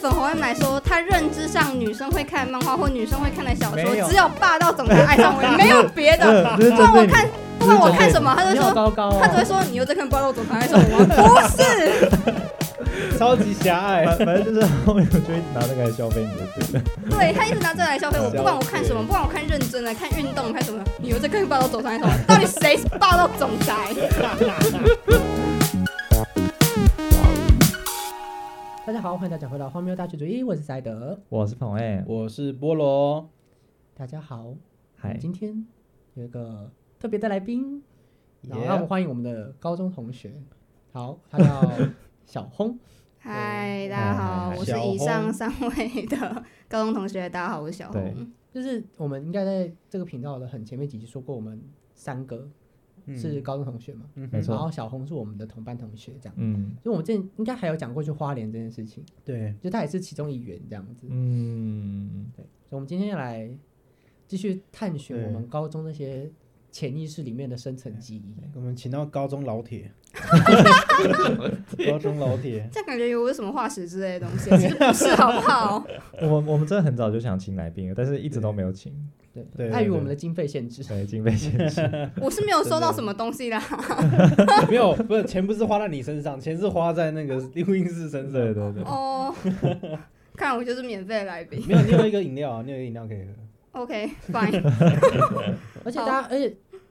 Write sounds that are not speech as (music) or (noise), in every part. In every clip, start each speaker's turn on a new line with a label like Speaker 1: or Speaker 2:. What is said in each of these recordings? Speaker 1: 粉红会买说，他认知上女生会看漫画或女生会看的小
Speaker 2: 没有
Speaker 1: 说，只有霸道总裁爱上我， (laughs) 没有别的。
Speaker 2: 这是
Speaker 1: 不然
Speaker 2: 针
Speaker 1: 我
Speaker 2: 对你，
Speaker 1: 看，不管我看什么，他
Speaker 2: 你
Speaker 1: 就
Speaker 2: 好
Speaker 1: 说，
Speaker 2: 糟糕哦，
Speaker 1: 他只会说你又在看霸道总裁爱上我
Speaker 2: (laughs)
Speaker 1: 吗？不是，
Speaker 3: 超级狭隘。
Speaker 2: 反反正就是后面我就一直拿那个来消费你的觉得
Speaker 1: 对他一直拿这来消费我，不管我看什么，不管我看认真的、看运动、看什么，你又在看霸道总裁爱上我，到底谁是霸道总
Speaker 2: (laughs)
Speaker 1: 裁？
Speaker 4: 大家好，欢迎大家回到荒谬大学主义，我是赛德。
Speaker 2: 我是彭哎，
Speaker 3: (laughs) 我是菠萝，
Speaker 4: 大家好，我
Speaker 2: 嗨
Speaker 4: 们，今天有一个特别的来宾，然后让我们欢迎我们的高中同学。好，他叫小
Speaker 2: (laughs)
Speaker 4: 轰。
Speaker 1: 嗨，大家好，我是以上三位的高中同学，大家好，我是小
Speaker 2: 对
Speaker 1: 红。
Speaker 4: 就是我们应该在这个频道的很前面几集说过，我们三个是高中同学嘛，
Speaker 3: 嗯
Speaker 2: 嗯没错
Speaker 4: 然后小红是我们的同班同学，这样。
Speaker 2: 嗯
Speaker 4: 就我们之前应该还有讲过去花莲这件事情，
Speaker 3: 对，
Speaker 4: 就他也是其中一员这样子。
Speaker 2: 嗯，
Speaker 4: 所以我们今天要来继续探寻
Speaker 3: 对
Speaker 4: 我们高中那些潜意识里面的深层记忆。
Speaker 3: 我们请到高中老铁，高中老铁，
Speaker 1: 这样感觉有什么化石之类的东西， (laughs) 其实不是，好不好？
Speaker 2: 我们我们真的很早就想请来宾了，但是一直都没有请，
Speaker 4: 对
Speaker 3: 对，
Speaker 4: 碍于
Speaker 3: 对
Speaker 4: 我们的经费限制，
Speaker 2: 对，已经被限制。
Speaker 1: 我是没有收到什么东西啦。
Speaker 3: (laughs) 没有，不是钱不是花在你身上，钱是花在那个录音室身上。
Speaker 2: 对对对， (laughs)
Speaker 1: 哦，看来我就是免费来宾。
Speaker 3: 没有，你有一个饮料啊，你有一个饮料可以喝。
Speaker 1: OK，fine，
Speaker 4: 而且大家，而且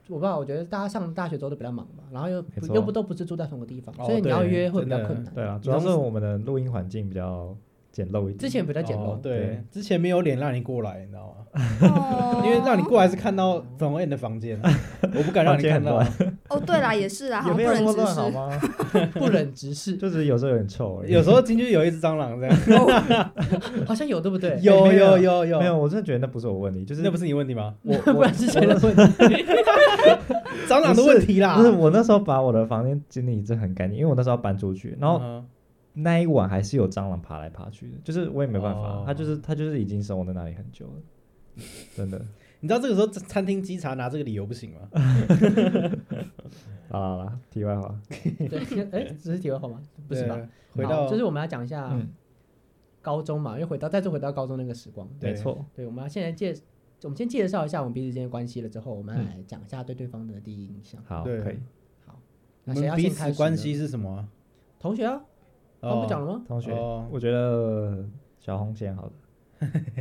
Speaker 4: 我不知道，我觉得大家上大学之后都比较忙嘛，然后又
Speaker 2: 没错
Speaker 4: 又不都不是住在同个地方，
Speaker 3: 哦
Speaker 4: 所以你要约会比较
Speaker 3: 对
Speaker 4: 困
Speaker 2: 对
Speaker 4: 难。
Speaker 2: 啊，主要是我们的录音环境比较简陋一点。
Speaker 4: 之前比较简
Speaker 3: 哦
Speaker 4: 陋，
Speaker 3: 对
Speaker 2: 对，
Speaker 3: 之前没有脸让你过来，你知道吗？
Speaker 1: 哦，
Speaker 3: 因为让你过来是看到粉红 N 的房间，啊 (laughs) 我不敢让你看到啊
Speaker 2: 房。
Speaker 1: 哦，对啦，也是啦，好
Speaker 2: 也
Speaker 1: 像不
Speaker 2: 没有那
Speaker 1: 能
Speaker 2: 么
Speaker 1: 直
Speaker 2: 乱好
Speaker 1: 视。
Speaker 2: 吗？
Speaker 4: 不忍
Speaker 3: (laughs)
Speaker 4: 直视，
Speaker 2: 就只是有时候有点臭而已。
Speaker 3: 有时候进去有一只蟑螂这样，
Speaker 4: 好像有对不对？
Speaker 3: (laughs) 有
Speaker 2: 没
Speaker 3: 有有
Speaker 2: 有
Speaker 3: 有
Speaker 2: 没有，我真的觉得那不是我问题，就是
Speaker 3: 那不是你问题吗？
Speaker 4: (laughs)
Speaker 2: 我
Speaker 4: 不
Speaker 2: 我
Speaker 4: 然是谁的问题？
Speaker 3: 蟑螂的问题啦
Speaker 2: 不。是我那时候把我的房间整理得很干净，因为我那时候要搬出去，然后
Speaker 3: 后
Speaker 2: 那一晚还是有蟑螂爬来爬去的，就是我也没办
Speaker 3: 哦
Speaker 2: 法，它就是它就是已经生活在那里很久了，
Speaker 3: (laughs)
Speaker 2: 真的。
Speaker 3: 你知道这个时候餐厅稽查拿这个理由不行
Speaker 4: 呃
Speaker 3: 吗？
Speaker 2: 好啦好啦，题外话，
Speaker 4: 对，哎，只是体会好吗？不是吧？
Speaker 3: 对？回
Speaker 4: 好
Speaker 3: 到
Speaker 4: 就是我们要讲一下
Speaker 2: 嗯，
Speaker 4: 高中嘛，因为回到再次回到高中那个时光。
Speaker 3: 对
Speaker 2: 没错，
Speaker 4: 对，我们要现在介，我们先介绍一下我们彼此之间的关系了之后，我们
Speaker 3: 嗯
Speaker 4: 来讲一下对对方的第一印象。
Speaker 2: 好，
Speaker 3: 对
Speaker 2: 可以。
Speaker 3: 我
Speaker 4: 那谁
Speaker 3: 们
Speaker 4: 要
Speaker 3: 彼
Speaker 4: 先开
Speaker 3: 此
Speaker 4: 始
Speaker 3: 关
Speaker 4: 呢
Speaker 3: 系是什么哦啊？
Speaker 4: 同学啊，刚不讲了吗？
Speaker 2: 同学，
Speaker 3: 哦
Speaker 2: 我觉得小红先好了，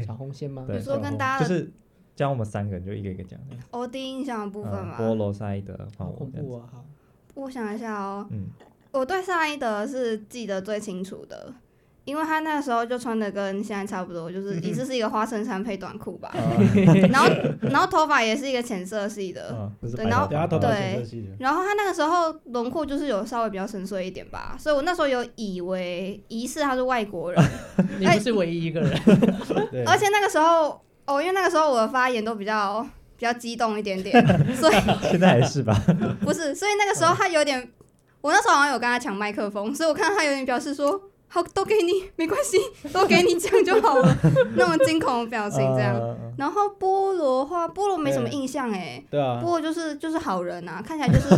Speaker 4: 小红先吗？
Speaker 1: 你
Speaker 2: 对
Speaker 1: 说跟大
Speaker 2: 就
Speaker 1: 家的
Speaker 2: 是讲我们三个人就一个一个讲，
Speaker 1: 哦第一印象的部分
Speaker 2: 嗯，
Speaker 1: 嘛，
Speaker 2: 菠萝塞德，换
Speaker 4: 好
Speaker 2: 我
Speaker 4: 恐
Speaker 2: 这样
Speaker 4: 怖
Speaker 3: 哦
Speaker 2: 子，
Speaker 4: 啊！好，
Speaker 1: 我想一下哦，
Speaker 2: 嗯，
Speaker 1: 我对萨伊德是记得最清楚的，因为他那时候就穿的跟现在差不多，
Speaker 2: (laughs)
Speaker 1: 就是也是是一个花衬衫配短裤吧，然后然后头发也是一个浅色系的，
Speaker 2: 嗯，
Speaker 3: 啊
Speaker 2: 这是
Speaker 1: 对
Speaker 2: 白
Speaker 4: (laughs)
Speaker 1: 然后
Speaker 2: 头
Speaker 3: 哦对，他头
Speaker 2: 发吗
Speaker 3: 发
Speaker 1: 对
Speaker 3: 浅色系的，
Speaker 1: 然后他那个时候轮廓就是有稍微比较深邃一点吧，所以我那时候有以为疑似他是外国人，
Speaker 4: 哦 (laughs) 你不是唯一一个
Speaker 1: 哎
Speaker 4: 人，
Speaker 3: 对，
Speaker 1: 而且那个时候哦，因为那个时候我的发言都比较比较激动一点
Speaker 3: (laughs)
Speaker 1: 点，所以
Speaker 2: (laughs) 现在还
Speaker 1: (laughs)
Speaker 2: 是吧，
Speaker 1: 不是，所以那个时候他有点，我那时候好像有跟他抢麦克风，所以我看到他有点表示说，好，都给你，没关系，都给你讲就好了，那种惊恐的表情这
Speaker 3: (laughs)
Speaker 1: 样。
Speaker 2: 呃
Speaker 1: 然后菠萝的话，菠萝没什么印象哎，
Speaker 3: 啊对啊
Speaker 1: 菠，萝就是就是好人啊，看起来
Speaker 3: (laughs)
Speaker 1: 就是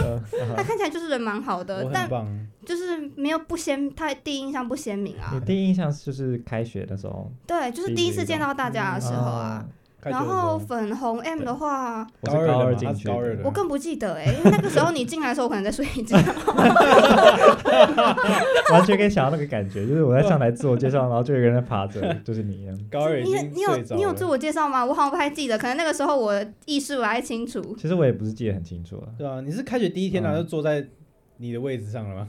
Speaker 2: 嗯
Speaker 1: 他看起来就是人蛮好的
Speaker 3: 我，很
Speaker 1: 但
Speaker 3: 棒，
Speaker 1: 就是没有不鲜，他第一印象不鲜明啊
Speaker 2: (laughs) 你。第一印象就是开学的时候，
Speaker 1: 对，就是第一次见到大家的时候啊。
Speaker 3: 嗯开学
Speaker 1: 然
Speaker 3: 的时
Speaker 1: 后
Speaker 3: 候
Speaker 1: 粉红 M 的话，
Speaker 2: 嗯我
Speaker 3: 高二的
Speaker 2: 是高
Speaker 3: 嘛
Speaker 2: 二
Speaker 3: 他
Speaker 2: 进
Speaker 3: 是
Speaker 2: 去
Speaker 3: 高二的
Speaker 1: 我更不记得哎、因为那个时候你进来的时候，我可能在睡觉。
Speaker 2: 完全可以想到那个感觉，就是我在上台自我介绍，然后就有一个人在爬着，就是你一样。
Speaker 3: (laughs) 高二已
Speaker 1: 你有
Speaker 3: 经
Speaker 1: 你有
Speaker 3: 睡着
Speaker 1: 你有
Speaker 3: 了
Speaker 1: 自我介绍吗？我好像不太记得，可能那个时候我意识不太清楚。
Speaker 2: 其实我也不是记得很清楚了，
Speaker 3: 对啊，你是开学第一天然后
Speaker 2: 嗯
Speaker 3: 就坐在你的位置上了吗？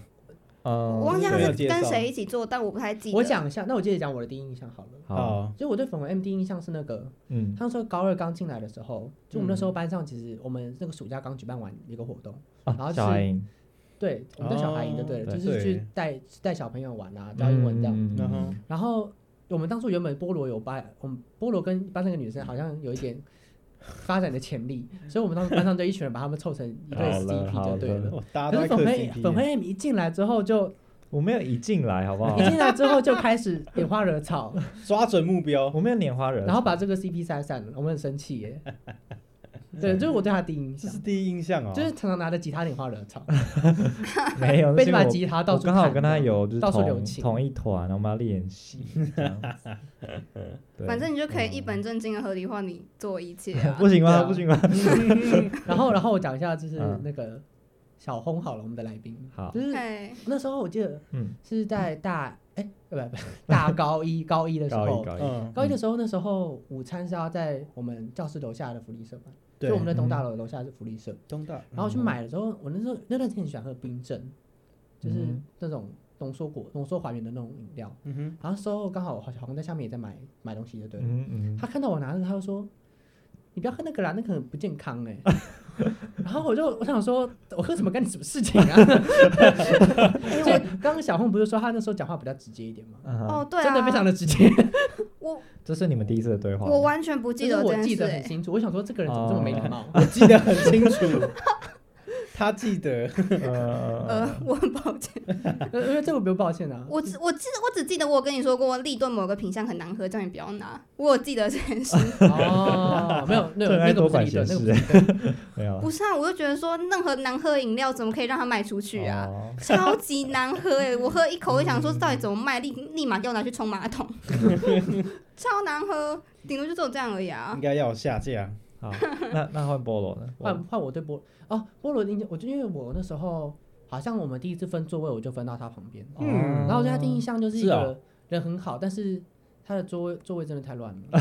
Speaker 1: 我
Speaker 2: 嗯，
Speaker 1: 忘记他
Speaker 3: 哦没有
Speaker 1: 是
Speaker 3: 介
Speaker 1: 跟
Speaker 3: 绍
Speaker 1: 谁一起做，但我不太记得。
Speaker 4: 我讲一下。那我接着讲我的第一印象好了。
Speaker 2: 好，
Speaker 3: 哦，
Speaker 4: 就我对粉红 M 第一印象是那个，
Speaker 2: 嗯，
Speaker 4: 他那时候高二刚进来的时候，就我们那时候班上其实我们那个暑假刚举办完一个活动，然后
Speaker 2: 啊，
Speaker 4: 是
Speaker 2: 小孩音，
Speaker 4: 对，我们叫小孩营的，对了，
Speaker 2: 哦对
Speaker 4: 就是去带带小朋友玩啊，教英文这样。
Speaker 2: 嗯
Speaker 3: 然后
Speaker 4: 然后我们当初原本菠萝有班，我们菠萝跟班上一个女生好像有一点发展的潜力，所以我们当时班上就一群人把他们凑成一对
Speaker 2: 好了
Speaker 4: CP 就对
Speaker 2: 好
Speaker 4: 了。
Speaker 3: 哦大
Speaker 4: 可
Speaker 3: 家
Speaker 4: 是
Speaker 3: 都
Speaker 4: 粉
Speaker 3: 在嗑
Speaker 4: 黑
Speaker 3: CP
Speaker 4: 粉黑 M 一进来之后就
Speaker 2: 我没有一进来，好不好
Speaker 4: 一？进来之后就开始拈花惹草，
Speaker 3: 抓准目标，
Speaker 4: 啊
Speaker 2: 我没有拈花惹草，
Speaker 4: 然后把这个 CP 拆散了，我们很生气耶。
Speaker 2: (laughs)
Speaker 4: 对，这是我对他的第一印
Speaker 3: 这
Speaker 4: 象
Speaker 3: 是。第一印象啊、
Speaker 4: 就是常常拿着吉他领花惹草，
Speaker 2: 没有，那
Speaker 4: 背
Speaker 2: 是因
Speaker 4: 着
Speaker 2: 为
Speaker 4: 把
Speaker 2: 我
Speaker 4: 吉他到
Speaker 2: 我
Speaker 4: 处
Speaker 2: 刚好
Speaker 4: 弹
Speaker 2: 跟他
Speaker 4: 这样
Speaker 2: 有就是
Speaker 4: 到处留
Speaker 2: 同
Speaker 4: 情
Speaker 2: 同一团，然后我们要练习。这
Speaker 4: (laughs)
Speaker 2: 样子对
Speaker 1: 反正你就可以一本正经的合理化你做一切
Speaker 3: (laughs)
Speaker 1: 啊
Speaker 2: 不。行
Speaker 4: 对
Speaker 2: 吗？
Speaker 4: 啊
Speaker 2: 不行吗？
Speaker 4: 然后然后我讲一下就是
Speaker 2: 嗯
Speaker 4: 那个小轰好了，我们的来宾，
Speaker 2: 好
Speaker 4: 就是
Speaker 1: 对，
Speaker 4: 那时候我记得
Speaker 2: 嗯，
Speaker 4: 是在大哎、不不不大高一高一的时
Speaker 2: 高
Speaker 4: 候
Speaker 2: 一，高一，
Speaker 3: 嗯，
Speaker 4: 高一的时候那时候午餐是要在我们教室楼下的福利社嘛，
Speaker 3: 对
Speaker 4: 就我们在
Speaker 2: 嗯
Speaker 4: 东大楼楼下是福利社，
Speaker 3: 东大，
Speaker 4: 然后去买的时候，我那时候那段时间很喜欢喝冰镇，就是
Speaker 2: 嗯
Speaker 4: 那种浓缩果浓缩还原的那种饮料。
Speaker 3: 嗯哼，
Speaker 4: 然后时候刚好好像在下面也在买买东西，对不对？
Speaker 2: 嗯嗯，
Speaker 4: 他看到我拿着，他就说：“你不要喝那个啦，那个很不健
Speaker 2: (laughs)
Speaker 4: 康哎、然后我就我想说，我喝什么干你什么事情啊？ (laughs) 所以刚刚小红不是说他那时候讲话比较直接一点吗？
Speaker 2: 嗯
Speaker 1: 哦
Speaker 2: 哼
Speaker 1: 对啊，
Speaker 4: 真的非常的直接，
Speaker 1: 我
Speaker 2: 这是你们第一次的对话吗。
Speaker 1: 我完全不
Speaker 4: 就
Speaker 1: 记
Speaker 4: 是
Speaker 1: 得这
Speaker 4: 我
Speaker 1: 件
Speaker 4: 记
Speaker 1: 事、
Speaker 4: 得很
Speaker 1: 欸，
Speaker 4: 清楚。我想说这个人怎么这么没礼貌？
Speaker 2: 哦
Speaker 3: 我记得很清楚， (laughs) 他记得，
Speaker 2: 呃，
Speaker 1: 呃， (laughs) 我很抱歉，
Speaker 4: (laughs) 因为这个不用抱歉啊。
Speaker 1: 我只我记我只记得我有跟你说过立顿某个品相很难喝，叫你不要拿。我有记得这件事，
Speaker 4: 哦，没有，那
Speaker 2: 这
Speaker 4: 个
Speaker 2: 很
Speaker 4: 那
Speaker 2: 爱
Speaker 4: 个
Speaker 2: 多
Speaker 4: 不是
Speaker 2: 管
Speaker 4: 你的，
Speaker 2: 闲
Speaker 4: 那个
Speaker 2: 事
Speaker 4: 不是，
Speaker 2: 没有
Speaker 1: 不是啊，我就觉得说任何难喝的饮料怎么可以让它卖出去啊？
Speaker 2: 哦
Speaker 1: 超级难喝哎、我喝一口就想说到底怎么卖，立立马给我拿去冲马桶， (laughs) 超难喝，顶多就只有这样而已啊
Speaker 3: 应。该要下架。
Speaker 2: 好，那那换菠萝呢？
Speaker 4: 换换我对菠哦菠萝的印象，我就因为我那时候好像我们第一次分座位，我就分到他旁边，
Speaker 2: 哦
Speaker 3: 嗯
Speaker 4: 然后我对他第一印象就是一
Speaker 3: 是啊
Speaker 4: 个人很好，但是他的座位座位真的太乱了。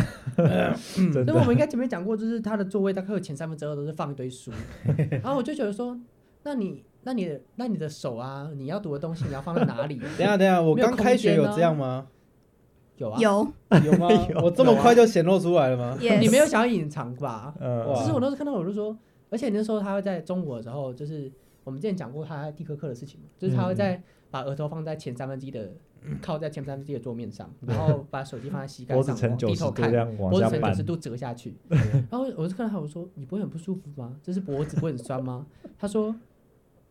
Speaker 2: 真
Speaker 3: (laughs)
Speaker 4: 所
Speaker 2: 的
Speaker 4: 以我们应该前面讲过，就是他的座位大概有前三分之二都是放一
Speaker 3: (laughs)
Speaker 4: 堆书，然后我就觉得说，那你那你的那你的手啊，你要读的东西你要放在哪里？
Speaker 3: (laughs) 等一下等一下，我
Speaker 4: 没有
Speaker 3: 刚开学有
Speaker 4: 空间啊
Speaker 3: 这样吗？
Speaker 4: 有啊，
Speaker 1: 有
Speaker 3: (laughs) 有啊
Speaker 4: (laughs)
Speaker 3: 吗？我这么快就显露出来了吗？
Speaker 1: 也
Speaker 4: 你没有想要隐藏吧？
Speaker 2: 呃，
Speaker 3: 哇
Speaker 4: 只是我那时候看到我就说，而且那时候他会在中午的时候，就是我们之前讲过他地科课的事情嘛，就是他
Speaker 2: 嗯
Speaker 4: 会在把额头放在前三分之一的靠在前三分之一的桌面上，然后把手机放在膝
Speaker 2: 嗯
Speaker 4: 盖
Speaker 2: 脖子
Speaker 4: 上，
Speaker 2: 呈
Speaker 4: 往
Speaker 2: 九
Speaker 4: 低
Speaker 2: 十
Speaker 4: 头
Speaker 2: 度
Speaker 4: 看
Speaker 2: 这。样往
Speaker 4: 脖
Speaker 2: 下
Speaker 4: 子呈九十
Speaker 2: 扳，嗯
Speaker 4: 度折下去。然后我就看到他，我说：“你不会很不舒服吗？这是脖子不会很酸吗？”他说：“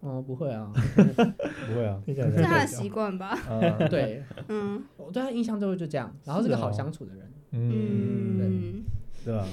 Speaker 4: 哦，不
Speaker 2: (laughs)
Speaker 4: 会啊。
Speaker 3: 不会啊，啊
Speaker 2: 听起
Speaker 4: (laughs)
Speaker 2: 来
Speaker 1: 这
Speaker 3: (laughs)
Speaker 1: 是他的
Speaker 2: 很
Speaker 1: 习惯吧？
Speaker 2: 呃”
Speaker 4: 对，
Speaker 1: 嗯
Speaker 4: 我对他啊印象中就这样。
Speaker 2: 哦
Speaker 4: 然后是个好相处的人，
Speaker 2: 嗯，
Speaker 1: 嗯，
Speaker 3: 对吧？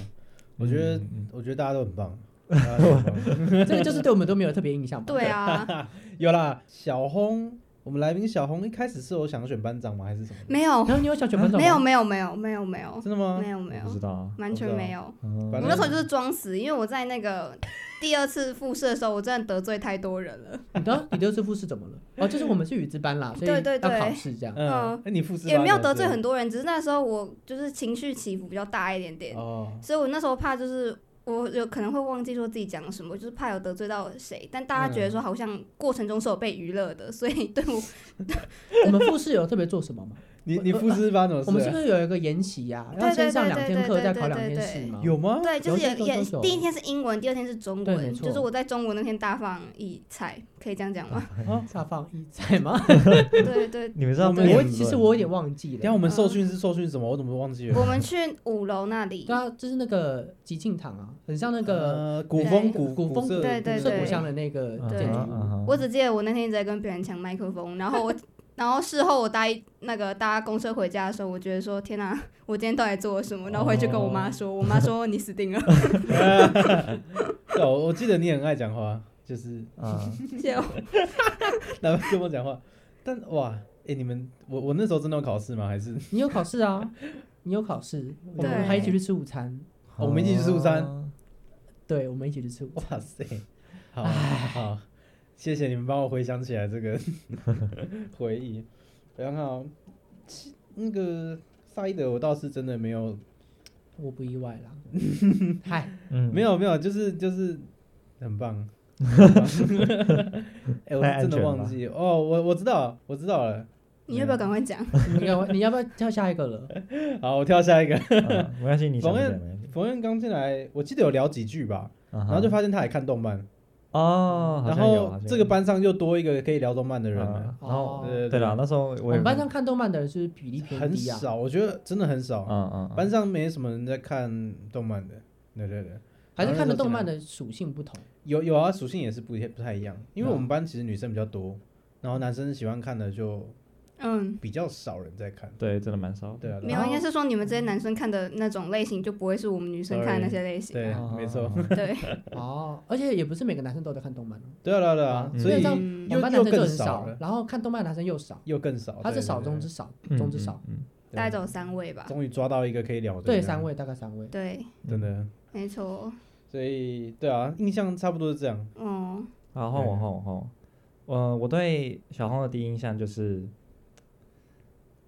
Speaker 3: 我觉得
Speaker 2: 嗯嗯
Speaker 3: 我觉得大家都很棒。 (laughs) 啊大家都很棒
Speaker 4: 这个就是对我们都没有特别印象吧。
Speaker 1: 对啊，
Speaker 4: 嗯
Speaker 3: 有啦，小红，我们来宾小红一开始是有想选班长吗？还是什么的？
Speaker 1: 没有
Speaker 4: 然后你有小卷班长
Speaker 1: 没有
Speaker 4: 吗？
Speaker 1: 没有没有没有没有
Speaker 3: 真的吗
Speaker 1: 没？有
Speaker 2: 我
Speaker 4: 嗯
Speaker 1: 没
Speaker 2: 不
Speaker 1: 有
Speaker 2: 知，道啊，
Speaker 1: 完全没有。
Speaker 2: 嗯
Speaker 1: 我
Speaker 3: 反
Speaker 1: 那时候
Speaker 3: 正
Speaker 1: 就是装死，因为我在那个第二次复试的时候，我真的得罪太多人了。
Speaker 4: 你的你六次复试怎么了？哦，就是我们是语资班啦，所以
Speaker 1: 对对
Speaker 4: 要
Speaker 1: 对
Speaker 4: 考试这样。
Speaker 1: 嗯
Speaker 3: 嗯，那你复试
Speaker 1: 也没有
Speaker 3: 班
Speaker 1: 得罪
Speaker 3: 是
Speaker 1: 很多人，只是那时候我就是情绪起伏比较大一点点，
Speaker 3: 哦，
Speaker 1: 所以我那时候怕就是我有可能会忘记说自己讲了什么，就是怕有得罪到谁。但大家觉得说好像过程中是有被娱乐的，所以对我
Speaker 4: 我们复试有特别做什么吗？
Speaker 3: 你你复试班怎么
Speaker 4: 我们是不
Speaker 3: 事？
Speaker 4: 是有一个研习呀？
Speaker 1: 对
Speaker 4: 要先上
Speaker 1: 对对
Speaker 4: 两天
Speaker 1: 对
Speaker 4: 课，
Speaker 1: 对
Speaker 4: 再
Speaker 1: 对
Speaker 4: 考两
Speaker 1: 对
Speaker 4: 天
Speaker 1: 对
Speaker 4: 试吗？哦
Speaker 3: 有吗？
Speaker 1: 对就是
Speaker 4: 有些
Speaker 1: 有也
Speaker 4: 都是有
Speaker 1: 第一天是英文，第二天是中
Speaker 4: 对没
Speaker 1: 文，
Speaker 4: 错
Speaker 1: 就是我在中文那天大放异
Speaker 4: (laughs)
Speaker 1: 彩，可以这样讲吗？
Speaker 4: 下放一在吗？
Speaker 1: 对对，
Speaker 2: 你们知
Speaker 3: (laughs)
Speaker 2: 道
Speaker 3: 我们
Speaker 2: 辩
Speaker 4: 我
Speaker 2: 论
Speaker 4: 其实我有点忘记
Speaker 3: 等一下
Speaker 4: 了。
Speaker 3: 我们受训是受训什么？我怎么忘记了？
Speaker 1: 我们去五楼那里
Speaker 4: 对，啊，就是那个极静堂啊，很像那个
Speaker 3: 呃古风古
Speaker 4: 古风
Speaker 3: 色
Speaker 1: 对对
Speaker 4: 色
Speaker 1: 对
Speaker 4: 谷香的那个
Speaker 2: 嗯
Speaker 4: 建筑
Speaker 2: 哼嗯
Speaker 4: 物，
Speaker 2: 哼
Speaker 1: 我只记得我那天一直在跟别人抢麦克风，然后我， (laughs) 然后事后我搭一那个搭公车回家的时候，我觉得说天哪、啊 (laughs) 我今天到底做了什么？然后回去跟我妈说，我妈说你死定了， (laughs)
Speaker 3: 对， (laughs) 我我记得你很爱讲话，就是
Speaker 4: (laughs)
Speaker 2: 啊，
Speaker 3: 哦
Speaker 1: 谢我
Speaker 3: (laughs) 哪怕跟我讲话，但哇，哎，你们我我那时候真的有考试吗？还是 (laughs)
Speaker 4: 你有考试啊，你有考试，我们
Speaker 1: 对
Speaker 4: 还一起去吃午餐，
Speaker 3: 我们一起去吃午餐
Speaker 2: 哦
Speaker 4: 对，我们一起去吃午餐。
Speaker 3: 哇塞，好好，谢谢你们帮我回想起来这个 (laughs) 回忆。然后那个萨伊德，我倒是真的没有，
Speaker 4: 我不意外
Speaker 3: (laughs)
Speaker 4: 啦，嗨，
Speaker 2: 嗯，
Speaker 3: 没有没有，就是就是很棒。很
Speaker 2: (laughs)
Speaker 3: 棒哎、我
Speaker 2: 太
Speaker 3: 是
Speaker 2: 安
Speaker 3: 真的
Speaker 2: 全
Speaker 3: 忘
Speaker 2: 了
Speaker 3: 记哦，我我知道我知道了。
Speaker 1: 你要不要赶快讲？
Speaker 4: 你要你要不要跳下一个了？
Speaker 3: 好，我跳下一个。
Speaker 2: 嗯没关系，你想不起来没关系，
Speaker 3: 冯燕刚进来，我记得有聊几句吧，
Speaker 2: 然
Speaker 3: 然后就发现他也看动漫，
Speaker 2: 哦，好
Speaker 3: 然
Speaker 2: 像有好
Speaker 3: 后
Speaker 2: 像
Speaker 3: 这个
Speaker 2: 有
Speaker 3: 班上又多一个可以聊动漫的人了。
Speaker 2: 啊然后
Speaker 4: 哦
Speaker 3: 对
Speaker 2: 对啦，那时候
Speaker 4: 我
Speaker 2: 我也
Speaker 4: 们班上看动漫的人是比例偏
Speaker 3: 很
Speaker 4: 低啊，
Speaker 3: 少，我觉得真的很少。
Speaker 2: 嗯嗯嗯
Speaker 3: 班上没什么人在看动漫的，对对对，
Speaker 4: 还是看的
Speaker 3: 然后那时候
Speaker 4: 动漫的属性不同。
Speaker 3: 有有啊，属性也是不一不太一样，因为
Speaker 4: 嗯
Speaker 3: 我们班其实女生比较多，然后男生喜欢看的就
Speaker 1: 嗯，
Speaker 3: 比较少人在看。
Speaker 2: 对，真的蛮少。
Speaker 3: 对啊，
Speaker 1: 没有，应该是说你们这些男生看的那种类型，就不会是我们女生看的那些类型。
Speaker 3: 对，
Speaker 2: 哦
Speaker 3: 没错，
Speaker 1: 对，
Speaker 4: 哦，而且也不是每个男生都在看动漫哦，
Speaker 3: (laughs) 对啊，对啊，对啊，
Speaker 2: 嗯
Speaker 3: 所以
Speaker 4: 这样
Speaker 1: 嗯
Speaker 3: 又
Speaker 4: 我们班男生就
Speaker 3: 又
Speaker 4: 很
Speaker 3: 更少
Speaker 4: 少
Speaker 3: 了，
Speaker 4: 然后看动漫的男生又少，
Speaker 3: 又更少。
Speaker 4: 他是
Speaker 3: 对
Speaker 4: 少中，之
Speaker 3: 对
Speaker 4: 少，
Speaker 2: 嗯
Speaker 4: 中之少，，
Speaker 2: 嗯
Speaker 3: 对
Speaker 1: 大概只有三位吧。
Speaker 3: 终于抓到一个可以聊的，
Speaker 4: 对，三，位大概三位。
Speaker 1: 对，
Speaker 3: 真的。
Speaker 1: 没错。
Speaker 3: 所以对啊，印象差不多是这样。
Speaker 1: 哦，
Speaker 2: 好，换我，
Speaker 3: 对
Speaker 2: 换我，换我。呃，我对小红的第一印象就是，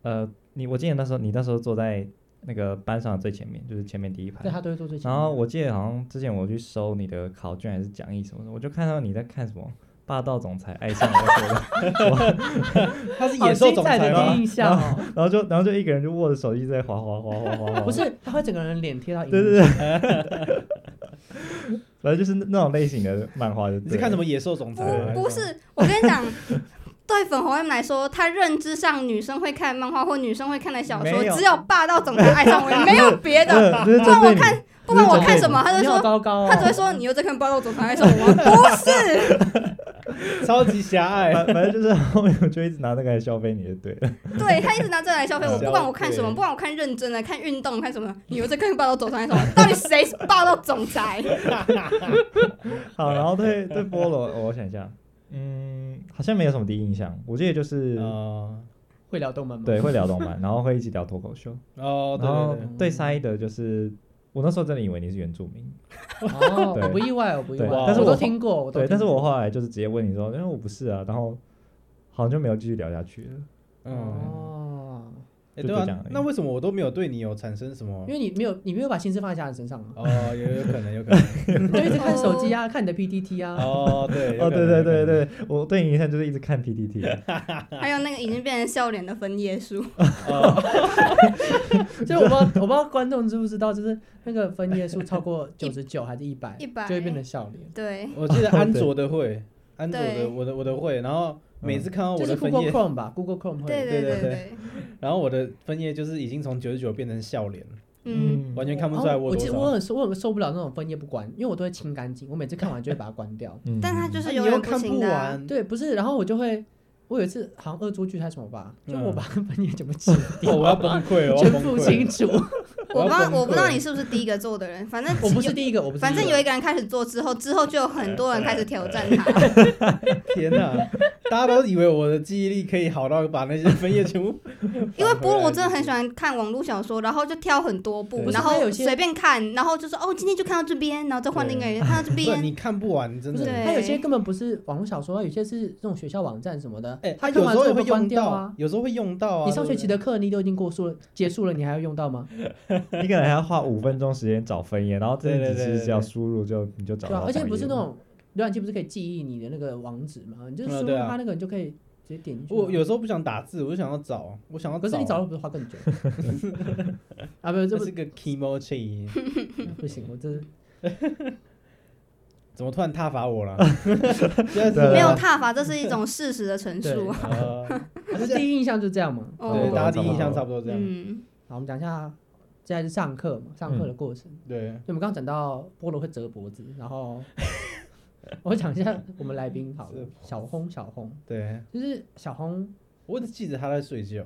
Speaker 2: 呃，你我记得那时候你那时候坐在那个班上的最前面，就是前面第一排
Speaker 4: 对。他都会做最前
Speaker 2: 然
Speaker 4: 面。
Speaker 2: 后我记得好像之前我去收你的考卷还是讲义什么的，我就看到你在看什么《霸道总裁爱上我》
Speaker 3: 他是
Speaker 4: (laughs) 好
Speaker 3: 野兽
Speaker 4: 精
Speaker 3: 总
Speaker 4: 彩
Speaker 3: 裁
Speaker 4: 的第一
Speaker 3: 吗？
Speaker 4: 印象哦，
Speaker 2: (laughs) 然后就然后就一个人就握着手机在滑滑滑滑滑滑，
Speaker 4: 不是，他会整个人脸贴到荧幕
Speaker 2: 对对
Speaker 4: 上，
Speaker 2: 反正就是那那种类型的漫画就对了。
Speaker 3: 你是看什么野兽总裁吗？
Speaker 1: 哦
Speaker 3: 还
Speaker 1: 不不
Speaker 3: 什么，
Speaker 1: 是，我跟你讲， (laughs) 对粉红 M 来说，他认知上女生会看漫画或女生会看的小说
Speaker 2: 没，有
Speaker 1: 只有霸道总裁爱上我，没有别的。
Speaker 2: 呃？就是
Speaker 1: 不管
Speaker 2: 针对
Speaker 1: 我
Speaker 2: 你
Speaker 1: 看，不管我看什么，他就
Speaker 4: 你好
Speaker 1: 说，
Speaker 4: 糟糕哦
Speaker 1: 他。只会说你又在看霸道总裁爱上我吗？不是，
Speaker 3: 超级狭隘。
Speaker 2: 反反正就是后面我就一直拿那个来消费你就对了。
Speaker 1: 对他一直拿这来消费我，
Speaker 3: 消
Speaker 1: 不管我看什么，
Speaker 3: 费
Speaker 1: 不管我看认真的、看运动、看什么，你又在看霸道总裁爱上我，到底谁是霸道总裁？
Speaker 3: (laughs)
Speaker 2: 好，然后对对菠萝，哦我想一下，嗯，好像没有什么第一印象，我记得就是、
Speaker 3: 哦
Speaker 4: 会聊动漫吗？
Speaker 2: 对会聊动漫，然后会一起聊脱口秀，
Speaker 3: 哦，对
Speaker 2: 然后
Speaker 3: 对对，
Speaker 2: 对沙一的就是。我那时候真的以为你是原住民，
Speaker 4: 哦，
Speaker 2: 对
Speaker 4: 我不意外，我不意外
Speaker 2: 对，
Speaker 3: 但是
Speaker 4: 我
Speaker 2: 我
Speaker 4: 都
Speaker 2: 后
Speaker 4: 听过，我都
Speaker 2: 对，但是
Speaker 4: 听过
Speaker 2: 我后来就是直接问你说，因为我不是啊，然后好像就没有继续聊下去了。
Speaker 3: 嗯，
Speaker 4: 哦，
Speaker 3: 哎
Speaker 2: 就
Speaker 3: 对
Speaker 2: 就这样
Speaker 3: 啊
Speaker 2: 而，已
Speaker 3: 那为什么我都没有对你有产生什么
Speaker 2: (laughs)
Speaker 4: 因？为你没有你没有把心思放在家人身上嘛，
Speaker 3: 哦，有有可能，有可能。
Speaker 4: 你就一直看手机啊，看你的 PPT 啊，
Speaker 3: 哦，对，有
Speaker 2: 哦，
Speaker 3: 可
Speaker 2: 对
Speaker 3: 能
Speaker 2: 对对，对，我对你印象就是一直
Speaker 3: (laughs)
Speaker 2: 看 PPT，
Speaker 4: (laughs)
Speaker 1: 还有那个已经变成笑脸的分页数，
Speaker 4: (laughs) 就我不知道，我不知道观众知不知道，就是那个分页数超过九十九还是一百，
Speaker 1: 100
Speaker 4: 就会变成笑脸。
Speaker 1: 对，
Speaker 3: 我记得安卓的会，安卓
Speaker 1: 对
Speaker 3: 的我的我的会，然后每次看到
Speaker 4: 就
Speaker 3: 我
Speaker 4: 是
Speaker 3: 的分
Speaker 4: Google
Speaker 3: 页，
Speaker 4: Chrome 吧，Google Chrome
Speaker 1: 对
Speaker 4: 会，
Speaker 1: 对对
Speaker 3: 对
Speaker 1: 对，
Speaker 3: 然后我的分页就是已经从九十九变成笑脸，
Speaker 1: 嗯，
Speaker 3: 完全看不出来
Speaker 4: 哦
Speaker 3: 我
Speaker 4: 我
Speaker 3: 有
Speaker 4: 其
Speaker 3: 多
Speaker 4: 实我
Speaker 3: 少。
Speaker 4: 很受我很受不了那种分页不关，因为我都会清干净，我每次看完就会把它关掉。
Speaker 2: 嗯
Speaker 1: 但他就是
Speaker 3: 啊
Speaker 1: 永
Speaker 3: 你又
Speaker 1: 远
Speaker 3: 看
Speaker 1: 行的啊。
Speaker 3: 完，
Speaker 4: 对，不是，然后我就会，我有一次好像恶作剧还是什么吧，就我
Speaker 3: 嗯
Speaker 4: 把分页全部清
Speaker 3: 哦
Speaker 4: (laughs) 掉，
Speaker 3: 我要崩溃了，我要
Speaker 4: 全
Speaker 3: 崩
Speaker 4: 部
Speaker 3: 溃
Speaker 4: 清
Speaker 3: 了。
Speaker 4: 楚。 (laughs)
Speaker 1: 我不知道，
Speaker 3: 我要崩溃
Speaker 1: 我不知道你是不是第一个做的人，反正
Speaker 4: 我不是
Speaker 1: 有
Speaker 4: 第一个，我不是第一
Speaker 1: 反
Speaker 4: 个，
Speaker 1: 正有一个人开始做之后，之后就有很多人开始挑战他。，
Speaker 3: 天哪，大家都以为我的记忆力可以好到把那些分页全部
Speaker 1: 因为菠萝真的很喜。欢看网络小说，然后就挑很多部然
Speaker 3: 对，
Speaker 4: 不是它
Speaker 1: 后
Speaker 4: 有些
Speaker 1: 随便看，然后就说哦，今天就看到这边，然后再换
Speaker 4: (laughs)
Speaker 1: 另一个人看到这
Speaker 3: 不，
Speaker 4: 啊
Speaker 1: 边。
Speaker 3: 你看不完，真
Speaker 4: 不是，
Speaker 3: 的。
Speaker 1: 对
Speaker 4: 它有些根本不是网络小说，有些是这种学校网站什么的。
Speaker 3: 哎，
Speaker 4: 它
Speaker 3: 有
Speaker 4: 用
Speaker 3: 时
Speaker 4: 完
Speaker 3: 候
Speaker 4: 之
Speaker 3: 也
Speaker 4: 后
Speaker 3: 会
Speaker 4: 会关
Speaker 3: 用
Speaker 4: 掉
Speaker 3: 到
Speaker 4: 啊，。
Speaker 3: 有时候会用到啊。
Speaker 4: 你上学期
Speaker 3: 对
Speaker 4: 的课你都已经过数了，结束了，你还要用到吗？
Speaker 2: 你可能还要花五分钟时间找分页，然后这
Speaker 3: 对对对
Speaker 2: 己其实
Speaker 3: 对
Speaker 2: 只要
Speaker 3: 对
Speaker 2: 输入就你就找
Speaker 4: 对
Speaker 2: 到翻
Speaker 4: 吧？而
Speaker 2: 页了。
Speaker 4: 且不是那种浏览器不是可以记忆你的那个网址吗？你就
Speaker 3: 嗯
Speaker 4: 输入
Speaker 3: 对啊
Speaker 4: 它那个，你就可以直接点进去
Speaker 3: 不对，
Speaker 4: 啊。
Speaker 3: 我有时候不想打字，我就想要找，我想要
Speaker 4: 可
Speaker 3: 找。
Speaker 4: 是你找了不是花更久？啊，不是，
Speaker 3: 这
Speaker 4: 这不
Speaker 3: 是个 emoji，
Speaker 4: (laughs) 不行，我这是
Speaker 3: 怎么突然挞伐我
Speaker 4: (laughs)
Speaker 3: 了？现在是
Speaker 2: 对啊
Speaker 1: 没有踏法，这是一种事实的陈述啊。
Speaker 3: 呃
Speaker 4: 可是第一印象就这样嘛。
Speaker 1: 哦
Speaker 3: 对，大家第一印象差
Speaker 2: 差
Speaker 3: 不多这样。
Speaker 1: 嗯，
Speaker 4: 好，我们讲一下，现在是上课嘛，上课的过程。
Speaker 3: 对，
Speaker 4: 就我们刚刚讲到菠萝会折脖子，然后我讲一下我们来宾好了
Speaker 3: 折，
Speaker 4: 小红小红，
Speaker 3: 对，
Speaker 4: 就是小红
Speaker 3: 我只记得他在睡觉。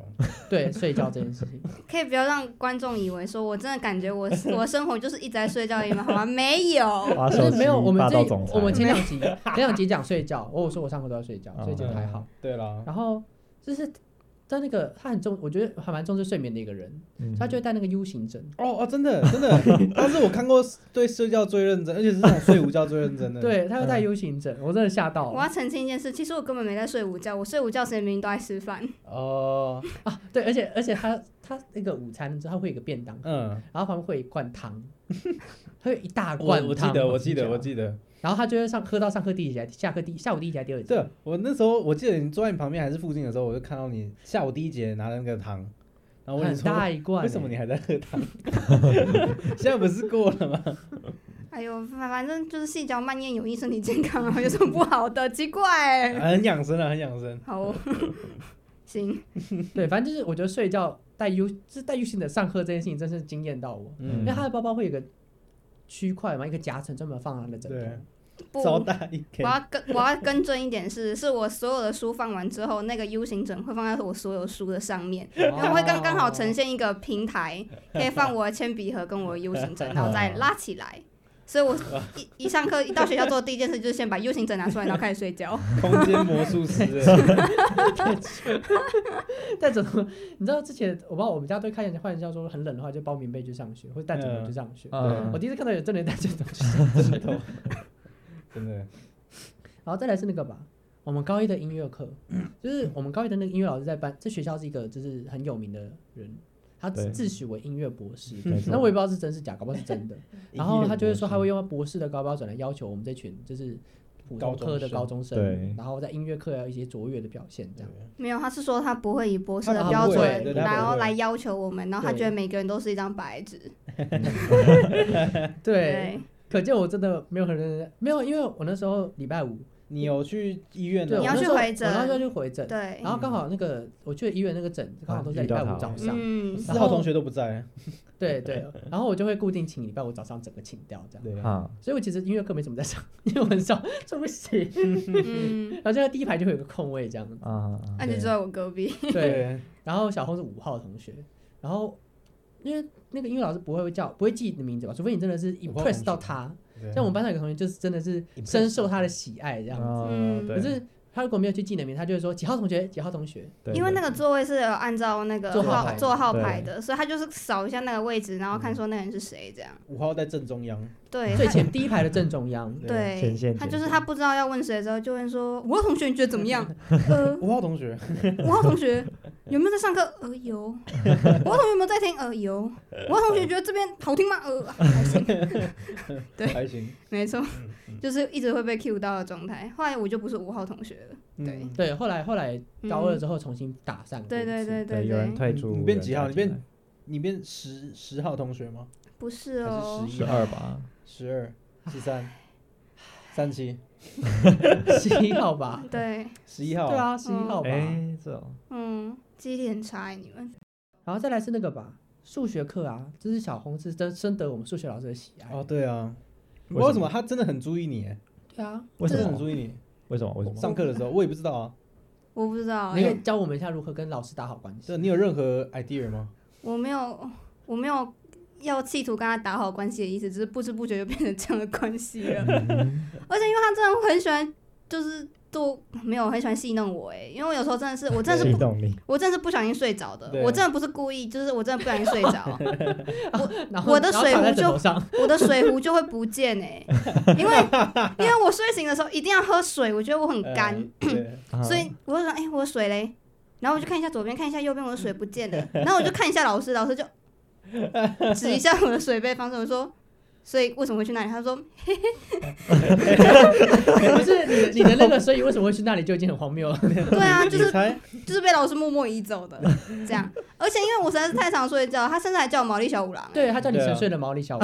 Speaker 4: 对睡觉这件事情，
Speaker 1: 可以不要让观众以为说我真的感觉我我生活就是 (laughs) 一直在睡觉而已吗？好吗？没有，
Speaker 2: 滑
Speaker 4: 可
Speaker 2: 手
Speaker 4: 是
Speaker 2: 机
Speaker 4: 没有我们
Speaker 2: 霸
Speaker 4: 这
Speaker 2: 道总裁
Speaker 4: 我们前两集前两集讲睡觉，我我说我上课都在睡觉，
Speaker 2: 哦
Speaker 4: 所以
Speaker 2: 这
Speaker 4: 就还好。。
Speaker 3: 对
Speaker 4: (laughs)
Speaker 3: 啦，
Speaker 4: 然后就是在那个他很重，我觉得还蛮重视睡眠的一个人，
Speaker 2: 嗯
Speaker 4: 所以他就会带那个 U 型枕。
Speaker 3: 哦哦，真的真的，他是我看过对睡觉最认真，而且是那种睡午觉最认真的。
Speaker 4: (laughs) 对，他会带 U 型枕，我真的吓到
Speaker 1: 我
Speaker 4: 了。
Speaker 1: 要澄清一件事，其实我根本没在睡午觉，我睡午觉时间明明都在吃饭。
Speaker 3: 哦，
Speaker 4: 对，而且而且他他那个午餐之后他会有一个便当，
Speaker 3: 嗯，
Speaker 4: 然后旁边会有一罐
Speaker 3: (laughs)
Speaker 4: 汤，他有一大
Speaker 3: 我
Speaker 4: 罐
Speaker 3: 我记
Speaker 4: 汤
Speaker 3: 得我记得
Speaker 4: 睡觉
Speaker 3: 我记得，
Speaker 4: 然后他就会上喝到上课第一节，下课第下午第一节，第二节。
Speaker 3: 对啊我那时候我记得你坐在你旁边还是附近的时候，我就看到你下午第一节拿了那个糖，然后我问你
Speaker 4: 很
Speaker 3: 说
Speaker 4: 大一罐欸。欸
Speaker 3: 为什么你还在喝糖？ (laughs) 现在不是过了吗？
Speaker 1: 哎呦，反反正就是细嚼慢咽有益身体健康啊，有什么不好的？奇怪、
Speaker 3: (laughs) 很养生啊，很养生。
Speaker 1: 好、哦，行，
Speaker 4: 对，反正就是我觉得睡觉带 U，就是带 U 型的上课这件事情，真是惊艳到我。
Speaker 3: 嗯
Speaker 4: 因 (laughs) 为，他的包包会有一个区块嘛，一个夹层专门放他的枕头
Speaker 3: 对，
Speaker 1: 不，
Speaker 3: 招
Speaker 1: 我
Speaker 3: 大一 K，
Speaker 1: 要更我要更正一点是，是我所有的书放完之后，那个 U 型枕会放在我所有书的上面，因为我会刚刚好呈现一个平台，可以放我的铅笔盒跟我的 U 型枕，然后再拉起来。所以我一一上课一到学校做的第一件事就是先把 U 型枕拿出来，然后开始睡觉。
Speaker 3: 空间魔术
Speaker 4: (laughs)
Speaker 3: 师欸，
Speaker 4: 带枕头， (laughs) 你知道之前我不知道我们家都会开玩笑说很冷的话就包棉被去上学，或者带枕头去上学。
Speaker 2: 嗯
Speaker 4: 我第一次看到有真的带枕头去上学，
Speaker 3: 真
Speaker 4: (laughs)
Speaker 3: 的，真的，
Speaker 4: 然后再来是那个吧，我们高一的音乐课，就是我们高一的那个音乐老师在班，这学校是一个就是很有名的人，他自
Speaker 2: 对
Speaker 4: 自诩为音乐博士
Speaker 2: 没，错
Speaker 4: 那我也不知道是真是假，搞不好是真的。然后他就会说他
Speaker 3: 会
Speaker 4: 会用博士的高标准来要求我们这群就是普通科的高中生，
Speaker 2: 高中生对
Speaker 4: 然后在音乐课要有一些卓越的表现，这样。
Speaker 1: 没有，他是说他不会以博士的
Speaker 4: 他不
Speaker 1: 标
Speaker 4: 会
Speaker 1: 准，
Speaker 4: 对
Speaker 3: 他不会
Speaker 1: 然后来要求我们，然后他
Speaker 4: 对
Speaker 1: 觉得每个人都是一张白纸。
Speaker 4: 对，，可见我真的没有很认真，没有，因为我那时候礼拜五，
Speaker 3: 你有去医院
Speaker 4: 对，
Speaker 1: 你
Speaker 3: 的
Speaker 4: 我
Speaker 1: 要
Speaker 4: 那
Speaker 1: 去
Speaker 4: 时候
Speaker 1: 回诊
Speaker 4: 我那时候去回诊，
Speaker 1: 对，
Speaker 4: 然后刚好那个我去医院那个诊
Speaker 3: 啊
Speaker 4: 刚好都在礼拜
Speaker 2: 遇到
Speaker 4: 五
Speaker 2: 他
Speaker 4: 早上，
Speaker 1: 嗯，
Speaker 3: 四号同学都不在，
Speaker 4: 对对，然后我就会固定请礼拜五早上整个请掉这样。
Speaker 3: 对，
Speaker 2: 好，啊
Speaker 4: 所以我其实音乐课没怎么在上，因为我很少出席，
Speaker 1: 嗯，
Speaker 4: 然后就在第一排就会有个空位这样。
Speaker 2: 啊啊，啊
Speaker 1: 那你就坐在我隔壁。
Speaker 4: 对，，然后小红是五号同学，然后因为那个英语老师不会叫，不会记你的名字吧？除非你真的是
Speaker 3: 五号同
Speaker 4: impress
Speaker 3: 学
Speaker 4: 到他。
Speaker 3: 对
Speaker 4: 像我们班上有个同学，就是真的是
Speaker 3: Impress 啊
Speaker 4: 深受他的喜爱这样子。
Speaker 1: 嗯
Speaker 4: 可
Speaker 2: 哦对
Speaker 4: 是他如果没有去记你的名字，他就会说几号同学，几号同学。
Speaker 2: 对
Speaker 1: 因为
Speaker 2: 对
Speaker 1: 那个座位是有按照那个
Speaker 4: 座号牌
Speaker 1: 座号牌的，所以他就是扫一下那个位置，然后看说那个人是谁这样。
Speaker 3: 五号在正中央，
Speaker 1: 对，
Speaker 4: 最
Speaker 1: 他
Speaker 4: 前第一排的正中央。
Speaker 2: 前
Speaker 1: 对
Speaker 2: 啊线，
Speaker 1: 他
Speaker 2: 前
Speaker 1: 就是
Speaker 2: 线
Speaker 1: 他不知道要问谁的时候，就问说：“五号同学，你觉得怎么样？”呃，
Speaker 3: 五号同
Speaker 4: (laughs)
Speaker 3: 学，
Speaker 1: 五号同学有没有在上课？呃，有。五号同学有没有在听？呃，有。五号同学觉得这边好听吗？呃，还行。 (laughs) 对
Speaker 3: 还行，
Speaker 1: 没错，
Speaker 2: 嗯
Speaker 1: (laughs) 就是一直会被 Q 到的状态。后来我就不是五号同学了。对
Speaker 3: 嗯
Speaker 4: 对，后来后来
Speaker 1: 嗯
Speaker 4: 高二之后重新打上过一
Speaker 1: 对
Speaker 4: 次。
Speaker 1: 对对
Speaker 2: 对有人
Speaker 1: 对，
Speaker 2: 退出，
Speaker 3: 你
Speaker 2: 有
Speaker 3: 变
Speaker 2: 人
Speaker 3: 几号
Speaker 2: 加
Speaker 3: 你
Speaker 2: 进
Speaker 3: 变你变十十号同学吗？
Speaker 1: 不是
Speaker 3: 还
Speaker 1: 哦
Speaker 3: 是，十
Speaker 2: 十
Speaker 3: 一
Speaker 2: 二吧？
Speaker 3: 十二、十三、三七、
Speaker 4: 对，十一号吧。
Speaker 1: 对，
Speaker 3: 十一号，
Speaker 4: 对啊，十一号吧。
Speaker 2: 哎，这种
Speaker 1: 嗯，记忆力很差欸你们。
Speaker 4: 然后再来是那个吧，数学课啊，就是小红是真深得我们数学老师的喜爱。
Speaker 3: 哦，对啊，不知
Speaker 2: 为
Speaker 3: 道为
Speaker 2: 什
Speaker 3: 什
Speaker 2: 么
Speaker 3: 么他真的很注意你耶，
Speaker 4: 对啊，
Speaker 2: 为什
Speaker 3: 真的
Speaker 2: 么
Speaker 3: 很注意你。
Speaker 2: 为什么为什么？
Speaker 3: 上课的时候我也不知道啊，
Speaker 1: 我不知道
Speaker 4: 你
Speaker 1: 欸，
Speaker 4: 可以教我们一下如何跟老师打好关系。
Speaker 3: 对，你有任何 idea 吗？
Speaker 1: 我没有，我没有要企图跟他打好关系的意思，只是不知不觉就变成这样的关系了。而且因为他真的很喜欢，就是做没有很喜欢戏弄我哎、因为我有时候真的是，我真的是
Speaker 2: 激
Speaker 1: 不，
Speaker 2: 动你，
Speaker 1: 我真的是不小心睡着的
Speaker 3: 对，
Speaker 1: 我真的不是故意，就是我真的不小心睡着，
Speaker 4: 然后
Speaker 1: 我的
Speaker 4: 然后
Speaker 1: 水
Speaker 4: 躺在
Speaker 1: 壶
Speaker 4: 枕
Speaker 1: 就
Speaker 4: 头上，
Speaker 1: 我的水壶就会不见哎、因为因为我睡醒的时候一定要喝水，我觉得我很干，
Speaker 3: 呃，对
Speaker 1: (laughs)
Speaker 2: 啊
Speaker 1: 所以我就说，哎、我的水嘞。然后我就看一下左边，看一下右边，我的水不见了。然后我就看一下老师，老师就指一下我的水杯方向，我说，所以为什么会去那里？他说，
Speaker 4: 不是你的你的那个，所以为什么会去那里就已经很荒谬了。
Speaker 1: 对啊，就
Speaker 3: 你
Speaker 1: 是
Speaker 3: 猜
Speaker 1: 就是被老师默默移走的这样。而且因为我实在是太常睡觉，他甚至还叫我毛利小五郎、
Speaker 4: (laughs) 对他叫你
Speaker 3: 对啊
Speaker 4: 沉睡的毛利小五，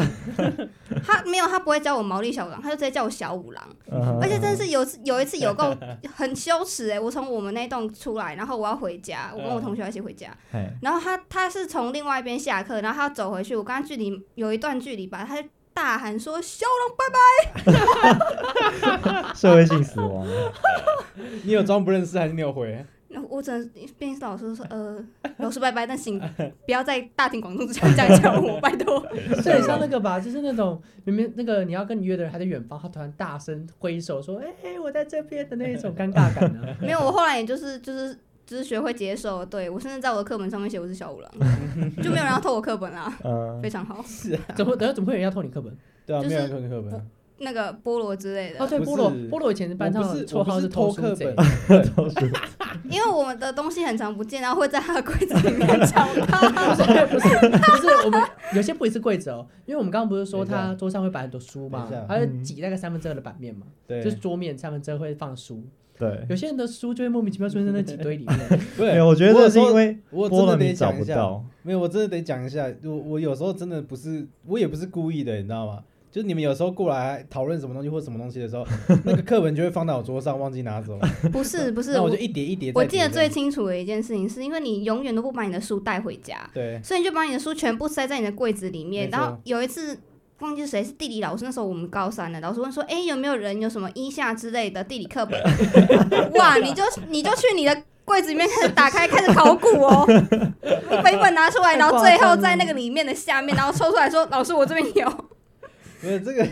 Speaker 1: 他没有，他不会叫我毛利小五郎，他就直接叫我小五郎。
Speaker 2: (laughs) 嗯
Speaker 1: 而且真是有一次有一次有够很羞耻哎、我从我们那栋出来，然后我要回家，我跟我同学一起回家， (laughs)
Speaker 2: 嘿
Speaker 1: 然后他他是从另外一边下课，然后他要走回去，我跟他距离有一段距离吧，他就大喊说：“小龙拜拜
Speaker 2: 社会性
Speaker 1: (laughs)
Speaker 2: 死亡，
Speaker 3: 你有装不认识还是你有回？！”
Speaker 1: 然后我只能变成老师说：“呃， (laughs) 老师拜拜，但请不要在大庭广众之下这样叫我，拜托。
Speaker 4: 所以像那个吧，就是那种明明那个你要跟你约的人还在远方，他突然大声挥手说：“哎、我在这边的那一种尴尬感
Speaker 1: (laughs)
Speaker 4: 啊呢、”
Speaker 1: 没有，我后来也就是就是就是学会接受，对我甚至在我的课本上面写我是小五郎， (laughs) 就没有人要偷我课本
Speaker 3: (laughs)
Speaker 1: 啦，
Speaker 2: 嗯
Speaker 1: 非，常好。
Speaker 4: 怎么等下怎么会有人要偷你课本？
Speaker 3: 对啊，
Speaker 1: 就
Speaker 3: 没有
Speaker 1: 是
Speaker 3: 人看课本。
Speaker 1: 那个菠萝之类
Speaker 4: 哦，
Speaker 1: 的，
Speaker 4: 对，
Speaker 3: 不是
Speaker 4: 菠萝菠萝以前班上
Speaker 3: 我不
Speaker 4: 的
Speaker 3: 是
Speaker 4: 绰号
Speaker 3: 我不是
Speaker 4: 偷
Speaker 3: 偷
Speaker 4: 书
Speaker 3: 课
Speaker 4: 贼
Speaker 3: 本，
Speaker 4: (laughs)
Speaker 2: 都是
Speaker 1: 因为我们的东西很常不见，然后会在他的柜子里面
Speaker 3: (laughs)
Speaker 1: 找到。
Speaker 4: 不是不是不是，我们有些不一是柜子哦，因为我们刚刚不是说
Speaker 3: 等一下
Speaker 4: 他桌上会摆很多书嘛
Speaker 3: 等一下，
Speaker 4: 他就
Speaker 2: 嗯
Speaker 4: 挤大概三分之二的版面嘛，
Speaker 3: 对，
Speaker 4: 就是桌面三分之二会放书，
Speaker 2: 对。
Speaker 4: 有些人的书就会莫名其妙出现在那几堆
Speaker 3: (laughs)
Speaker 4: 里面。
Speaker 3: 不
Speaker 2: 没
Speaker 3: 是
Speaker 2: 有，我觉得
Speaker 3: 我有
Speaker 2: 这
Speaker 3: 时
Speaker 2: 是
Speaker 3: 候
Speaker 2: 因为
Speaker 3: 我
Speaker 2: 波
Speaker 3: 真的
Speaker 2: 了
Speaker 3: 得
Speaker 2: 你找
Speaker 3: 讲
Speaker 2: 不
Speaker 3: 一下，
Speaker 2: 到，
Speaker 3: 没有，我真的得讲一下，我我有时候真的不是，我也不是故意的，你知道吗？就是你们有时候过来讨论什么东西或什么东西的时候，那个课本就会放到我桌上，忘记拿走，
Speaker 1: 不是不是，
Speaker 3: 那我就一叠一叠再叠这
Speaker 1: 我
Speaker 3: 样。
Speaker 1: 记得最清楚的一件事情，是因为你永远都不把你的书带回家，
Speaker 3: 对
Speaker 1: 所以你就把你的书全部塞在你的柜子里面。
Speaker 3: 没错
Speaker 1: 然后有一次，忘记是谁是地理老师，那时候我们高三了，老师问说，哎、有没有人有什么一下之类的地理课本？ (laughs) 哇，你就你就去你的。柜子里面开始打开，开始考古哦，每本拿出来，然后最后在那个里面的下面，然后抽出来说：“老师，我这边有。”
Speaker 3: 没有这个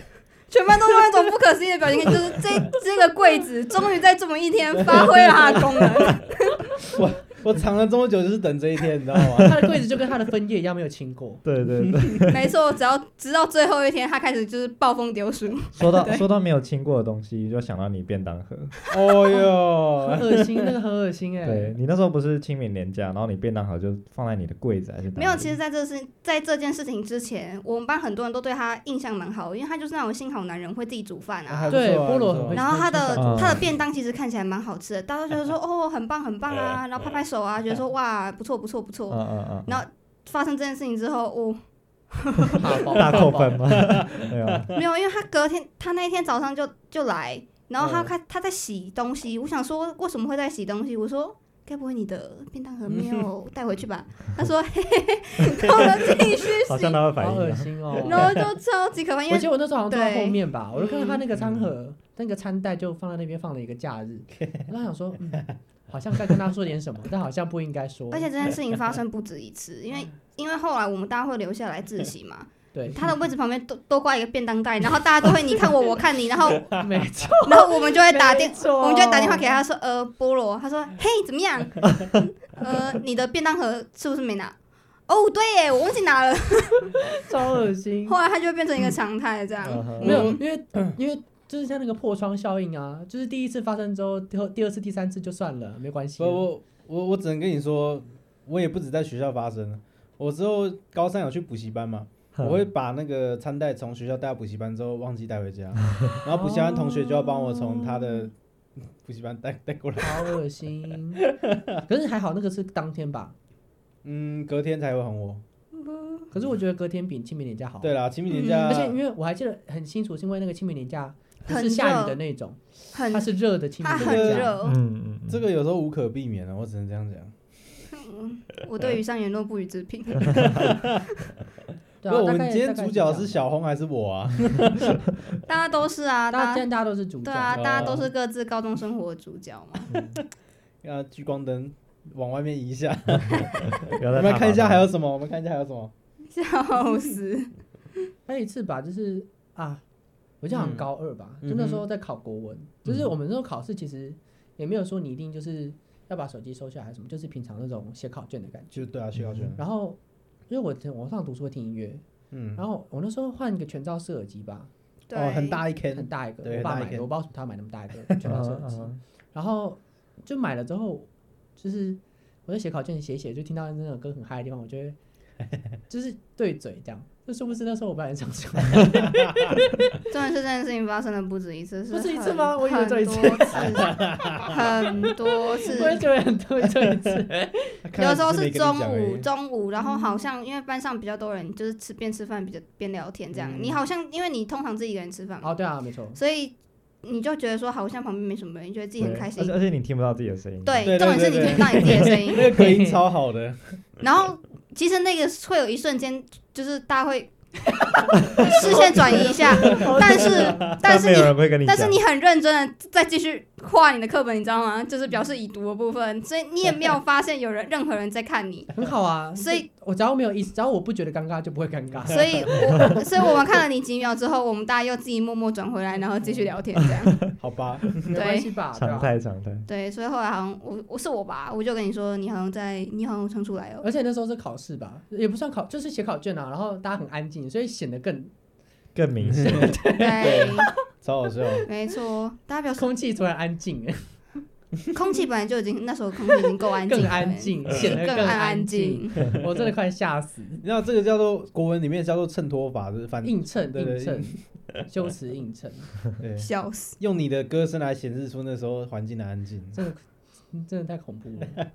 Speaker 1: 全班都是那种不可思议的表情，就是这这个柜子终于在这么一天发挥了它的功能。
Speaker 3: 我藏了这么久就是等这一天，你知道
Speaker 4: (laughs)
Speaker 3: 吗？
Speaker 4: 他的柜子就跟他的分页一样没有清
Speaker 3: (laughs)
Speaker 4: 过。
Speaker 2: 对对对，
Speaker 1: (laughs) 没错，只要直到最后一天，他开始就是暴风丢书。
Speaker 2: 说到
Speaker 1: 对
Speaker 2: 说到没有亲过的东西，就想到你便当盒。
Speaker 3: 哦
Speaker 4: 很
Speaker 3: 哟，
Speaker 4: 恶心，那个很恶心哎、
Speaker 2: 对你那时候不是清明年假，然后你便当盒就放在你的柜子还是哪
Speaker 1: (laughs)
Speaker 2: 里？
Speaker 1: 没有，其实在这事在这件事情之前，我们班很多人都对他印象蛮好的，因为他就是那种新好男人，会自己煮饭
Speaker 3: 还
Speaker 1: 啊
Speaker 3: 不。错
Speaker 4: 对
Speaker 3: 还不
Speaker 4: 菠
Speaker 3: 错
Speaker 4: 萝很会
Speaker 1: 然后他的
Speaker 2: 嗯
Speaker 1: 他的便当其实看起来蛮好吃的，大家都觉得 (laughs) 说哦很棒很棒啊，然后拍拍手啊，觉得说 (laughs) 哇不错不错不
Speaker 2: 嗯
Speaker 1: 错。
Speaker 2: 嗯
Speaker 1: (laughs)
Speaker 2: 嗯嗯，
Speaker 1: 然后发生这件事情之后，哦
Speaker 2: 大扣分吗？ (laughs) 没有，啊
Speaker 1: 没有，因为他隔天，他那一天早上就就来，然后他
Speaker 3: 嗯
Speaker 1: 看他在洗东西，我想说为什么会在洗东西？我说该不会你的便当盒没有带回去吧？ (laughs) 他说嘿嘿嘿，然后就继续
Speaker 2: 好像
Speaker 1: 洗，
Speaker 2: 他会反
Speaker 4: 好恶
Speaker 3: 啊
Speaker 2: 应。啊
Speaker 4: 心哦、
Speaker 1: 然后就超级可怕，因
Speaker 4: 我
Speaker 1: 为
Speaker 4: 记得我那时候好像坐在
Speaker 1: 对
Speaker 4: 后面吧，我就看到他那个餐
Speaker 3: 嗯
Speaker 4: 盒、那个餐袋就放在那边放了一个
Speaker 3: (laughs)
Speaker 4: 假日，我就想说，嗯，好像该跟他说点什么，但好像不应该说。
Speaker 1: 而且这件事情发生不止一次，因为因为后来我们大家会留下来自习嘛，
Speaker 4: 对，
Speaker 1: 他的位置旁边都都挂一个便当袋，然后大家都会你看我我看你，然后 (laughs)
Speaker 4: 没错，
Speaker 1: 然后我们就会打电
Speaker 4: 没，错
Speaker 1: 我们就会打电话给他说，呃，菠萝，他说，嘿，怎么样？ (laughs) 呃，你的便当盒是不是没拿？哦，对耶，我忘记拿
Speaker 2: (laughs)
Speaker 1: 了。
Speaker 4: 超恶心。
Speaker 1: 后来他就会变成一个常态这样。
Speaker 2: 嗯哼
Speaker 4: 没有，因为嗯因为就是像那个破窗效应啊，就是第一次发生之后，第二第二次、第三次就算了，没关系啊
Speaker 3: 不，。我我我只能跟你说，我也不止在学校发生，我之后高三有去补习班嘛，我会把那个餐袋从学校带到补习班之后忘记带回家，然后补习班同学就要帮我从他的
Speaker 2: 哦
Speaker 3: 补习班带带过来，
Speaker 4: 好恶心。可是还好那个是当天吧，
Speaker 3: 嗯，隔天才会还我。
Speaker 4: 可是我觉得隔天比清明年假好。
Speaker 2: 哦
Speaker 3: 对啦，清明年假
Speaker 4: 嗯而，且因为我还记得很清楚，是因为那个清明年假不
Speaker 1: 很
Speaker 4: 是
Speaker 1: 热
Speaker 4: 下雨的那种，
Speaker 1: 很
Speaker 4: 它是热的啊清
Speaker 1: 他
Speaker 4: 明
Speaker 1: 很
Speaker 4: 年假。 (laughs)
Speaker 1: 热。
Speaker 2: 嗯嗯，
Speaker 3: 这个有时候无可避免啊的，我只能这样讲。
Speaker 1: 我对于上言论不予置
Speaker 4: (laughs)
Speaker 1: 评。
Speaker 4: 对
Speaker 3: 不
Speaker 4: 啊，
Speaker 3: 过我
Speaker 4: 大
Speaker 3: 们
Speaker 4: 概
Speaker 3: 今天主角是，小红还是我啊？ (laughs)
Speaker 1: 大家都是啊，
Speaker 4: 大概
Speaker 1: 大家
Speaker 4: 是这样大家今天大家都是主角。
Speaker 1: 对啊，
Speaker 3: 哦
Speaker 1: 大家都是各自高中生活的主角
Speaker 4: (laughs)
Speaker 1: 嘛。
Speaker 3: 要聚光灯往外面移一下，
Speaker 2: 不要
Speaker 3: 我
Speaker 2: 再
Speaker 3: 们
Speaker 2: 怕
Speaker 3: 看一下
Speaker 2: 麻
Speaker 3: 还
Speaker 2: 烦
Speaker 3: 有什么？我们看一下还有什么？
Speaker 1: 笑死！
Speaker 4: 还有一次吧，就是啊，我记得好
Speaker 3: 嗯
Speaker 4: 像高二吧，就那时候在考国文，就是我们那时候考试其实也没有说你一定就是要把手机收下来什么，就是平常那种写考卷的感觉。
Speaker 3: 就对啊，薛高轩，
Speaker 4: 然后因为我我上读书会听音乐，
Speaker 3: 嗯，
Speaker 4: 然后我那时候换一个全罩式耳机吧，
Speaker 1: 对，
Speaker 3: 哦，很大一
Speaker 4: 很
Speaker 3: 坑，
Speaker 4: 大一个，
Speaker 3: 对
Speaker 4: 我爸
Speaker 3: 很大一
Speaker 4: 买的，
Speaker 3: 个
Speaker 4: 我不知道为什么他买那么大一
Speaker 3: (laughs)
Speaker 4: 个全罩式耳机。
Speaker 2: 嗯
Speaker 4: 然后就买了之后，就是我在写考卷写一写，就听到那首歌很嗨的地方，我
Speaker 3: (laughs)
Speaker 4: 就会就是对嘴这样。那是不是那时候我本来
Speaker 3: (laughs)
Speaker 4: 想说，
Speaker 1: 重点是这件事情发生了不止一次，是
Speaker 4: 不止一次
Speaker 1: 很
Speaker 4: 吗我以为这一次
Speaker 1: 很多次，很多次
Speaker 4: (laughs) 我。也觉得很对这一次，
Speaker 3: (laughs) 看来
Speaker 1: 有时候
Speaker 3: 只
Speaker 1: 是
Speaker 3: 没跟你
Speaker 1: 中
Speaker 3: 讲而
Speaker 1: 午，
Speaker 3: 已
Speaker 1: 中午，然后好像因为班上比较多人，就是吃边吃饭比较边聊天这样。
Speaker 3: 嗯
Speaker 1: 你好像因为你通常自己一个人吃饭嘛，
Speaker 4: 哦对啊，没
Speaker 1: (laughs)
Speaker 4: 错，
Speaker 1: 所以你就觉得说好像旁边没什么人，你觉得自己很
Speaker 2: 对
Speaker 1: 开
Speaker 2: 而
Speaker 1: 心
Speaker 2: 且。而且你听不到自己的声音。
Speaker 1: 对，
Speaker 3: 对对
Speaker 1: 重点是你
Speaker 3: 对对
Speaker 1: 听不到你自己的声音。
Speaker 3: (laughs) 那个隔音超好的， (laughs)
Speaker 1: 然后其实那个会有一瞬间，就是大家会 (laughs) 视线转移一下，但
Speaker 3: (laughs)
Speaker 1: 是但
Speaker 2: 但
Speaker 1: 是
Speaker 2: 没有
Speaker 1: 你
Speaker 2: 人会跟你
Speaker 1: 但
Speaker 2: 讲。
Speaker 1: 是你很认真的在继续画你的课本，你知道吗？就是表示已读的部分，所以你也没有发现有人任何人在看
Speaker 3: (laughs)
Speaker 1: 你。
Speaker 4: 很好啊。
Speaker 1: 所以
Speaker 4: 我只要没有意思，只要我不觉得尴尬就不会尴 (laughs) 尬。
Speaker 1: 所以我所以我们看了你几秒之后，我们大家又自己默默转回来，然后继续聊天这样。
Speaker 3: 好吧？
Speaker 4: 没关系吧，对啊
Speaker 2: 常
Speaker 4: 吧？
Speaker 2: 态常态。
Speaker 1: 对，所以后来好像我我是我吧，我就跟你说，你好像在你好像冲出
Speaker 4: (laughs)
Speaker 1: 来哦。
Speaker 4: 而且那时候是考试吧，也不算考，就是写考卷啊。然后大家很安静，所以显得更
Speaker 2: 更明显，
Speaker 1: 对，
Speaker 3: 超好笑。
Speaker 1: 没错，大家表示
Speaker 4: 空气突然安静， (laughs)
Speaker 1: 空气本来就已经那时候空气已经够安静了，
Speaker 4: 更安静，显
Speaker 1: (laughs)
Speaker 4: 得
Speaker 1: 更
Speaker 4: 安
Speaker 1: 安静。。
Speaker 4: 我真的快吓死。
Speaker 1: (laughs)
Speaker 3: 你知道这个叫做国文里面叫做衬托法，就是反
Speaker 4: 映衬
Speaker 3: 对对
Speaker 4: 映衬，修辞映衬，
Speaker 3: 对，
Speaker 1: 笑死！
Speaker 3: 用你的歌声来显示出那时候环境的安静。
Speaker 4: 真的真的太恐怖了。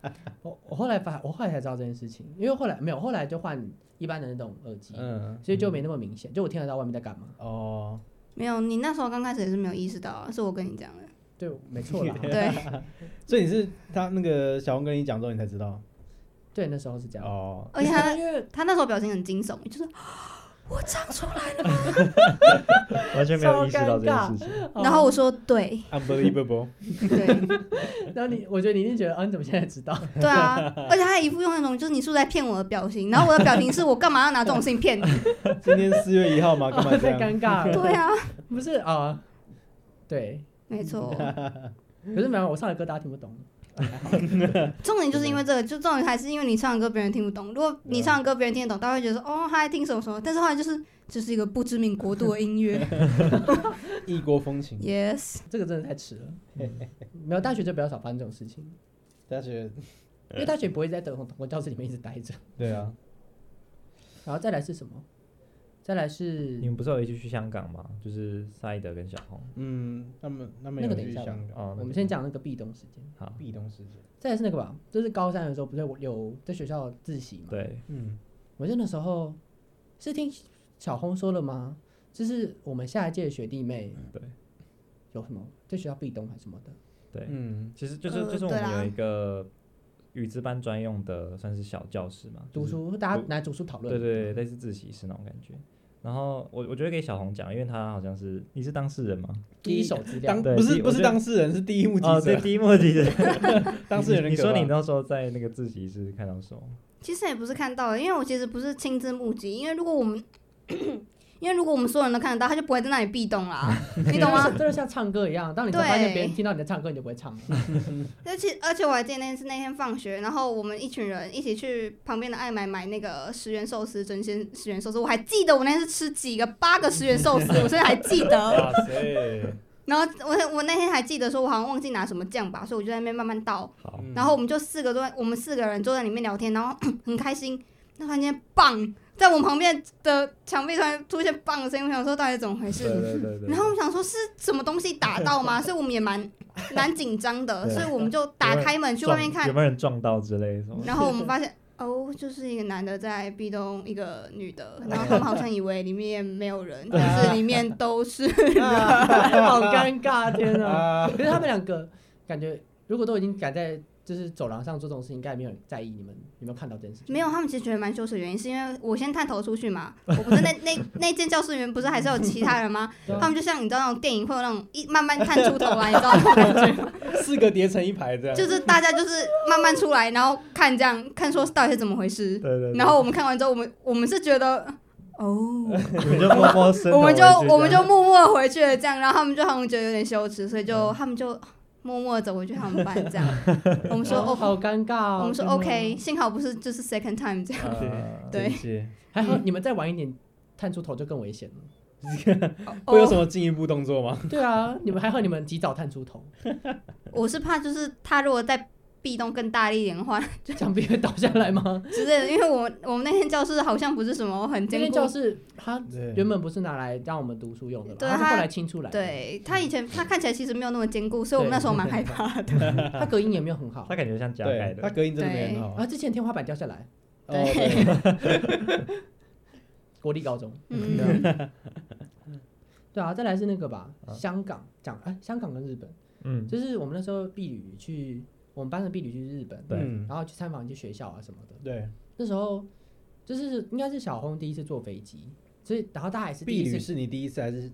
Speaker 4: 我我后来发，我后来才知道这件事情，因为后来没有，后来就换一般的那种耳机，
Speaker 3: 嗯，
Speaker 4: 所以就没那么明显，就我听得到外面在干嘛。
Speaker 3: 哦，。
Speaker 1: 没有，你那时候刚开始也是没有意识到啊，是我跟你讲的。
Speaker 4: 对，没错啦
Speaker 1: (laughs) 对，
Speaker 3: 所以你是他那个小红跟你讲之后，你才知道
Speaker 4: 对，那时候是这样。
Speaker 3: 哦。
Speaker 1: 而且他
Speaker 4: (laughs) 因为
Speaker 1: 他那时候表情很惊悚，就是 (gasps) 我唱出来，
Speaker 2: 完全没有意识到这件事情。
Speaker 1: (laughs)
Speaker 4: 哦
Speaker 1: 然后我说对
Speaker 3: Unbelievable， (laughs)
Speaker 1: 对
Speaker 4: 然后你，我觉得你一定觉得，啊，你怎么现在知道？
Speaker 1: 对啊， (laughs) 而且他还一副用那种就是你是不是在骗我的表情，然后我的表情是我干嘛要拿这种事情骗你？
Speaker 3: 今天四月一号嘛，干嘛
Speaker 4: 啊，
Speaker 3: 这
Speaker 4: 太
Speaker 3: 样？
Speaker 4: (laughs) 尴尬了。
Speaker 1: (laughs) 对啊，
Speaker 4: 不是啊，对，
Speaker 1: 没错，
Speaker 4: 可是没有，我上的歌大家听不懂。
Speaker 1: 重点就是因为这个，就重点还是因为你唱的歌别人听不懂。如果你唱的歌别人听得懂，大家会觉得说哦他在听什么什么，但是后来就是这是一个不知名国度的音 (laughs) 乐
Speaker 3: 异国风情，
Speaker 1: ，yes，
Speaker 4: 这个真的太迟了。嗯没有大学就不要少发生这种事情，
Speaker 3: 大学
Speaker 4: 因为大学不会在同同个教室里面一直待着。
Speaker 3: 对啊，
Speaker 4: 然后再来是什么？再来是
Speaker 2: 你们不是有一起去香港吗？就是赛德跟小红。
Speaker 3: 嗯，那么那么
Speaker 4: 那个
Speaker 3: 有
Speaker 4: 等一
Speaker 3: 去
Speaker 4: 下吧
Speaker 3: 香港
Speaker 2: 哦，
Speaker 4: 我们先讲那个壁咚时间，
Speaker 2: 好，
Speaker 3: 壁咚事件，
Speaker 4: 再来是那个吧，就是高三的时候不是我有在学校自习嘛？
Speaker 2: 对，
Speaker 3: 嗯，
Speaker 4: 我记得那时候是听小红说了吗？就是我们下一届的学弟妹
Speaker 2: 嗯对
Speaker 4: 有什么在学校壁咚还是什么的，
Speaker 2: 对，
Speaker 3: 嗯，
Speaker 2: 其实就是
Speaker 1: 呃
Speaker 2: 就是我
Speaker 1: 对
Speaker 2: 们
Speaker 1: 啦
Speaker 2: 有一个语资班专用的，算是小教室嘛，就
Speaker 4: 读
Speaker 2: 是
Speaker 4: 书大家拿来读书讨论。
Speaker 2: 对对对，类似自习室那种感觉。然后我我觉得给小红讲，因为她好像是你是当事人吗？
Speaker 4: 第一手资料
Speaker 3: 当，
Speaker 2: 对
Speaker 3: 不
Speaker 2: 第
Speaker 3: 是
Speaker 2: 我
Speaker 3: 不是
Speaker 2: 觉得
Speaker 3: 当事人，是第一目击
Speaker 2: 哦，对，
Speaker 3: 者，
Speaker 2: 第一幕其实
Speaker 3: 当事人
Speaker 2: 你
Speaker 3: 很
Speaker 2: 你
Speaker 3: 可
Speaker 2: 说
Speaker 3: 怕
Speaker 2: 你那时候在那个自习室看到什么？
Speaker 1: 其实也不是看到了，因为我其实不是亲自目击，因为如果我们 (coughs) 因为如果我们所有人都看得到，他就不会在那里壁咚 (laughs) 啦，你懂吗？
Speaker 4: 真的像唱歌一样，当你发现别人听到你在唱歌，你就不会唱了。
Speaker 1: 而且而且我还记得那是那天放学，然后我们一群人一起去旁边的爱买买那个十元寿司，真鲜十元寿司，我还记得我那天是吃几个八个十元寿
Speaker 2: (laughs)
Speaker 1: 司，我现在还记得。
Speaker 3: 哇塞，
Speaker 1: 然后我我那天还记得说，我好像忘记拿什么酱吧，所以我就在那边慢慢倒。
Speaker 2: 好，
Speaker 3: 嗯
Speaker 1: 然后我们就四个都在，我们四个人坐在里面聊天，然后很开心。那突然间，棒，在我们旁边的墙壁突然出现棒的声音，我想说到底怎么回
Speaker 2: 对
Speaker 1: 事？
Speaker 2: 对对对。
Speaker 1: 然后我们想说是什么东西打到
Speaker 2: (laughs)
Speaker 1: 吗？所以我们也蛮蛮紧张的，
Speaker 2: 对
Speaker 1: 所以我们就打开门去
Speaker 2: 撞
Speaker 1: 外面看
Speaker 2: 有，没有人撞到之类的什么？
Speaker 1: 然后我们发现。哦，就是一个男的在壁咚一个女的，然后他们好像以为里面没有人，
Speaker 4: 啊
Speaker 1: 但是里面都是 (laughs)
Speaker 4: (laughs) 好尴尬，天啊！
Speaker 3: 啊，
Speaker 4: 可是他们两个感觉，如果都已经敢在就是走廊上做这种事情，应该也没有人在意你们有没有看到这件事情。
Speaker 1: 没有。他们其实觉得蛮羞耻的原因，是因为我先探头出去嘛，我不是那那那间教室里面不是还是有其他人吗？
Speaker 4: 对啊
Speaker 1: 他们就像你知道那种电影会有那种一慢慢探出头啊来，
Speaker 4: (laughs)
Speaker 1: 你知道吗？
Speaker 3: 四个叠成一排这样，
Speaker 1: 就是大家就是慢慢出来，然后看这样看说到底是怎么回事
Speaker 2: 对。对对。
Speaker 1: 然后我们看完之后，我们我们是觉得哦，
Speaker 2: 你们就默
Speaker 1: (laughs)
Speaker 2: 默伸头
Speaker 1: 我们
Speaker 2: 回
Speaker 1: 就
Speaker 2: 去
Speaker 1: 我们
Speaker 2: 这
Speaker 1: 就
Speaker 2: 样
Speaker 1: 默默回去了，这样，然后他们就好像觉得有点羞耻，所以就他们就默默地走回去他们班这样。我们说
Speaker 4: 哦，
Speaker 1: 哦，
Speaker 4: 好尴尬哦。
Speaker 1: 我们说
Speaker 4: 天哪
Speaker 1: OK，幸好不是就是 second time 这样。
Speaker 3: 啊
Speaker 1: 对
Speaker 3: 理解
Speaker 4: 还好你们再晚一点探出头就更危险了。
Speaker 3: 会有什
Speaker 1: 哦，
Speaker 3: 么进一步动作吗？
Speaker 4: 对啊，你们还好，你们及早探出头，
Speaker 1: 我是怕就是他如果再壁咚更大力一点的话 (laughs)
Speaker 4: 就墙壁会倒下来吗？
Speaker 1: 之类的，因为我们我们那天教室好像不是什么很
Speaker 4: 这
Speaker 1: 坚
Speaker 4: 间
Speaker 1: 固
Speaker 4: 教。室它
Speaker 3: 对
Speaker 4: 原本不是拿来让我们读书用的吧，
Speaker 1: 对
Speaker 4: 它是
Speaker 1: 它
Speaker 4: 后来清出来的。
Speaker 1: 对他以前他看起来其实没有那么坚固，所以我们那时候蛮害怕的。
Speaker 4: 它隔音也没有很好
Speaker 2: 他。感觉像加盖
Speaker 3: 对，
Speaker 2: 的
Speaker 3: 他，隔音真的没很好啊。
Speaker 4: 啊，之前天花板掉下来，
Speaker 3: 哦，
Speaker 1: 对
Speaker 3: 对，
Speaker 4: 国立高中。
Speaker 1: 嗯，
Speaker 4: 对啊，再来是那个吧，
Speaker 2: 啊
Speaker 4: 香港讲哎，香港跟日本，
Speaker 2: 嗯，
Speaker 4: 就是我们那时候婢女去，我们班的婢女去日本，
Speaker 2: 对
Speaker 3: 嗯
Speaker 4: 然后去参访一些学校啊什么的。
Speaker 3: 对，
Speaker 4: 那时候就是应该是小红第一次坐飞机，所以然后她也是第
Speaker 3: 婢
Speaker 4: 一
Speaker 3: 女
Speaker 4: 次，
Speaker 3: 是你第一次还是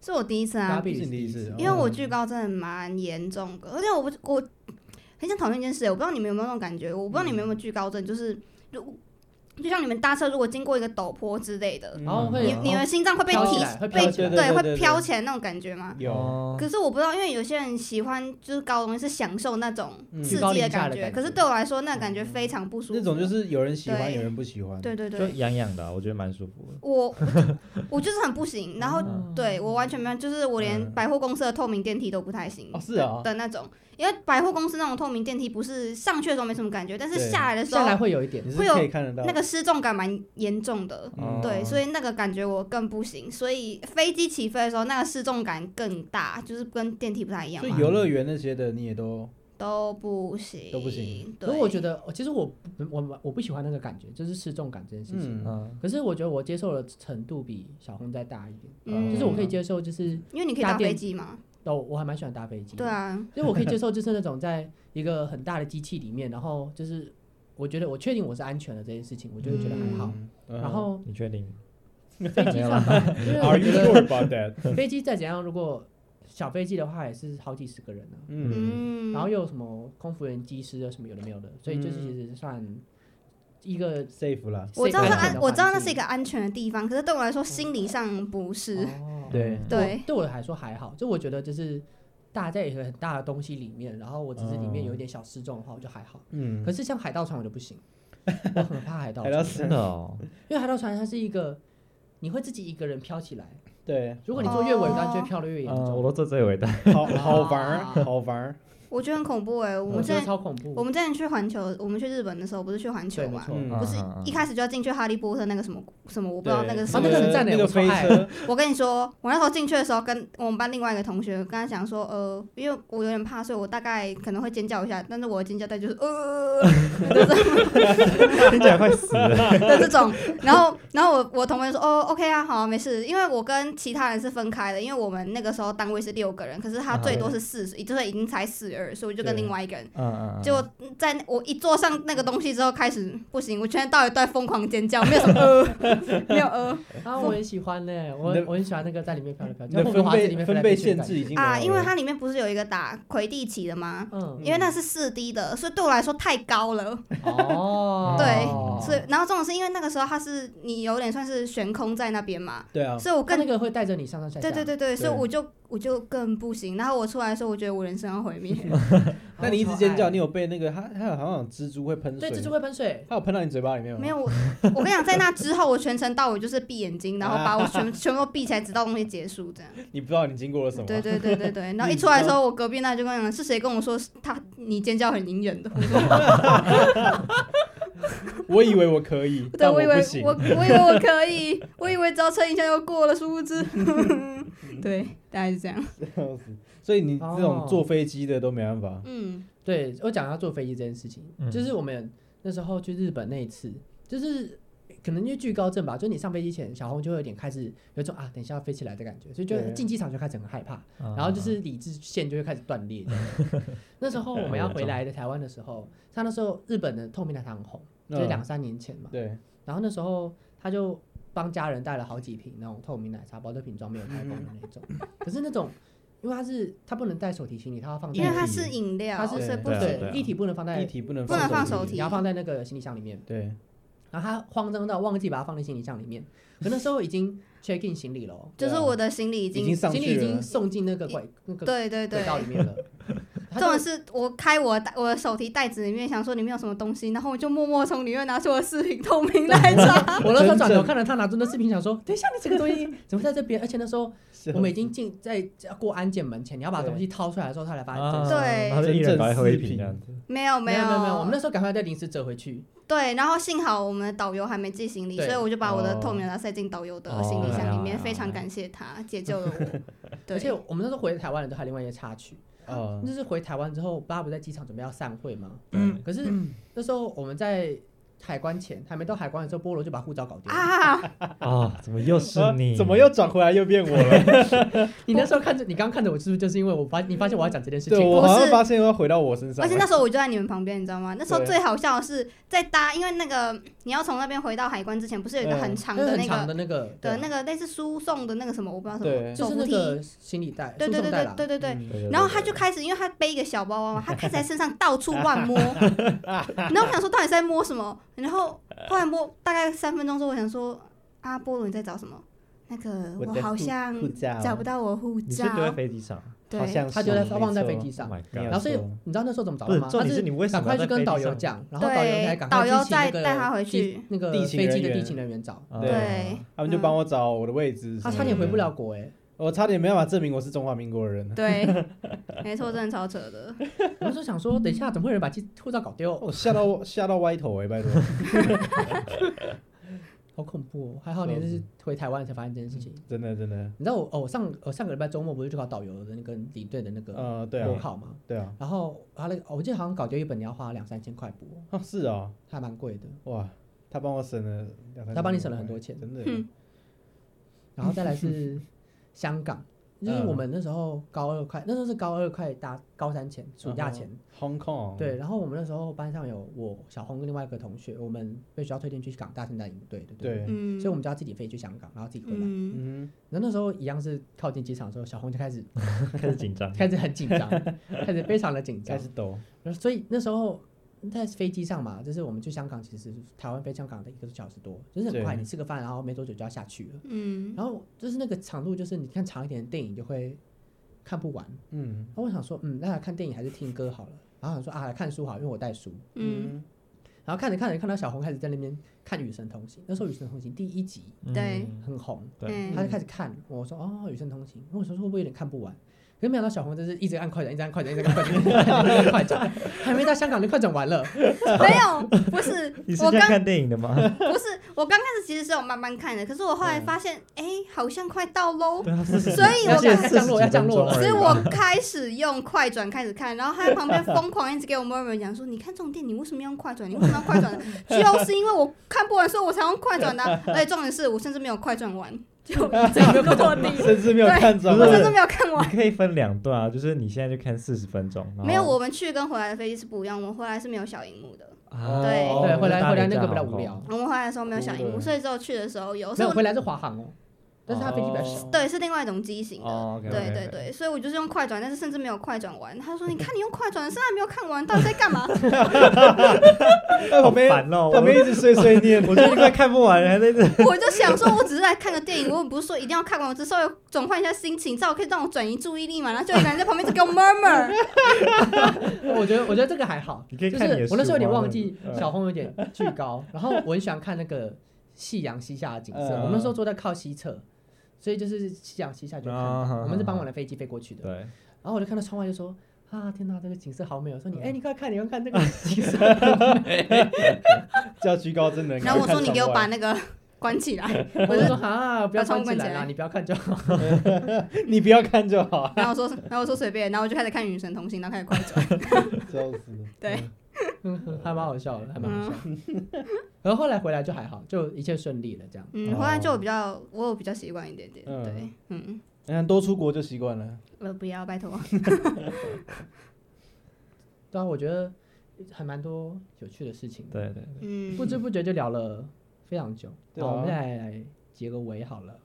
Speaker 1: 是我第一次啊
Speaker 4: 搭，婢女
Speaker 3: 是
Speaker 4: 是
Speaker 3: 你
Speaker 4: 第
Speaker 3: 第
Speaker 4: 一
Speaker 3: 一
Speaker 4: 次
Speaker 3: 次，
Speaker 1: 因为我
Speaker 3: 嗯
Speaker 1: 惧高症蛮严重的，而且我不我很想讨论一件事，我不知道你们有没有那种感觉，我不知道你们有没有惧高症，就是如就像你们搭车如果经过一个陡坡之类的，
Speaker 4: 然后
Speaker 3: 嗯
Speaker 4: 会
Speaker 1: 你你们心脏会被
Speaker 4: 飘起
Speaker 1: 提
Speaker 4: 来会飘
Speaker 1: 被
Speaker 4: 起
Speaker 3: 来对对
Speaker 1: 会
Speaker 3: 对嗯
Speaker 1: 飘起来那种感觉吗？
Speaker 3: 有
Speaker 2: 哦
Speaker 1: 可是我不知道，因为有些人喜欢就是高的东西是享受那种
Speaker 3: 嗯
Speaker 1: 刺
Speaker 4: 居高
Speaker 1: 激
Speaker 4: 临
Speaker 1: 的
Speaker 4: 下的
Speaker 1: 感觉，
Speaker 4: 感
Speaker 1: 可是
Speaker 4: 觉
Speaker 1: 对我来说那感觉非常不舒服。
Speaker 3: 那嗯种就是有人喜欢，
Speaker 1: 对
Speaker 3: 有人不喜欢。
Speaker 1: 对对对
Speaker 3: (laughs)
Speaker 2: 就，痒痒的啊，我觉得蛮舒服的。
Speaker 1: 我 (laughs) 我就是很不行，然后
Speaker 2: 嗯
Speaker 1: 对我完全没有，就是我连
Speaker 3: 嗯
Speaker 1: 百货公司的透明电梯都不太行
Speaker 3: 哦，是啊，
Speaker 1: 的那种，因为百货公司那种透明电梯不是上去的时候没什么感觉，但是
Speaker 3: 对嗯
Speaker 1: 下来的时
Speaker 4: 嗯下来
Speaker 1: 候
Speaker 4: 会有一点
Speaker 3: 你是
Speaker 1: 会有
Speaker 3: 可以看得到
Speaker 1: 那个失重感蛮严重的。
Speaker 3: 嗯
Speaker 1: 对，所
Speaker 2: 以
Speaker 1: 以那个感觉我更不行，所以飞机起飞的时候那个失重感更大，就是跟电梯不太一样
Speaker 3: 所以
Speaker 1: 嘛，
Speaker 3: 游乐园那些的你也都
Speaker 1: 都不行，
Speaker 3: 都不行。
Speaker 1: 对，
Speaker 4: 可是我觉得，呃其实我不我我不喜欢那个感觉，就是失重感这件事情。
Speaker 3: 嗯
Speaker 2: 嗯，
Speaker 4: 可是我觉得我接受的程度比小红再大一点，
Speaker 1: 嗯
Speaker 4: 就是我可以接受，就是
Speaker 1: 因为你可以
Speaker 4: 搭
Speaker 1: 搭飞
Speaker 4: 电
Speaker 1: 机嘛，
Speaker 4: 哦，我还蛮喜欢搭飞机。
Speaker 1: 对，啊，
Speaker 4: 所以我可以接受，就是那种在一个很大的机器里面，然后就是我觉得我确定我是安全的这件事情，我就会觉得还好。
Speaker 3: 嗯嗯 (laughs)
Speaker 4: 然后
Speaker 2: 你确定吗？
Speaker 4: 飞机上吧，因为我
Speaker 3: Are
Speaker 4: 觉
Speaker 3: you
Speaker 4: 得
Speaker 3: sure about that？
Speaker 4: 飞机再怎样，如果小飞机的话也是好几十个人呢、啊，
Speaker 3: 嗯，
Speaker 1: 嗯，
Speaker 4: 然后又有什么空服员、机师啊什么有的没有的，所以就是
Speaker 3: 嗯
Speaker 4: 其实算一个
Speaker 3: ，safe 啦。
Speaker 1: 我知道是
Speaker 4: safe 的环
Speaker 1: 安，
Speaker 4: 境
Speaker 1: 我知道那是一个安全的地方，可是对我来说心理上不是。
Speaker 4: 哦
Speaker 2: (laughs) 对
Speaker 1: 对
Speaker 4: 对我来说还好，就我觉得就是大家有一个很大的东西里面，然后我只是里面有一点小失重的话，我就还好。
Speaker 3: 哦嗯，
Speaker 4: 可是像海盗船我就
Speaker 3: (laughs)
Speaker 4: 不行，我很怕海盗
Speaker 3: 海
Speaker 4: 船，
Speaker 3: 盗
Speaker 2: 真的哦，
Speaker 4: 因为海盗船它是一个你会自己一个人飘起来，
Speaker 3: 对，
Speaker 4: 如果你坐越尾
Speaker 3: 哦
Speaker 4: 端就会飘得越严
Speaker 2: 呃我
Speaker 4: 重，
Speaker 2: 都做最尾的，
Speaker 3: 好好玩儿，好玩儿。
Speaker 1: 我觉得很恐怖哎、我
Speaker 4: 我
Speaker 3: 哦
Speaker 1: 们之
Speaker 4: 觉得
Speaker 1: 前
Speaker 4: 超恐
Speaker 1: 我
Speaker 4: 怖。
Speaker 1: 们之前去环球，我们去日本的时候不是去环球
Speaker 4: 嗯对，没
Speaker 1: 嘛，
Speaker 4: 错。
Speaker 3: 嗯
Speaker 2: 嗯
Speaker 1: 不是
Speaker 2: 嗯嗯
Speaker 1: 一开始就要进去哈利波特那个什么什么，我不知道
Speaker 3: 对
Speaker 1: 那个
Speaker 4: 是
Speaker 1: 什
Speaker 4: 啊
Speaker 1: 么。
Speaker 4: 那个很赞的
Speaker 3: 那个
Speaker 4: 我超
Speaker 3: 飞
Speaker 4: 爱
Speaker 3: 车，
Speaker 1: 我跟你说，我那时候进去的时候，跟我们班另外一个同学跟他讲说，呃，因为我有点怕，所以我大概可能会尖叫一下，但是我的尖叫带就是呃，
Speaker 2: (laughs) 听起来快死
Speaker 4: (laughs)
Speaker 2: 了。啊
Speaker 1: 的这种。然后，然后我我同学说，哦，OK 啊，好啊没事，因为我跟其他人是分开的，因为我们那个时候单位是六个人，可是他最多是四，就是已经才四二，所以我就跟
Speaker 3: 对
Speaker 1: 另外一个人。
Speaker 2: 嗯嗯，嗯
Speaker 1: 结果在那我一坐上那个东西之后，开始不行，我全身到一段疯狂尖叫，没有什么呃，没有呃
Speaker 4: 啊，我很喜欢呢、我
Speaker 3: 你的
Speaker 4: 我很喜欢那个在里面飘来飘去，
Speaker 3: 你
Speaker 4: 在
Speaker 3: 的
Speaker 4: 霍格
Speaker 3: 分
Speaker 4: 华兹里面
Speaker 3: 贝
Speaker 4: 飞来
Speaker 3: 分
Speaker 4: 飞
Speaker 3: 贝
Speaker 4: 去的
Speaker 3: 限
Speaker 4: 感
Speaker 3: 制
Speaker 4: 觉。
Speaker 3: 已经
Speaker 1: 啊，
Speaker 3: 没有
Speaker 1: 因为
Speaker 3: 了
Speaker 1: 它里面不是有一个打魁地奇的吗？
Speaker 4: 嗯，
Speaker 1: 因为那是四 D 的，所以对我来说太高了。
Speaker 3: 嗯
Speaker 4: 哦，
Speaker 1: 对所以，然后这种是因为那个时候它是你有点算是悬空在那边嘛，
Speaker 3: 对啊，
Speaker 1: 所以我
Speaker 4: 跟
Speaker 1: 更
Speaker 4: 那个会带着你上上下下。
Speaker 1: 对
Speaker 3: 哦
Speaker 1: 对对对，所以
Speaker 3: 对
Speaker 1: 我就我就更不行。然后我出来的时候，我觉得我人生要毁灭。
Speaker 4: 啊，
Speaker 3: 那你一
Speaker 4: 我
Speaker 3: 直
Speaker 4: 超
Speaker 3: 尖
Speaker 4: 爱
Speaker 3: 叫，你有被那个它它好像有蜘蛛会喷水，
Speaker 4: 对蜘蛛会喷水，
Speaker 3: 它有喷到你嘴巴里面吗？
Speaker 1: 没有，我我跟你讲，在那之后，我全程到我就是闭眼睛，然后把我全 (laughs) 全部闭起来，直到东西结束这样。
Speaker 3: 你不知道你经过了什么。
Speaker 1: 对对对对对，然后一出来的时候，我隔壁那就跟我讲，是谁跟我说是他你尖叫很隐忍的？我说
Speaker 3: 我以为我可以，
Speaker 1: (laughs) 对，
Speaker 3: 但
Speaker 1: 我以为
Speaker 3: 不行 (laughs)
Speaker 1: 我。我以为我可以，我以为只要撑一下就过了，殊不知，对，大概是这样。
Speaker 3: 所以你这种
Speaker 4: 哦
Speaker 3: 坐飞机的都没办法。
Speaker 1: 嗯，
Speaker 4: 对我讲要坐飞机这件事情，
Speaker 2: 嗯
Speaker 4: 就是我们那时候去日本那一次，就是可能因为惧高症吧，就你上飞机前，小红就会有点开始有一种啊，等一下要飞起来的感觉，所以就
Speaker 3: 对啊
Speaker 4: 进机场就开始很害怕，
Speaker 2: 嗯
Speaker 4: 然后就是理智线就会开始断裂这样。那时候我们要回来的台湾的时候，他那时候日本的透明奶糖很红，就是
Speaker 3: 嗯
Speaker 4: 两三年前嘛，
Speaker 3: 对，
Speaker 4: 然后那时候他就帮家人带了好几瓶那种透明奶茶，保特瓶装没有开封的那种，可是那种。因为它是它不能带手提行李，它要放在
Speaker 1: 因为它是饮料，
Speaker 4: 它是
Speaker 1: 所以不
Speaker 3: 对啊
Speaker 1: 行。
Speaker 4: 对，一体不能放在
Speaker 3: 一体不能
Speaker 1: 不能放
Speaker 3: 手
Speaker 1: 手
Speaker 3: 机
Speaker 1: 提
Speaker 4: 你要放在那个行李箱里面。
Speaker 3: 对，
Speaker 4: 然后他慌张到忘记把它放在行李箱里面，可那时候已经 check in 行李了哦，
Speaker 1: 就是我的行李已
Speaker 3: 已
Speaker 1: 经
Speaker 3: 经，上
Speaker 4: 行李已
Speaker 3: 去了 (laughs)
Speaker 4: 经。送进那个轨那个
Speaker 1: 对对对
Speaker 4: 轨。道里面了。
Speaker 1: 这
Speaker 4: 他
Speaker 1: 种
Speaker 4: 就是
Speaker 1: 我开我的袋我的手提袋子里面，想说里面有什么东西，然后我就默默从里面拿出我的视频透明奶茶。
Speaker 4: 我那时候转头看了他拿着那视频，想说：等一下，你这个东西怎么在这边？而且那时候
Speaker 3: 是
Speaker 4: 我们已经进在在过安检门前，你要把东西掏出来的时候，他才发现这
Speaker 2: 啊
Speaker 4: 是。
Speaker 1: 对
Speaker 2: 然后就一人
Speaker 3: 真正
Speaker 2: 白喝一
Speaker 3: 视
Speaker 2: 瓶
Speaker 3: 频
Speaker 2: 这样子。
Speaker 1: 哦没有
Speaker 4: 没
Speaker 1: 有
Speaker 4: 有没有，我们那时候赶快再临时折回去。
Speaker 1: 对，然后幸好我们的导游还没寄行李，
Speaker 4: 对
Speaker 1: 所以我就把我的
Speaker 3: 哦
Speaker 1: 透明奶茶塞进导游的
Speaker 2: 哦
Speaker 1: 行李箱里
Speaker 2: 哎
Speaker 1: 面，
Speaker 2: 呀
Speaker 1: 非常感谢他解救了我。
Speaker 4: 哦而
Speaker 1: 对，
Speaker 4: 且我们那时候回台湾了，都还有另外一个插曲， (laughs)
Speaker 3: 啊，
Speaker 4: 就是回台湾之后，爸爸不是在机场准备要散会吗？
Speaker 2: 嗯，
Speaker 4: 可是那时候我们在海关前还没到海关的时候，菠萝就把护照搞丢了。
Speaker 1: 啊，
Speaker 2: 啊，怎么又是
Speaker 3: 啊
Speaker 2: 你？
Speaker 3: 怎么又转回来又变我了？
Speaker 4: 你那时候看着你刚刚看着我，是不是就是因为我发你发现我要讲这件事
Speaker 3: 对
Speaker 4: 情？
Speaker 3: 我
Speaker 1: 不
Speaker 3: 好像
Speaker 1: 是
Speaker 3: 发现要回到我身上
Speaker 1: 而
Speaker 3: 了。
Speaker 1: 且那时候我就在你们旁边，你知道吗？那时候
Speaker 3: 对
Speaker 1: 最好笑的是在搭，因为那个你要从那边回到海关之前，不是有一个
Speaker 3: 嗯
Speaker 1: 很长
Speaker 4: 那
Speaker 1: 的
Speaker 4: 很
Speaker 1: 那
Speaker 4: 长
Speaker 1: 个
Speaker 4: 的那个，
Speaker 1: 的那个类似输送的那个什么，我不知道什么
Speaker 3: 对
Speaker 4: 就
Speaker 1: 手
Speaker 4: 是
Speaker 1: 扶
Speaker 4: 那
Speaker 1: 梯。
Speaker 4: 个行李袋，
Speaker 1: 对
Speaker 4: 输
Speaker 1: 对
Speaker 4: 送
Speaker 1: 对
Speaker 4: 带
Speaker 1: 对
Speaker 4: 啦。
Speaker 1: 对对
Speaker 3: (laughs)
Speaker 1: 对。
Speaker 3: 嗯
Speaker 2: 对？对
Speaker 1: 然后
Speaker 2: 对
Speaker 1: 他就开始，因为他背一个小包包嘛，他开始在身上到处乱摸。然后我想说，到底在摸什么？然后后来摸大概三分钟之后，我想说，阿波罗你在找什么？那个
Speaker 3: 我
Speaker 1: 我
Speaker 3: 的
Speaker 1: 好
Speaker 3: 护
Speaker 1: 像
Speaker 3: 护照
Speaker 1: 找不到我护
Speaker 2: 你是
Speaker 1: 照
Speaker 2: 丢，在飞机上
Speaker 1: 嗯对，
Speaker 3: 好像
Speaker 4: 他
Speaker 3: 是
Speaker 4: 就在
Speaker 3: 没
Speaker 4: 放在
Speaker 3: 错
Speaker 4: 飞机
Speaker 2: ？Oh
Speaker 4: 上，
Speaker 2: my
Speaker 3: 没有
Speaker 4: 然
Speaker 2: god！
Speaker 4: 后所以
Speaker 3: 错
Speaker 4: 你知道那时候怎么找
Speaker 2: 不
Speaker 4: 的
Speaker 2: 是
Speaker 4: 吗？
Speaker 2: 重点是你为什
Speaker 4: 赶
Speaker 2: 么
Speaker 4: 快
Speaker 2: 要
Speaker 4: 去
Speaker 2: 在
Speaker 4: 跟
Speaker 2: 飞
Speaker 4: 导
Speaker 2: 机
Speaker 4: 游
Speaker 2: 上？
Speaker 4: 讲，然后导游才
Speaker 1: 对
Speaker 4: 赶，
Speaker 1: 导
Speaker 4: 快
Speaker 1: 游
Speaker 4: 去请那
Speaker 1: 再
Speaker 4: 个
Speaker 1: 带他回
Speaker 4: 机
Speaker 1: 去。
Speaker 4: 那个
Speaker 3: 地勤
Speaker 4: 飞机的
Speaker 3: 人
Speaker 4: 地
Speaker 3: 员
Speaker 4: 勤人员找，
Speaker 2: 啊
Speaker 1: 对，
Speaker 3: 他们就帮我找我的位置。
Speaker 4: 他差点回不，了国哎。
Speaker 3: 我差点没办法证明我是中华民国人。
Speaker 1: 对，没错，真的超扯的。
Speaker 4: 我那时候想说，等一下怎么会有人把机护照搞丢？
Speaker 3: 我哦 (laughs) 吓到吓到歪头哎，拜托。
Speaker 4: 好恐怖哦！还好你是回台湾才发现这件事情。
Speaker 3: 真的真的，
Speaker 4: 你知道我哦，我上我上个礼拜周末不是去考导游的那个领队的那个
Speaker 3: 呃，对
Speaker 4: 国
Speaker 3: 啊，
Speaker 4: 考吗？
Speaker 3: 对啊，
Speaker 4: 然后他那个，哦我记得好像搞丢一本你要花两三千块补，
Speaker 3: 啊是啊，
Speaker 4: 还蛮贵的。
Speaker 3: 哇，他帮我省了两
Speaker 1: 嗯
Speaker 3: 三千块，
Speaker 4: 他帮你省了很多钱
Speaker 3: 真的。
Speaker 1: 哼
Speaker 3: (laughs)
Speaker 4: 然后再来是香港，就是
Speaker 3: 嗯
Speaker 4: 我们那时候高二快，那时候是高二快大高三前暑假前，
Speaker 3: Hong Kong，
Speaker 4: 对，然后我们那时候班上有我小红跟另外一个同学，我们被学校推荐去港大圣诞营队，对不对？
Speaker 3: 对，
Speaker 1: 嗯，
Speaker 4: 所以我们就要自己飞去香港，然后自己回来。
Speaker 1: 嗯，
Speaker 3: 嗯
Speaker 4: 然后那时候一样是靠近机场的时候，小红就开始
Speaker 2: (laughs) 开始紧张
Speaker 4: (laughs) 开始很紧
Speaker 3: (laughs)
Speaker 4: 张，开始非常的紧
Speaker 3: 哼，
Speaker 4: 张
Speaker 3: 开。始抖，
Speaker 4: 然后所以那时候在飞机上嘛，就是我们去香港，其实台湾飞香港的一个小时多，就是很
Speaker 3: 对
Speaker 4: 快，你吃个饭，然后没多久就要下去了。
Speaker 1: 嗯，
Speaker 4: 然后就是那个长度，就是你看长一点的电影就会看不完。
Speaker 3: 嗯
Speaker 4: 然后我想说，嗯，那来看电影还是听歌好了。然后想说啊，来看书好了，因为我带书。
Speaker 1: 嗯，
Speaker 3: 嗯，
Speaker 4: 然后看着看着，看到小红开始在那边看《与神同行》，那时候《与神同行》第一集
Speaker 1: 对
Speaker 2: 嗯
Speaker 4: 很红，
Speaker 2: 对，
Speaker 1: 嗯
Speaker 4: 他就开始看，我说哦，《与神同行》，我说会不会有点看不完？可是没想到小红就是一直按快转，一直按快转，一直按快转，一直按快转， (laughs) 还没到香港就快转完了。
Speaker 1: 没有，不是
Speaker 2: 你是
Speaker 1: 我
Speaker 2: 这样
Speaker 1: 刚
Speaker 2: 看电
Speaker 1: (laughs)
Speaker 2: 影的吗？
Speaker 1: 不是我刚开始其实是有慢慢看的，可是我后来发现，哎，好像快到喽，
Speaker 2: 对啊，是
Speaker 1: 所以
Speaker 4: 要
Speaker 1: 我
Speaker 4: 降
Speaker 1: 开
Speaker 4: 要降落，要降落了。
Speaker 1: 所以我
Speaker 4: (laughs)
Speaker 1: 开始用快转开始看，然后他在旁边疯狂一直给我 murmur 讲说：“你看这种电影，你为什么要用快转？你为什么要快转？就是因为我看不完，所以我才用快
Speaker 4: (laughs)
Speaker 1: 转的啊、而且重点是我甚至没有快转完，就这个落地，
Speaker 3: 甚至没有
Speaker 1: 对
Speaker 3: 看啊着，
Speaker 2: 不
Speaker 1: 我
Speaker 2: 是
Speaker 1: 甚至没有
Speaker 4: (laughs)
Speaker 1: 看完
Speaker 2: 你。可以分两段啊，就是你现在就看四十分钟，
Speaker 4: 哦
Speaker 2: 然后
Speaker 1: 没有，我们去跟回来的飞机是不一样，我们回来是没有小荧幕的，
Speaker 2: 啊
Speaker 1: 对
Speaker 2: 哦
Speaker 4: 对，回来
Speaker 2: 搭
Speaker 4: 回
Speaker 2: 廉
Speaker 4: 来那
Speaker 2: 价
Speaker 4: 个比较
Speaker 2: 航
Speaker 4: 无
Speaker 2: 空
Speaker 4: 聊。
Speaker 1: 我们回来的时候没有小荧
Speaker 3: 哦
Speaker 1: 幕，所以只有去的时候有。
Speaker 4: 没
Speaker 1: 所以
Speaker 4: 有回
Speaker 1: 我
Speaker 4: 来是华航哦，但是他飞机比较小。
Speaker 1: 对是另外一种机型的。
Speaker 2: 哦，OK，OK，OK，
Speaker 1: 对对对，所以我就是用快转，但是甚至没有快转完。他
Speaker 4: (laughs)
Speaker 1: 说：“你看你用快转，甚至还没有看完，到底在干嘛？”
Speaker 3: 在旁边
Speaker 2: 好烦哦，
Speaker 3: 旁边一直碎碎念，
Speaker 2: (laughs) 我我最近快看不完了，还在
Speaker 4: (laughs)
Speaker 2: 这，
Speaker 1: 我就想说，我只是来看个电影，我也不是说一定要看完，我只是稍微转换一下心情，这样我可以让我转移注意力嘛。然后就有一个人在旁边一直给我
Speaker 3: (laughs)
Speaker 1: murmur，哦
Speaker 4: 我觉得我觉得这个还好，
Speaker 2: (laughs) 你可以
Speaker 4: 就是
Speaker 2: 看你的
Speaker 4: 我那时候有点
Speaker 2: 书啊
Speaker 4: 忘记
Speaker 2: 嗯
Speaker 4: 小红有点巨高，然后我很喜欢看那个夕阳西下的景色。
Speaker 3: 嗯
Speaker 4: 我们那时候坐在靠西侧，所以就是夕阳西下就看
Speaker 2: 啊
Speaker 4: 到。我们是傍晚的飞机飞过去的，
Speaker 2: 对，
Speaker 4: 然后我就看到窗外就说。啊天哪，这个景色好美哦！我说你，
Speaker 2: 嗯
Speaker 4: 哎，你快看，你快看这个景色。 (laughs)
Speaker 3: 叫居高真的，
Speaker 1: 然后我说你给我把那个关起
Speaker 3: (laughs)
Speaker 1: 来，
Speaker 4: 我就说啊，不
Speaker 1: 把
Speaker 4: 要关起
Speaker 1: 窗户关起
Speaker 4: 来啦，
Speaker 1: 来
Speaker 4: 你不要看就好。
Speaker 3: 你不要看就好，
Speaker 1: 然后我说然后我说随便，然后我就开始看《与神同行》，然后开始快转。
Speaker 3: 笑死，
Speaker 1: 对，
Speaker 4: 嗯 (laughs) 还蛮好笑的，还蛮好笑
Speaker 1: 嗯
Speaker 4: 的。然后后来回来就还好，就一切顺利了这样。
Speaker 1: 嗯，后来就我比较我有比较习惯一点点，
Speaker 3: 嗯
Speaker 1: 对，嗯，
Speaker 3: 你看多出国就习惯了，
Speaker 1: 我不要拜托，
Speaker 4: 对啊，我觉得还蛮多有趣的事情的。
Speaker 2: 对对，
Speaker 1: 嗯，
Speaker 4: 不知不觉就聊了非常久。
Speaker 3: 对啊
Speaker 4: 好，我们再来结个尾好了。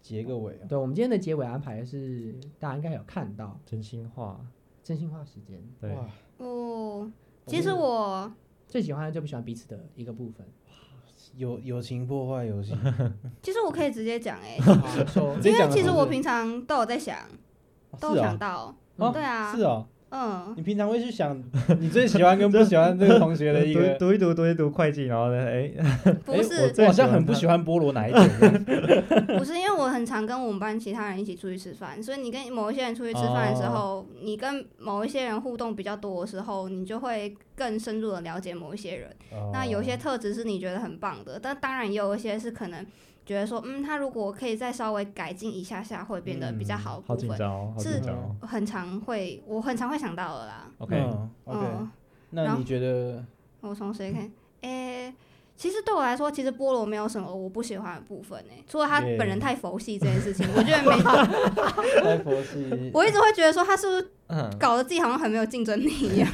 Speaker 3: 结个尾啊，
Speaker 4: 对，我们今天的结尾安排是大家应该有看到
Speaker 2: 真心话，
Speaker 4: 真心话时间，
Speaker 2: 对，
Speaker 3: 哇，
Speaker 1: 哦，其实我
Speaker 4: 最喜欢最不喜欢彼此的一个部分。
Speaker 3: 友友情破坏游戏，
Speaker 1: 其实我可以直接讲哎、
Speaker 4: 好说
Speaker 3: (laughs) 直接
Speaker 1: 因
Speaker 3: 讲
Speaker 1: 为
Speaker 3: 啊了
Speaker 1: 其实
Speaker 3: 是不
Speaker 1: 我
Speaker 3: 是
Speaker 1: 平常都有在想，都
Speaker 3: 是
Speaker 1: 有
Speaker 3: 啊
Speaker 1: 想到，
Speaker 3: 哦
Speaker 1: 对啊，
Speaker 3: 是哦，
Speaker 1: 嗯，
Speaker 3: 你平常会去想你最喜欢跟不喜欢这个同学的一 (laughs)
Speaker 2: 读
Speaker 3: 个，
Speaker 2: 读一读，读一读会计，然后呢，哎，
Speaker 1: 不
Speaker 2: 诶我
Speaker 1: 是
Speaker 2: 最
Speaker 3: 我好像很不喜欢菠萝哪
Speaker 1: (laughs)
Speaker 3: 一点，
Speaker 2: (laughs)
Speaker 1: 不是因为我很常跟我们班其他人一起出去吃饭，所以你跟某一些人出去吃饭的时
Speaker 2: 哦
Speaker 1: 候，你跟某一些人互动比较多的时候，你就会更深入的了解某一些人。那有
Speaker 2: 哦
Speaker 1: 些特质是你觉得很棒的，但当然也有一些是可能觉得说，嗯，他如果可以再稍微改进一下下，会变得比较好的
Speaker 2: 嗯好
Speaker 1: 部
Speaker 2: 紧
Speaker 1: 分。
Speaker 2: 张哦，好
Speaker 1: 是
Speaker 2: 紧张哦
Speaker 1: 很常会，我很常会想到的啦。
Speaker 2: ，OK，
Speaker 3: OK，
Speaker 1: 嗯，
Speaker 3: 那你觉得
Speaker 1: 我从谁看？诶、其实对我来说，其实菠萝没有什么我不喜欢的部分诶、欸除了他本人太佛系这件事情，我觉得没
Speaker 3: 开佛系？
Speaker 1: 我一直会觉得说他是不是
Speaker 2: 嗯，
Speaker 1: 搞得自己好像很没有竞争力
Speaker 2: (laughs)
Speaker 1: 一样，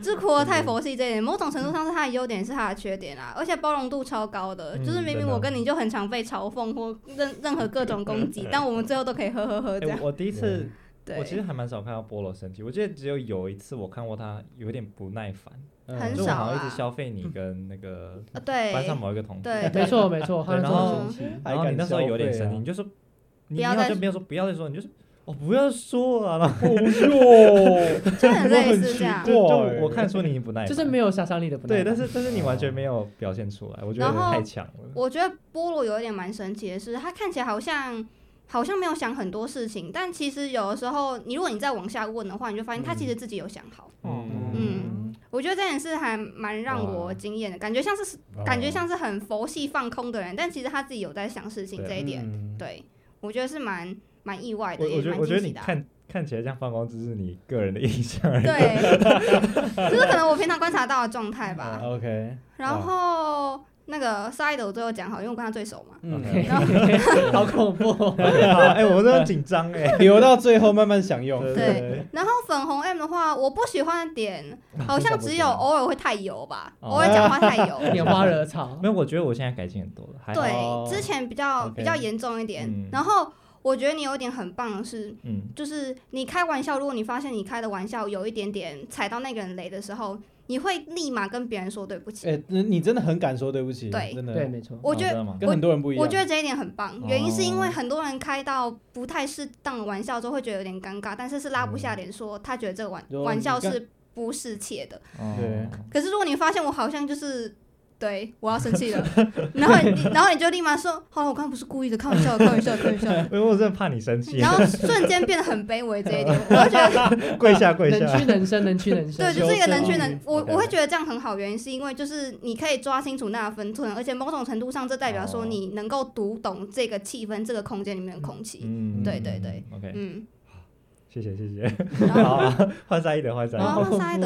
Speaker 1: 就是活得太佛系这一点，某种程度上是他的优点，也是他的缺点啊，而且包容度超高的，
Speaker 2: 嗯
Speaker 1: 就是明
Speaker 2: 真
Speaker 1: 明
Speaker 2: 的
Speaker 1: 我跟你就很常被嘲讽或任任何各种攻击，但我们最后都可以呵呵呵这
Speaker 2: 哎
Speaker 1: 样，
Speaker 2: 我我第一次，我其实
Speaker 1: 对，
Speaker 2: 还蛮少看到菠萝生气，我记得只有有一次我看过他有点不耐烦，
Speaker 3: 嗯
Speaker 1: 很
Speaker 2: 就是我
Speaker 1: 少
Speaker 2: 好像一
Speaker 1: 啊
Speaker 2: 直消费你跟那个
Speaker 1: 呃
Speaker 2: 班
Speaker 1: (laughs)
Speaker 2: 上
Speaker 1: 对
Speaker 2: 某一个同学，
Speaker 1: 对
Speaker 4: 没
Speaker 1: 对，
Speaker 4: 错没错，他
Speaker 2: 对
Speaker 4: 那
Speaker 2: 然
Speaker 4: 时候
Speaker 2: 后
Speaker 4: 生气，
Speaker 2: 然后你那时候有点生气，你
Speaker 3: 气，
Speaker 2: 就说，
Speaker 1: 不
Speaker 2: 你你
Speaker 1: 要
Speaker 2: 好
Speaker 1: 再
Speaker 2: 像没有说不要再说，你就说我不要说啊了，然后
Speaker 3: 哦
Speaker 1: 就很类
Speaker 3: 我很
Speaker 1: 似
Speaker 3: 奇
Speaker 1: 这样
Speaker 3: 怪。
Speaker 2: 就就
Speaker 3: 哇
Speaker 2: 我看说你已经不耐烦，嗯
Speaker 4: 就是没有杀伤力的不耐
Speaker 2: 对，
Speaker 4: 烦
Speaker 2: 但是但是你完全没有表现出来，我觉得
Speaker 1: 然后
Speaker 2: 太强了，
Speaker 1: 我觉得菠萝有一点蛮神奇的是，他看起来好像好像没有想很多事情，但其实有的时候，你如果你再往下问的话，你就发现他其实自己有想好。嗯我觉得这件事还蛮让我
Speaker 2: 哇
Speaker 1: 惊艳的，感觉像是感
Speaker 2: 哦
Speaker 1: 觉像是很佛系放空的人，但其实他自己有在想事情
Speaker 2: 对
Speaker 1: 这一点，
Speaker 3: 嗯
Speaker 1: 对我觉得是蛮蛮意外的，
Speaker 2: 我
Speaker 1: 也
Speaker 2: 我觉得
Speaker 1: 蛮
Speaker 2: 我觉
Speaker 1: 惊
Speaker 2: 得你
Speaker 1: 喜的啊。
Speaker 2: 看看起来像放光，只是你个人的印
Speaker 1: (laughs)
Speaker 2: 象而已。 (laughs) 嗯
Speaker 1: 对，就是可能我平常观察到的状态吧。
Speaker 3: OK，
Speaker 1: 然后那个沙溢的我最后讲好，因为我跟他最
Speaker 2: (laughs)
Speaker 1: 熟嘛。
Speaker 3: 嗯，
Speaker 2: OK
Speaker 1: 然后
Speaker 4: (laughs) 好恐怖哦，
Speaker 2: 哎，我都很紧张哎。
Speaker 3: 留到最后慢慢享用。
Speaker 1: 对，然后粉红 M 的话，我不喜欢的
Speaker 2: (laughs)
Speaker 1: 点好像只有偶尔会太油吧，
Speaker 2: 哦
Speaker 1: 偶尔讲话太
Speaker 2: (laughs)
Speaker 1: 油。
Speaker 4: 拈花惹草
Speaker 2: (laughs) 没。有，我觉得我现在改进很多了，还好哦
Speaker 3: 哦
Speaker 1: 对，之前比较
Speaker 3: OK
Speaker 1: 比较严重一点
Speaker 2: 嗯。
Speaker 1: 然后我觉得你有一点很棒的是，
Speaker 2: 嗯，
Speaker 1: 就是你开玩笑，如果你发现你开的玩笑有一点点踩到那个人雷的时候，你会立马跟别人说对不起。
Speaker 3: 哎，你你真的很敢说对不起，
Speaker 1: 对
Speaker 3: 真的，
Speaker 4: 对，，没错。
Speaker 1: 我
Speaker 2: 哦
Speaker 1: 觉得
Speaker 2: 真的吗
Speaker 3: 跟很多人不一样。
Speaker 1: 我觉得这一点很棒
Speaker 2: 哦，
Speaker 1: 原因是因为很多人开到不太适当的玩笑之后会觉得有点尴尬，但是是拉不下脸说他觉得这个玩
Speaker 3: 有
Speaker 1: 玩笑
Speaker 3: 你看
Speaker 1: 是不适切的。
Speaker 2: 哦
Speaker 3: 对
Speaker 1: 可是如果你发现我好像就是。对，我要生气了， (laughs) 然后你，然后你就立马说，好，我刚刚不是故意的，开玩笑的，开玩笑的，开玩笑
Speaker 3: (laughs)
Speaker 1: 的。
Speaker 2: 因为我真的怕你生气
Speaker 1: 然，后瞬间变得很卑微这一点，我就觉得
Speaker 2: 跪下跪
Speaker 4: 能
Speaker 2: 下。
Speaker 4: 屈能伸，能屈能伸
Speaker 1: 对，。就是一个能屈
Speaker 3: 修
Speaker 1: 能
Speaker 3: 正。
Speaker 1: 我
Speaker 2: 嗯 OK
Speaker 1: 我会觉得这样很好，原因是因为就是你可以抓清楚那个分寸，而且某种程度上，这代表说
Speaker 2: 哦
Speaker 1: 你能够读懂这个气氛、这个空间里面的空气。
Speaker 2: 嗯
Speaker 1: 对对对
Speaker 2: ，OK，
Speaker 1: 嗯，
Speaker 2: 谢谢谢谢。
Speaker 1: 然后
Speaker 2: 好，换沙溢的，换沙
Speaker 1: 然
Speaker 2: 溢
Speaker 1: 后换沙
Speaker 2: 哦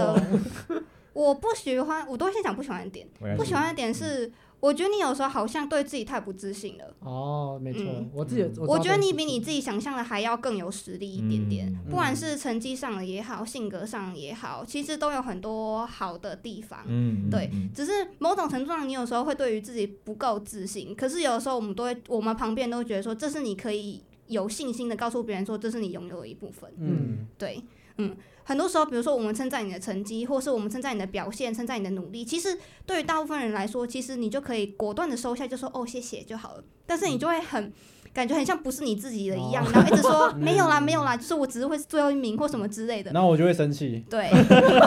Speaker 1: 德， (laughs) 我不喜欢，我都会先讲不喜欢的点。
Speaker 2: 的，
Speaker 1: 不喜欢的
Speaker 2: 嗯
Speaker 1: 点是，我觉得你有时候好像对自己太不自信了。
Speaker 4: 哦，没错
Speaker 1: 嗯，
Speaker 4: 我自己有，
Speaker 1: 我觉得你
Speaker 4: 知道这件事
Speaker 1: 比你
Speaker 4: 情
Speaker 1: 自己想象的还要更有实力一点点，
Speaker 2: 嗯
Speaker 1: 不管是成绩上的也好，性格上也好，其实都有很多好的地方。
Speaker 2: 嗯，嗯
Speaker 1: 对
Speaker 2: 嗯
Speaker 1: 只是某种程度上，你有时候会对于自己不够自信。可是有的时候，我们都会，我们旁边都会觉得说，这是你可以有信心的告诉别人说，这是你拥有的一部分。
Speaker 3: 嗯，
Speaker 1: 对，嗯，很多时候，比如说我们称赞你的成绩，或是我们称赞你的表现，称赞你的努力，其实对于大部分人来说，其实你就可以果断的收下，就说哦谢谢就好了。但是你就会很。感觉很像不是你自己的一样，然后一直说 (laughs) 没有啦，没有啦，就是我只是会是最后一名或什么之类的。
Speaker 3: 然后我就会生气，
Speaker 1: 对，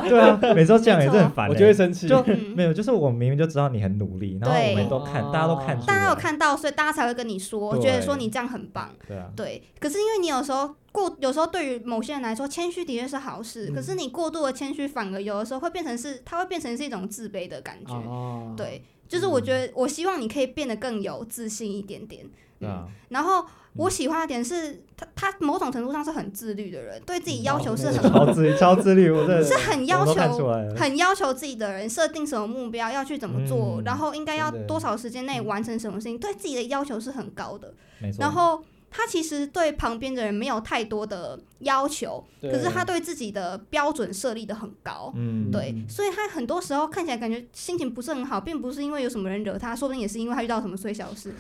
Speaker 2: 对啊，每周这样也是很烦欸。
Speaker 3: 我就
Speaker 4: 啊
Speaker 3: 会生气。
Speaker 2: 就
Speaker 1: 嗯
Speaker 2: 没有，就是我明明就知道你很努力，然后
Speaker 1: 对哦
Speaker 2: 我们都看，大家都看出来，
Speaker 1: 大家有看到，所以大家才会跟你说，
Speaker 2: 对
Speaker 1: 觉得说你这样很棒。
Speaker 2: 对啊，
Speaker 1: 对，可是因为你有时候过，有时候对于某些人来说，谦虚的确是好事。可是
Speaker 2: 嗯
Speaker 1: 你过度的谦虚，反而有的时候会变成是，它会变成是一种自卑的感觉。
Speaker 4: 哦，
Speaker 1: 对，就是我觉
Speaker 2: 嗯
Speaker 1: 得，我希望你可以变得更有自信一点点。
Speaker 2: 对啊，
Speaker 1: 然后我喜欢的点是，他他某种程度上是很自律的人，对
Speaker 2: 嗯
Speaker 1: 自己
Speaker 2: 哦
Speaker 1: 要求是很
Speaker 2: 超自律，超自律，我真的
Speaker 1: 嗯是很要
Speaker 2: 我都看出
Speaker 1: 求。
Speaker 2: 来了，
Speaker 1: 很要求自己的人，设定什么目标，要去怎么做，
Speaker 2: 嗯
Speaker 1: 然后应该要
Speaker 3: 真的
Speaker 1: 多少时间内完成什么事情，对自己的要求是很高的。
Speaker 2: 没错。
Speaker 1: 然后他其实对旁边的人没有太多的要求，
Speaker 3: 对
Speaker 1: 可是他对自己的标准设立的很高。
Speaker 2: 嗯，
Speaker 1: 对，所以他很多时候看起来感觉心情不是很好，并不是因为有什么人惹他，说不定也是因为他遇到什么衰小事。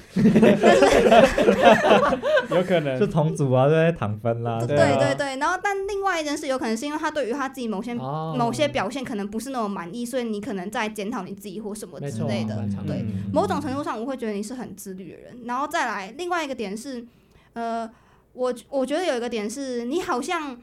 Speaker 3: 有可能
Speaker 2: 就同组啊，对，糖分啦，
Speaker 1: 对
Speaker 3: 对
Speaker 2: 啊
Speaker 3: 啊
Speaker 1: 对对，然后但另外一件事，有可能是因为他对于他自己某些、
Speaker 4: 哦
Speaker 1: 某些表现可能不是那么满意，所以你可能在检讨你自己或什么
Speaker 4: 没
Speaker 1: 之
Speaker 4: 错
Speaker 1: 类的。
Speaker 4: 蛮常
Speaker 1: 对
Speaker 4: 见的
Speaker 2: 嗯
Speaker 1: 某种程度上，我会觉得你是很自律的人。然后再来另外一个点是，呃，我我觉得有一个点是你好像，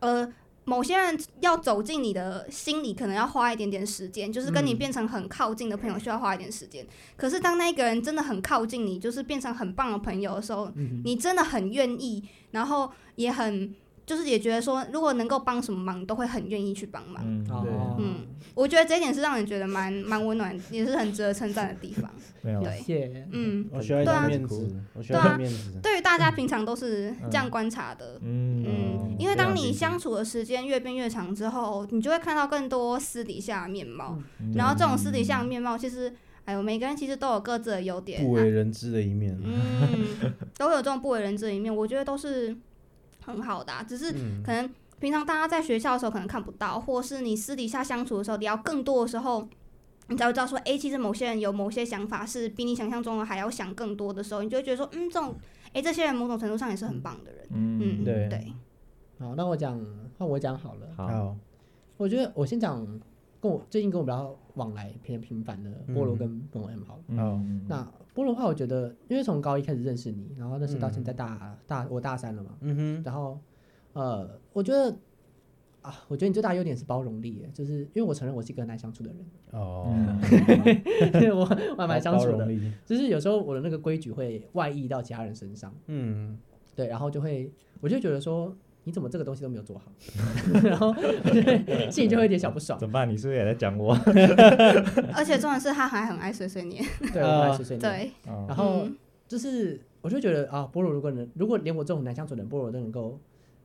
Speaker 1: 呃，某些人要走进你的心里，可能要花一点点时间，就是跟你
Speaker 4: 嗯
Speaker 1: 变成很靠近的朋友需要花一点时间。可是当那个人真的很靠近你，就是变成很棒的朋友的时候，
Speaker 4: 嗯
Speaker 1: 你真的很愿意，然后也很。就是也觉得说，如果能够帮什么忙，都会很愿意去帮忙。
Speaker 2: 嗯，
Speaker 4: 哦
Speaker 2: 对，
Speaker 1: 嗯我觉得这一点是让人觉得蛮蛮温暖，也是很值得称赞的地方。
Speaker 2: 没有
Speaker 1: 对
Speaker 4: 哦谢。
Speaker 1: 嗯，
Speaker 3: 我需要一
Speaker 1: 对
Speaker 3: 点
Speaker 1: 啊
Speaker 3: 面
Speaker 2: 对
Speaker 3: 子，我需要一点面子。
Speaker 1: 对于啊大家平常都是这样观察的。嗯
Speaker 2: 嗯，
Speaker 1: 因为当你相处的时间越变越长之后，你就会看到更多私底下的面貌。然后这种私底下的面貌，其实，哎呦，每个人其实都有各自的优点
Speaker 3: 不
Speaker 1: 啊
Speaker 3: 为人知的一面，
Speaker 1: 嗯，都有这种不为人知的一面，我觉得都是很好的啊、只是
Speaker 3: 嗯，
Speaker 1: 可能平常大家在学校的时候可能看不到，或是你私底下相处的时候聊更多的时候，你才会知道说，哎、其实某些人有某些想法是比你想象中的还要想更多的时候，你就会觉得说，嗯，这种，哎、这些人某种程度上也是很棒的人。嗯，
Speaker 2: 嗯，
Speaker 3: 对
Speaker 1: 对，
Speaker 4: 好，那我讲，换我讲好了。
Speaker 2: 好，
Speaker 3: 好，
Speaker 4: 我觉得我先讲跟我最近跟我比较往来偏频繁的菠
Speaker 1: 嗯
Speaker 4: 萝跟跟我 M 好了。
Speaker 3: 好
Speaker 2: 嗯
Speaker 4: 那菠萝的话，我觉得因为从高一开始认识你，然后认识到现在大、
Speaker 1: 嗯
Speaker 4: 大我大三了嘛，
Speaker 3: 嗯
Speaker 4: 然后呃，我觉得啊，我觉得你最大的优点是包容力耶，就是因为我承认我是一个很难相处的人， (laughs)
Speaker 3: 哼，哦，
Speaker 4: 嗯
Speaker 2: 嗯 (laughs)
Speaker 4: 我我还蛮相
Speaker 3: 包
Speaker 4: 处
Speaker 3: 容
Speaker 4: 的，
Speaker 3: 力，
Speaker 4: 就是有时候我的那个规矩会外溢到其他人身上，
Speaker 3: 嗯，
Speaker 4: 对，然后就会我就觉得说。你怎么这个东西都没有做好？ (laughs) 然后 (laughs) 我就会心里就会有点小
Speaker 3: (laughs)
Speaker 4: 不爽。
Speaker 2: 怎么办？你是不是也在讲我？
Speaker 1: 而且重点是他还很爱碎碎念。
Speaker 4: 对，我还是碎念。
Speaker 1: 对，
Speaker 2: 哦 (laughs)
Speaker 4: 然后
Speaker 1: 嗯
Speaker 4: 就是我就觉得啊，菠萝如果能，如果连我这种难相处的人，菠萝都能够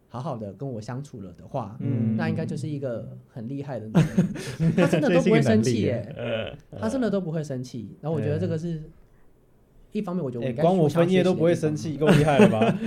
Speaker 4: 好好的跟我相处了的话，
Speaker 2: 嗯
Speaker 4: 那应该就是一个很厉害的女
Speaker 3: (laughs)
Speaker 4: 人，她真的都不会生气耶、她真的都不会生气。然后我觉得这个是一方面，我觉得我
Speaker 3: 哎
Speaker 4: 应该
Speaker 3: 光我
Speaker 4: 想
Speaker 3: 分
Speaker 4: 学
Speaker 3: 页
Speaker 4: 习
Speaker 3: 都
Speaker 4: 的
Speaker 3: 不会
Speaker 4: 地方
Speaker 3: 生，气，够厉害了
Speaker 4: (laughs)
Speaker 3: 吧？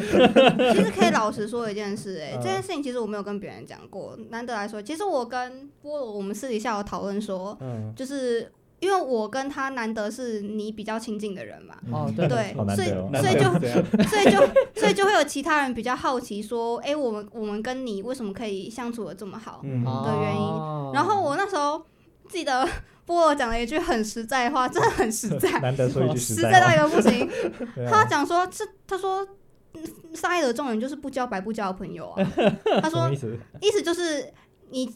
Speaker 1: 其实可以老实说一件事、哎、
Speaker 3: 嗯
Speaker 1: 这件事情其实我没有跟别人讲过。难得来说，其实我跟菠萝我们私底下有讨论说，
Speaker 3: 嗯，
Speaker 1: 就是因为我跟他难得是你比较亲近的人嘛，
Speaker 4: 哦，
Speaker 2: (laughs)
Speaker 4: 对
Speaker 1: 对
Speaker 2: 好，难
Speaker 1: 所以
Speaker 2: 得哦
Speaker 1: 所以
Speaker 3: 那
Speaker 2: (laughs)
Speaker 1: 就
Speaker 3: 这样
Speaker 1: 所以就所以就会有其他人比较好奇说，哎、我们我们跟你为什么可以相处的这么好？
Speaker 3: 嗯，
Speaker 1: 的原因
Speaker 4: 哦
Speaker 1: 然后我那时候记得波罗讲了一句很实在的话，真的很实在，
Speaker 2: (laughs) 难得说一句
Speaker 1: 实
Speaker 2: 在
Speaker 1: 在到
Speaker 2: 话
Speaker 1: 一个不
Speaker 2: (laughs)
Speaker 1: 行。
Speaker 2: 对啊
Speaker 1: 他讲说这，他说。嗯沙耶的众人就是不交白不交的朋友
Speaker 2: (laughs)
Speaker 1: 啊。他
Speaker 2: 什么
Speaker 1: 说
Speaker 2: 意，思？
Speaker 1: 意思就是你，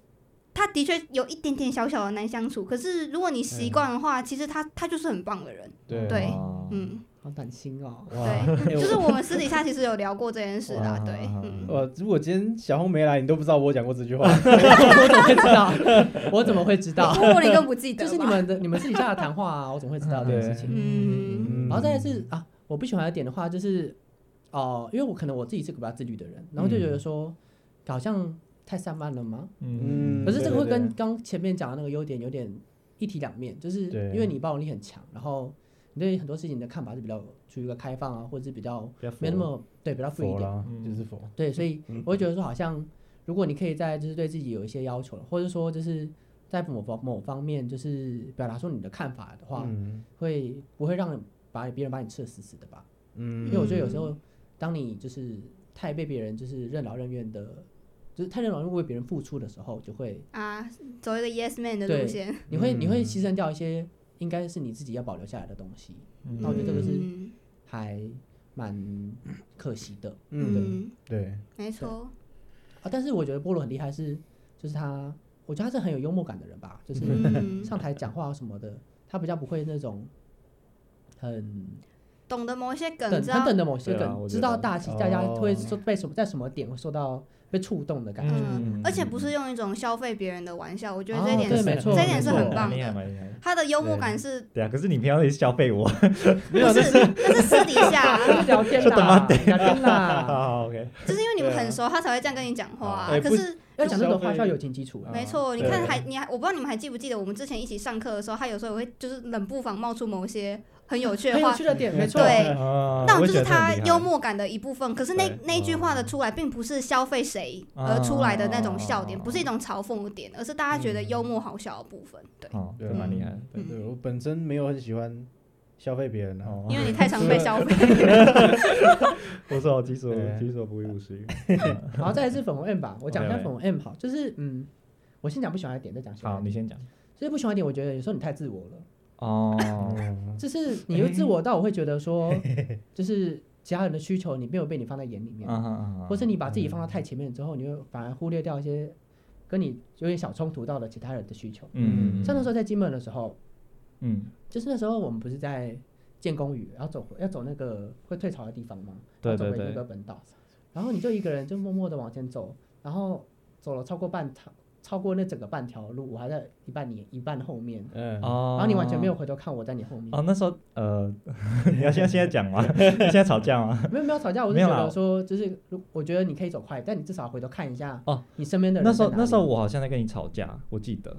Speaker 1: 他的确有一点点小小的难相处，可是如果你
Speaker 2: 哎
Speaker 1: 习惯的话，其实他他就是很棒的人。
Speaker 3: 对
Speaker 1: 对
Speaker 2: 哦
Speaker 1: 嗯，
Speaker 4: 好暖心哦，
Speaker 3: 哇，
Speaker 4: (laughs)
Speaker 1: 对，
Speaker 3: 哎
Speaker 1: 就
Speaker 3: 我
Speaker 1: 是我们私底下其实有聊过这件事啦
Speaker 2: 哇。
Speaker 1: 对，嗯，
Speaker 3: 我如果今天小红没来，你都不知道我讲过这句话。
Speaker 4: 啊
Speaker 3: (laughs)
Speaker 4: 我怎么会知道？我怎么会知道？
Speaker 1: 我你更不记得，
Speaker 4: 就是你，们的你们私底下的谈话啊，我怎么会知道这件事情？
Speaker 1: 嗯，
Speaker 3: 嗯
Speaker 4: 然后再来是啊，我不喜欢的点的话，就是哦、因为我可能我自己是个比较自律的人，然后就觉得说、好像太散漫了吗？
Speaker 2: 嗯
Speaker 3: 嗯
Speaker 4: 可是这个
Speaker 3: 对
Speaker 4: 会
Speaker 3: 对
Speaker 4: 跟
Speaker 3: 对
Speaker 4: 刚前面讲的那个优点有点一体两面，就是
Speaker 3: 对
Speaker 4: 因为你包容力很强，然后你对很多事情的看法是比较处于一个开放啊，或者是比较
Speaker 2: 比较佛
Speaker 4: 没那么对比较富一
Speaker 3: 佛
Speaker 4: 点，
Speaker 3: 啦，
Speaker 2: 嗯
Speaker 3: 就是佛。
Speaker 4: 对，所以我会觉得说好像如果你可以在就是对自己有一些要求，或者说就是在某方某方面就是表达出你的看法的话，
Speaker 3: 嗯
Speaker 4: 会不会让把别人把你吃的死死的吧？因为
Speaker 3: 嗯
Speaker 4: 我觉得有时候，当你就是太被别人就是任劳任怨的，就是太任劳任怨为别人付出的时候，就会
Speaker 1: 啊，走一个 yes man 的路
Speaker 4: 对
Speaker 1: 线，
Speaker 4: 你会你会
Speaker 3: 嗯
Speaker 4: 牺牲掉一些应该是你自己要保留下来的东西，那我觉得这个是
Speaker 1: 嗯
Speaker 4: 还蛮可惜的
Speaker 3: 嗯，
Speaker 1: 嗯，
Speaker 3: 对，
Speaker 1: 没错，
Speaker 4: 啊。但是我觉得菠萝很厉害是，就是他，我觉得他是很有幽默感的人吧，就是
Speaker 1: 嗯，
Speaker 4: 上台讲话什么的，他比较不会那种。很
Speaker 1: 懂得某一些梗，
Speaker 4: 等
Speaker 1: 知
Speaker 4: 很
Speaker 1: 道
Speaker 4: 等，的某些
Speaker 2: 对啊
Speaker 4: 梗，
Speaker 2: 我觉
Speaker 4: 知道
Speaker 2: 得
Speaker 4: 大大家
Speaker 3: 哦
Speaker 4: 会受被什么在什么点会受到被触动的感觉。
Speaker 1: 嗯
Speaker 2: 嗯，
Speaker 1: 而且不是用一种消费别人的玩笑，我觉得这一
Speaker 4: 哦
Speaker 1: 点
Speaker 4: 对
Speaker 1: 是
Speaker 4: 没错
Speaker 1: 这一点是
Speaker 4: 没错
Speaker 1: 很棒
Speaker 2: 嗯蛮厉害，
Speaker 1: 的。
Speaker 2: 蛮厉害的。
Speaker 1: 他的幽默感是，
Speaker 2: 对啊，可是你平常也是消费 (laughs) 我，
Speaker 1: 不是那是私底下，
Speaker 4: (laughs) 就是聊天
Speaker 2: 就等
Speaker 4: 啦
Speaker 2: 他，
Speaker 4: 聊天
Speaker 2: 好 (laughs)
Speaker 4: 啦，
Speaker 2: 好 OK，
Speaker 1: 就是因为你们很熟，他才会这样跟你讲话啊
Speaker 3: 哎。
Speaker 1: 可
Speaker 3: 不
Speaker 1: 是
Speaker 4: 要讲这种话需要友情基础
Speaker 3: 啊
Speaker 1: 没错，你
Speaker 3: 对
Speaker 1: 看还你还，我不知道你们还记不记得我们之前一起上课的时候，他有时候也会就是冷不防冒出某些很有趣的
Speaker 4: 很
Speaker 1: 话
Speaker 4: 有，趣的点，没错，
Speaker 1: 对
Speaker 2: 啊
Speaker 1: 那种
Speaker 2: 我也
Speaker 1: 就
Speaker 2: 觉
Speaker 1: 是
Speaker 2: 得这很
Speaker 1: 他
Speaker 2: 厉害嗯
Speaker 1: 幽默感的一部分。可是那那一句话的出来，并不是消费谁
Speaker 2: 啊
Speaker 1: 而出来的那种笑点，
Speaker 2: 哦
Speaker 1: 不是一种嘲讽的点，而是大家觉得幽默好笑的部分。对，
Speaker 2: 哦，
Speaker 3: 对
Speaker 2: 这蛮厉害的。
Speaker 1: 嗯
Speaker 3: 对我本身没有很喜欢消费别人啊。
Speaker 2: 哦，
Speaker 1: 因为你太常被消
Speaker 2: (laughs)
Speaker 1: 费。 (laughs)
Speaker 2: 我说我己所
Speaker 3: 对
Speaker 2: 己所不欲，勿施 (laughs) 于。
Speaker 4: 然后再来是粉红 M 吧，我讲一下
Speaker 2: OK，OK
Speaker 4: 粉红 M 好，就是嗯，我先讲不喜欢的点，再讲喜欢
Speaker 2: 好，
Speaker 4: 的
Speaker 2: 你
Speaker 4: 点。
Speaker 2: 先讲。
Speaker 4: 就是不喜欢的点，我觉得有时候你太自我了，
Speaker 2: (laughs) 哦，
Speaker 3: 嗯
Speaker 4: 就是你
Speaker 2: (laughs)
Speaker 4: 又自我到我会觉得说，就是其他人的需求你没有被你放在眼里面，
Speaker 2: 啊哈啊哈，
Speaker 4: 或是你把自己放到太前面之后，你会反而忽略掉一些跟你有点小冲突到的其他人的需求。
Speaker 2: 嗯，嗯
Speaker 4: 像那时候在金门的时候，
Speaker 2: 嗯，
Speaker 4: 就是那时候我们不是在建公屿，要走要走那个会退潮的地方嘛，
Speaker 2: 对
Speaker 4: 要走
Speaker 2: 对
Speaker 4: 回
Speaker 2: 对
Speaker 4: 那个本岛，然后你就一个人就默默的往前走，然后走了超过半条，超过那整个半条路，我还在一半你一半后面，
Speaker 3: 嗯，
Speaker 2: 哦，
Speaker 4: 然后你完
Speaker 2: (laughs)
Speaker 4: 全没有。回头看我在你后面，
Speaker 2: 哦，那时候呃， (laughs) 你要现在现在讲吗？ (laughs) 现在吵架吗？
Speaker 4: 没有没有吵
Speaker 2: (laughs)
Speaker 4: 架，我
Speaker 2: 没
Speaker 4: 是
Speaker 2: 有
Speaker 4: 觉
Speaker 2: 啦
Speaker 4: 得说就是如我觉得你可以走快，但你至少回头看一下
Speaker 2: 哦，
Speaker 4: 你身边的人
Speaker 2: 那时候
Speaker 4: 在哪里
Speaker 2: 那时候我好像在跟你吵架，我记得。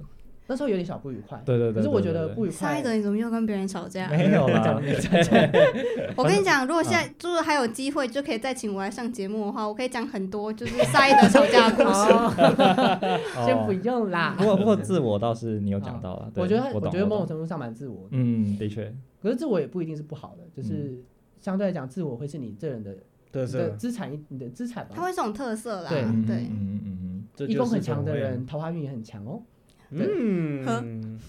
Speaker 4: 那时候有点小不愉快，
Speaker 2: 对对对
Speaker 4: 可是我
Speaker 2: 对
Speaker 4: 觉
Speaker 2: 对
Speaker 4: 得
Speaker 2: 对 (laughs)
Speaker 4: 不愉
Speaker 1: 下
Speaker 4: 快
Speaker 1: 一。个你怎么又跟别人吵架？
Speaker 2: 没有
Speaker 4: (laughs) 讲
Speaker 2: 啦 (laughs)
Speaker 4: 了，没有
Speaker 1: 我跟你讲，如果现
Speaker 2: 嗯
Speaker 1: 在就是还有机会，就可以再请我来上节目的话，我可以讲很多就是沙耶德吵
Speaker 2: (laughs)
Speaker 4: (laughs)
Speaker 1: 架的故事。
Speaker 4: 哦，先不
Speaker 2: 哦
Speaker 4: 用啦
Speaker 2: 不。过不过自我倒是你有讲到了。对
Speaker 4: 嗯我觉得他
Speaker 2: 我懂
Speaker 4: 觉得某种
Speaker 2: 懂
Speaker 4: 程度上蛮自我的，
Speaker 2: 嗯，的确，
Speaker 4: 可是自我也不一定是不好的，
Speaker 2: 嗯
Speaker 4: 就是相对来讲，自我会是你这人的
Speaker 3: 特
Speaker 4: 你的
Speaker 3: 色，
Speaker 4: 资产一，你的资产
Speaker 1: 它
Speaker 4: 吧。
Speaker 1: 会是种特色啦
Speaker 4: 对，
Speaker 2: 嗯
Speaker 1: 对，
Speaker 2: 嗯嗯
Speaker 3: 这就
Speaker 4: 一
Speaker 3: 是啊
Speaker 4: 风很强的
Speaker 3: 粉红 M
Speaker 4: 人，桃花运也很强哦。
Speaker 3: 嗯，
Speaker 2: 嗯，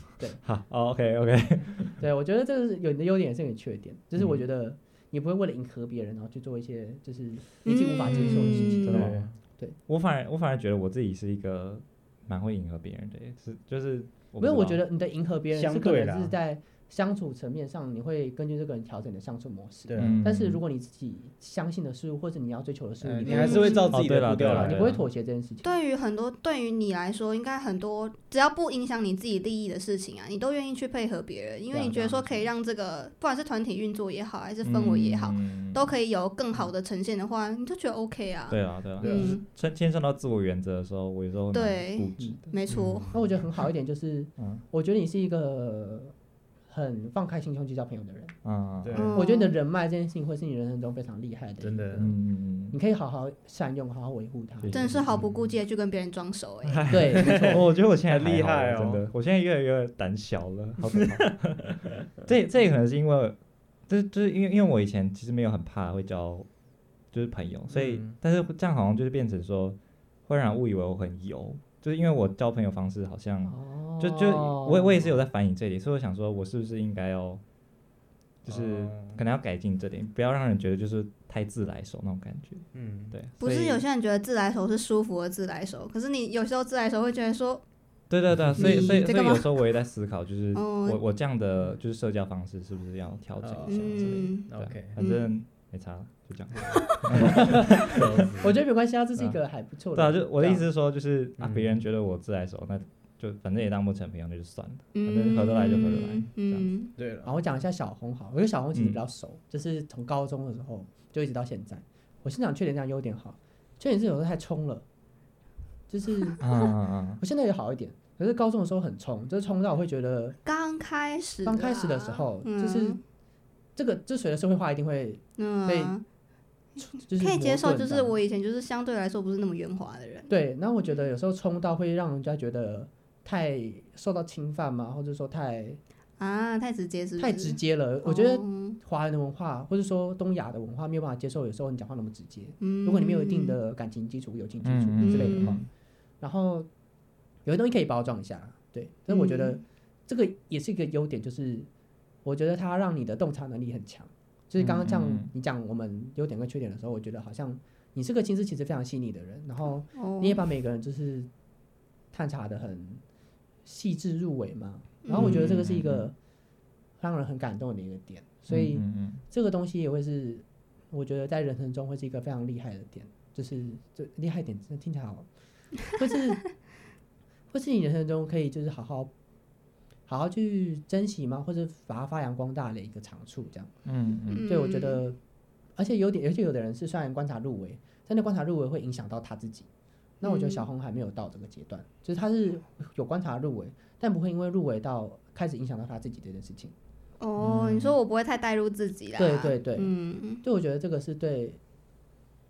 Speaker 2: 好，OK OK，
Speaker 4: 对，我觉得这个是有你的优点，也是有你的缺点，就是
Speaker 2: 嗯
Speaker 4: 我觉得你不会为了迎合别人，然后去做一些就是你自己无法接受的事情。
Speaker 1: 嗯
Speaker 2: 真的吗？
Speaker 4: 对，
Speaker 2: (laughs) 我反而我反而觉得我自己是一个蛮会迎合别人的耶，是就是，
Speaker 4: 没有，我觉
Speaker 2: 得
Speaker 4: 得你的迎合别人是
Speaker 3: 相
Speaker 4: 可
Speaker 3: 对
Speaker 4: 能
Speaker 3: 啦
Speaker 4: 是在相处层面上，你会根据这个人调整你的相处模式。
Speaker 3: 对啊
Speaker 2: 嗯哎
Speaker 4: 但是如果你自己相信的事物，或者你要追求的事物，
Speaker 3: 呃
Speaker 4: 你
Speaker 3: 你
Speaker 4: 不会
Speaker 3: 还是会照自己
Speaker 2: 哦对
Speaker 3: 的
Speaker 2: 啦
Speaker 3: 步调
Speaker 2: 对啦
Speaker 3: 来
Speaker 4: 你
Speaker 3: 的
Speaker 4: 不会妥协这件事情。
Speaker 1: 对于很多对于你来说，应该很多只要不影响你自己利益的事情啊，你都愿意去配合别人，因为
Speaker 3: 对啊
Speaker 1: 你觉得说可以让这个不管是团体运作也好，还是氛围也好，
Speaker 2: 嗯
Speaker 1: 都可以有更好的呈现的话，你就觉得 OK 啊。
Speaker 2: 对啊，对啊，
Speaker 3: 对
Speaker 1: 嗯
Speaker 2: 就是牵牵涉到自我原则的时候，我有时候蛮
Speaker 1: 对
Speaker 2: 固执
Speaker 1: 没错，
Speaker 4: 嗯那我觉得很好一点就是，
Speaker 2: 嗯
Speaker 4: 我觉得你是一个很放开心胸去交朋友的人。
Speaker 2: 啊，
Speaker 3: 对
Speaker 1: 嗯
Speaker 4: 我觉得你的人脉这件事情会是你人生中非常厉害的，
Speaker 3: 真的
Speaker 2: 嗯，
Speaker 4: 你可以好好善用，好好维护它。
Speaker 2: 对
Speaker 1: 真的是毫不顾忌的去跟别人装熟 (laughs) 哎、
Speaker 2: 嗯 (laughs)
Speaker 4: 对，没错
Speaker 2: 哦我我觉得我现在
Speaker 3: 很
Speaker 2: 还
Speaker 3: 厉
Speaker 2: 好欸
Speaker 3: 害
Speaker 2: 真
Speaker 3: 哦
Speaker 2: 的，我现在越来越胆
Speaker 3: (laughs)
Speaker 2: 小了，好可怕。这这也可能是因为，这就是因为因为我以前其实没有很怕会交就是朋友，所以、
Speaker 3: 嗯
Speaker 2: 但是这样好像就是变成说会让人误以为我很油，就是因为我交朋友方式好像
Speaker 4: 哦
Speaker 2: 就就我我也是有在反映这里，所以我想说我是不是应该要就是
Speaker 3: 哦
Speaker 2: 可能要改进这点，不要让人觉得就是太自来熟那种感觉，
Speaker 3: 嗯，
Speaker 2: 对，
Speaker 1: 不是
Speaker 2: 所以
Speaker 1: 有些人觉得自来熟是舒服的自来熟，可是你有时候自来熟会觉得说，
Speaker 2: 对对对，所以所以
Speaker 1: 你在
Speaker 2: 所以
Speaker 1: 干嘛
Speaker 2: 有时候我也在思考，就是
Speaker 1: 哦
Speaker 2: 我我这样的就是社交方式是不是要调整一下之类的。
Speaker 1: 嗯，
Speaker 2: 对
Speaker 3: (laughs)
Speaker 2: 啊
Speaker 3: OK
Speaker 2: 反正没差，就这样。
Speaker 4: 我觉得没关系啊，这是一个还不错
Speaker 2: 对
Speaker 4: 的。
Speaker 2: 啊，就我的意思是说，就是啊，
Speaker 3: 嗯
Speaker 2: 别人觉得我自来熟，那就反正也当不成朋友，那就 (laughs) 算了，反
Speaker 1: 嗯，
Speaker 2: 正合得来就合得来。这样
Speaker 1: 嗯，
Speaker 3: 对了，
Speaker 4: 然后我讲一下小红好了，我跟小红其实比较熟，就是从高中的时候就一直到现在。我先讲缺点，讲优点好。缺点是有时候太冲了，就是
Speaker 2: 啊啊啊！
Speaker 4: 我现在也好一点，可是高中的时候很冲，就是冲到我会觉得
Speaker 1: 刚开始
Speaker 4: 刚开始的
Speaker 1: 啊
Speaker 4: 时候
Speaker 1: 嗯
Speaker 4: 就是这个，就随着社会化一定会被
Speaker 1: 嗯，
Speaker 4: 就是
Speaker 1: 可以接受，
Speaker 4: 矛盾
Speaker 1: 就是
Speaker 4: 到
Speaker 1: 我以前就是相对来说不是那么圆滑的人，
Speaker 4: 对。那我觉得有时候冲到会让人家觉得太受到侵犯嘛，或者说太
Speaker 1: 啊，太直接是不是？
Speaker 4: 太直接了。我觉得
Speaker 1: 哦
Speaker 4: 华人的文化，或者说东亚的文化，没有办法接受有时候你讲话那么直接。
Speaker 1: 嗯，
Speaker 4: 如果你没有一定的感情基础、友情基础
Speaker 2: 嗯
Speaker 4: 之类的话，
Speaker 1: 嗯
Speaker 4: 然后有些东西可以包装一下，对。但是我觉
Speaker 2: 嗯
Speaker 4: 得这个也是一个优点，就是我觉得它让你的洞察能力很强。就是刚刚这样
Speaker 2: 嗯嗯嗯
Speaker 4: 你讲我们优点跟缺点的时候，我觉得好像你是个心思其实非常细腻的人，然后
Speaker 2: 嗯
Speaker 1: 哦
Speaker 4: 你也把每个人就是探查的很细致入微嘛。
Speaker 2: 嗯
Speaker 4: 然后我觉得这个是一个让人很感动的一个点，所以。
Speaker 2: 嗯嗯
Speaker 4: 这个东西也会是，我觉得在人生中会是一个非常厉害的点，就是这厉害点，真的听起来好， (laughs) 会是会是你人生中可以就是好好好好去珍惜吗？或者把它发扬光大的一个长处，这样。
Speaker 2: 嗯嗯
Speaker 1: 嗯
Speaker 4: 对，我觉得，而且有点，而且有的人是虽然观察入微，但那观察入微会影响到他自己。那我觉得小红还没有到这个阶段，就是他是有观察入微，但不会因为入微到开始影响到他自己这件事情。
Speaker 1: 哦，你说我不会太带入自己啦，
Speaker 4: 嗯对对对，
Speaker 1: 嗯
Speaker 4: 就我觉得这个是对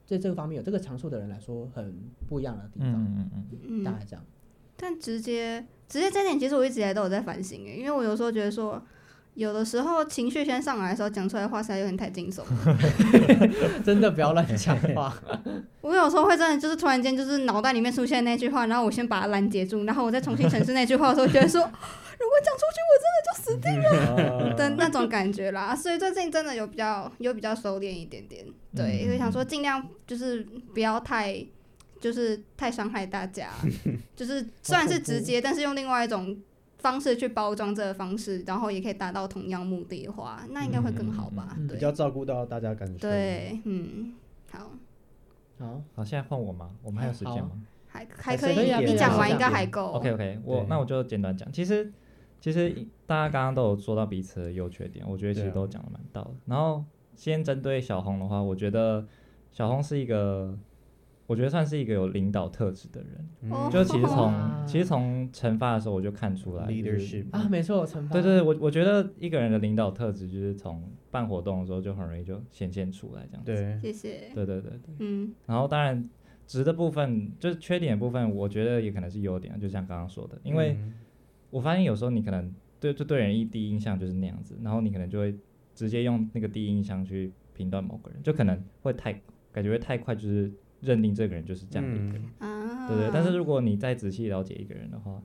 Speaker 4: 对这个方面有这个长处的人来说很不一样的地方，
Speaker 2: 嗯嗯
Speaker 4: 大
Speaker 1: 嗯，
Speaker 4: 概这样。 (laughs)
Speaker 1: 但直接直接这点，其实我一直以来都有在反省欸诶，因为我有时候觉得说。有的时候情绪先上来的时候，讲出来的话实在有点太惊悚了。 (laughs)
Speaker 4: 真的不要乱讲话，
Speaker 2: 嗯
Speaker 1: 我有时候会真的就是突然间就是脑袋里面出现那句话，然后我先把它拦截住，然后我再重新审视那句话的时候，觉得说如果讲出
Speaker 4: (laughs)
Speaker 2: 嗯。
Speaker 1: 的那种感觉啦，啊所以最近真的有比较有比较收敛一点点，对，
Speaker 2: 嗯
Speaker 1: 因为想说尽量就是不要太就是太伤害大
Speaker 4: (laughs)
Speaker 1: 家，就是虽然是直接，但是用另外一种方式去包装这个方式，然后也可以达到同样目的的话，那应该会更好吧？
Speaker 4: 嗯
Speaker 3: 比
Speaker 1: 对
Speaker 3: 较照顾到大家感受。，
Speaker 1: 对，嗯，好，
Speaker 4: (laughs) 好，
Speaker 2: 好，现在换我吗？我们还有时间吗？
Speaker 1: 还还
Speaker 3: 还
Speaker 1: 可
Speaker 3: 剩
Speaker 1: 以
Speaker 3: 一，点
Speaker 1: 你讲
Speaker 4: 还
Speaker 1: 完
Speaker 4: 剩
Speaker 1: 应该
Speaker 4: 一
Speaker 1: 还
Speaker 4: 点
Speaker 1: 够。
Speaker 2: OK OK，我
Speaker 3: 对
Speaker 2: 那我就简短讲。其实其实大家刚刚都有说到彼此的优缺点，我觉得其实
Speaker 3: 对啊
Speaker 2: 都讲的蛮到的。然后先针对小红的话，我觉得小红是一个，我觉得算是一个有领导特质的人。
Speaker 3: 嗯
Speaker 1: 哦
Speaker 2: 就其实从
Speaker 4: 哇
Speaker 2: 其实从惩罚的时候我就看出来就是
Speaker 3: ，leadership
Speaker 4: 啊，没错，惩罚，
Speaker 2: 对对，对，我我觉得一个人的领导特质就是从办活动的时候就很容易就显现出来这样子。
Speaker 3: 对，
Speaker 1: 谢谢，
Speaker 2: 对对对对。
Speaker 1: 嗯
Speaker 2: 然后当然值的部分就是缺点的部分，我觉得也可能是优点，啊就像刚刚说的，因为
Speaker 3: 嗯
Speaker 2: 我发现有时候你可能对就对人一第一印象就是那样子，然后你可能就会直接用那个第一印象去评断某个人，就可能会太感觉会太快，就是认定这个人就是这样
Speaker 3: 嗯
Speaker 2: 的一个人，
Speaker 1: 啊，
Speaker 2: 对不对？但是如果你再仔细了解一个人的话，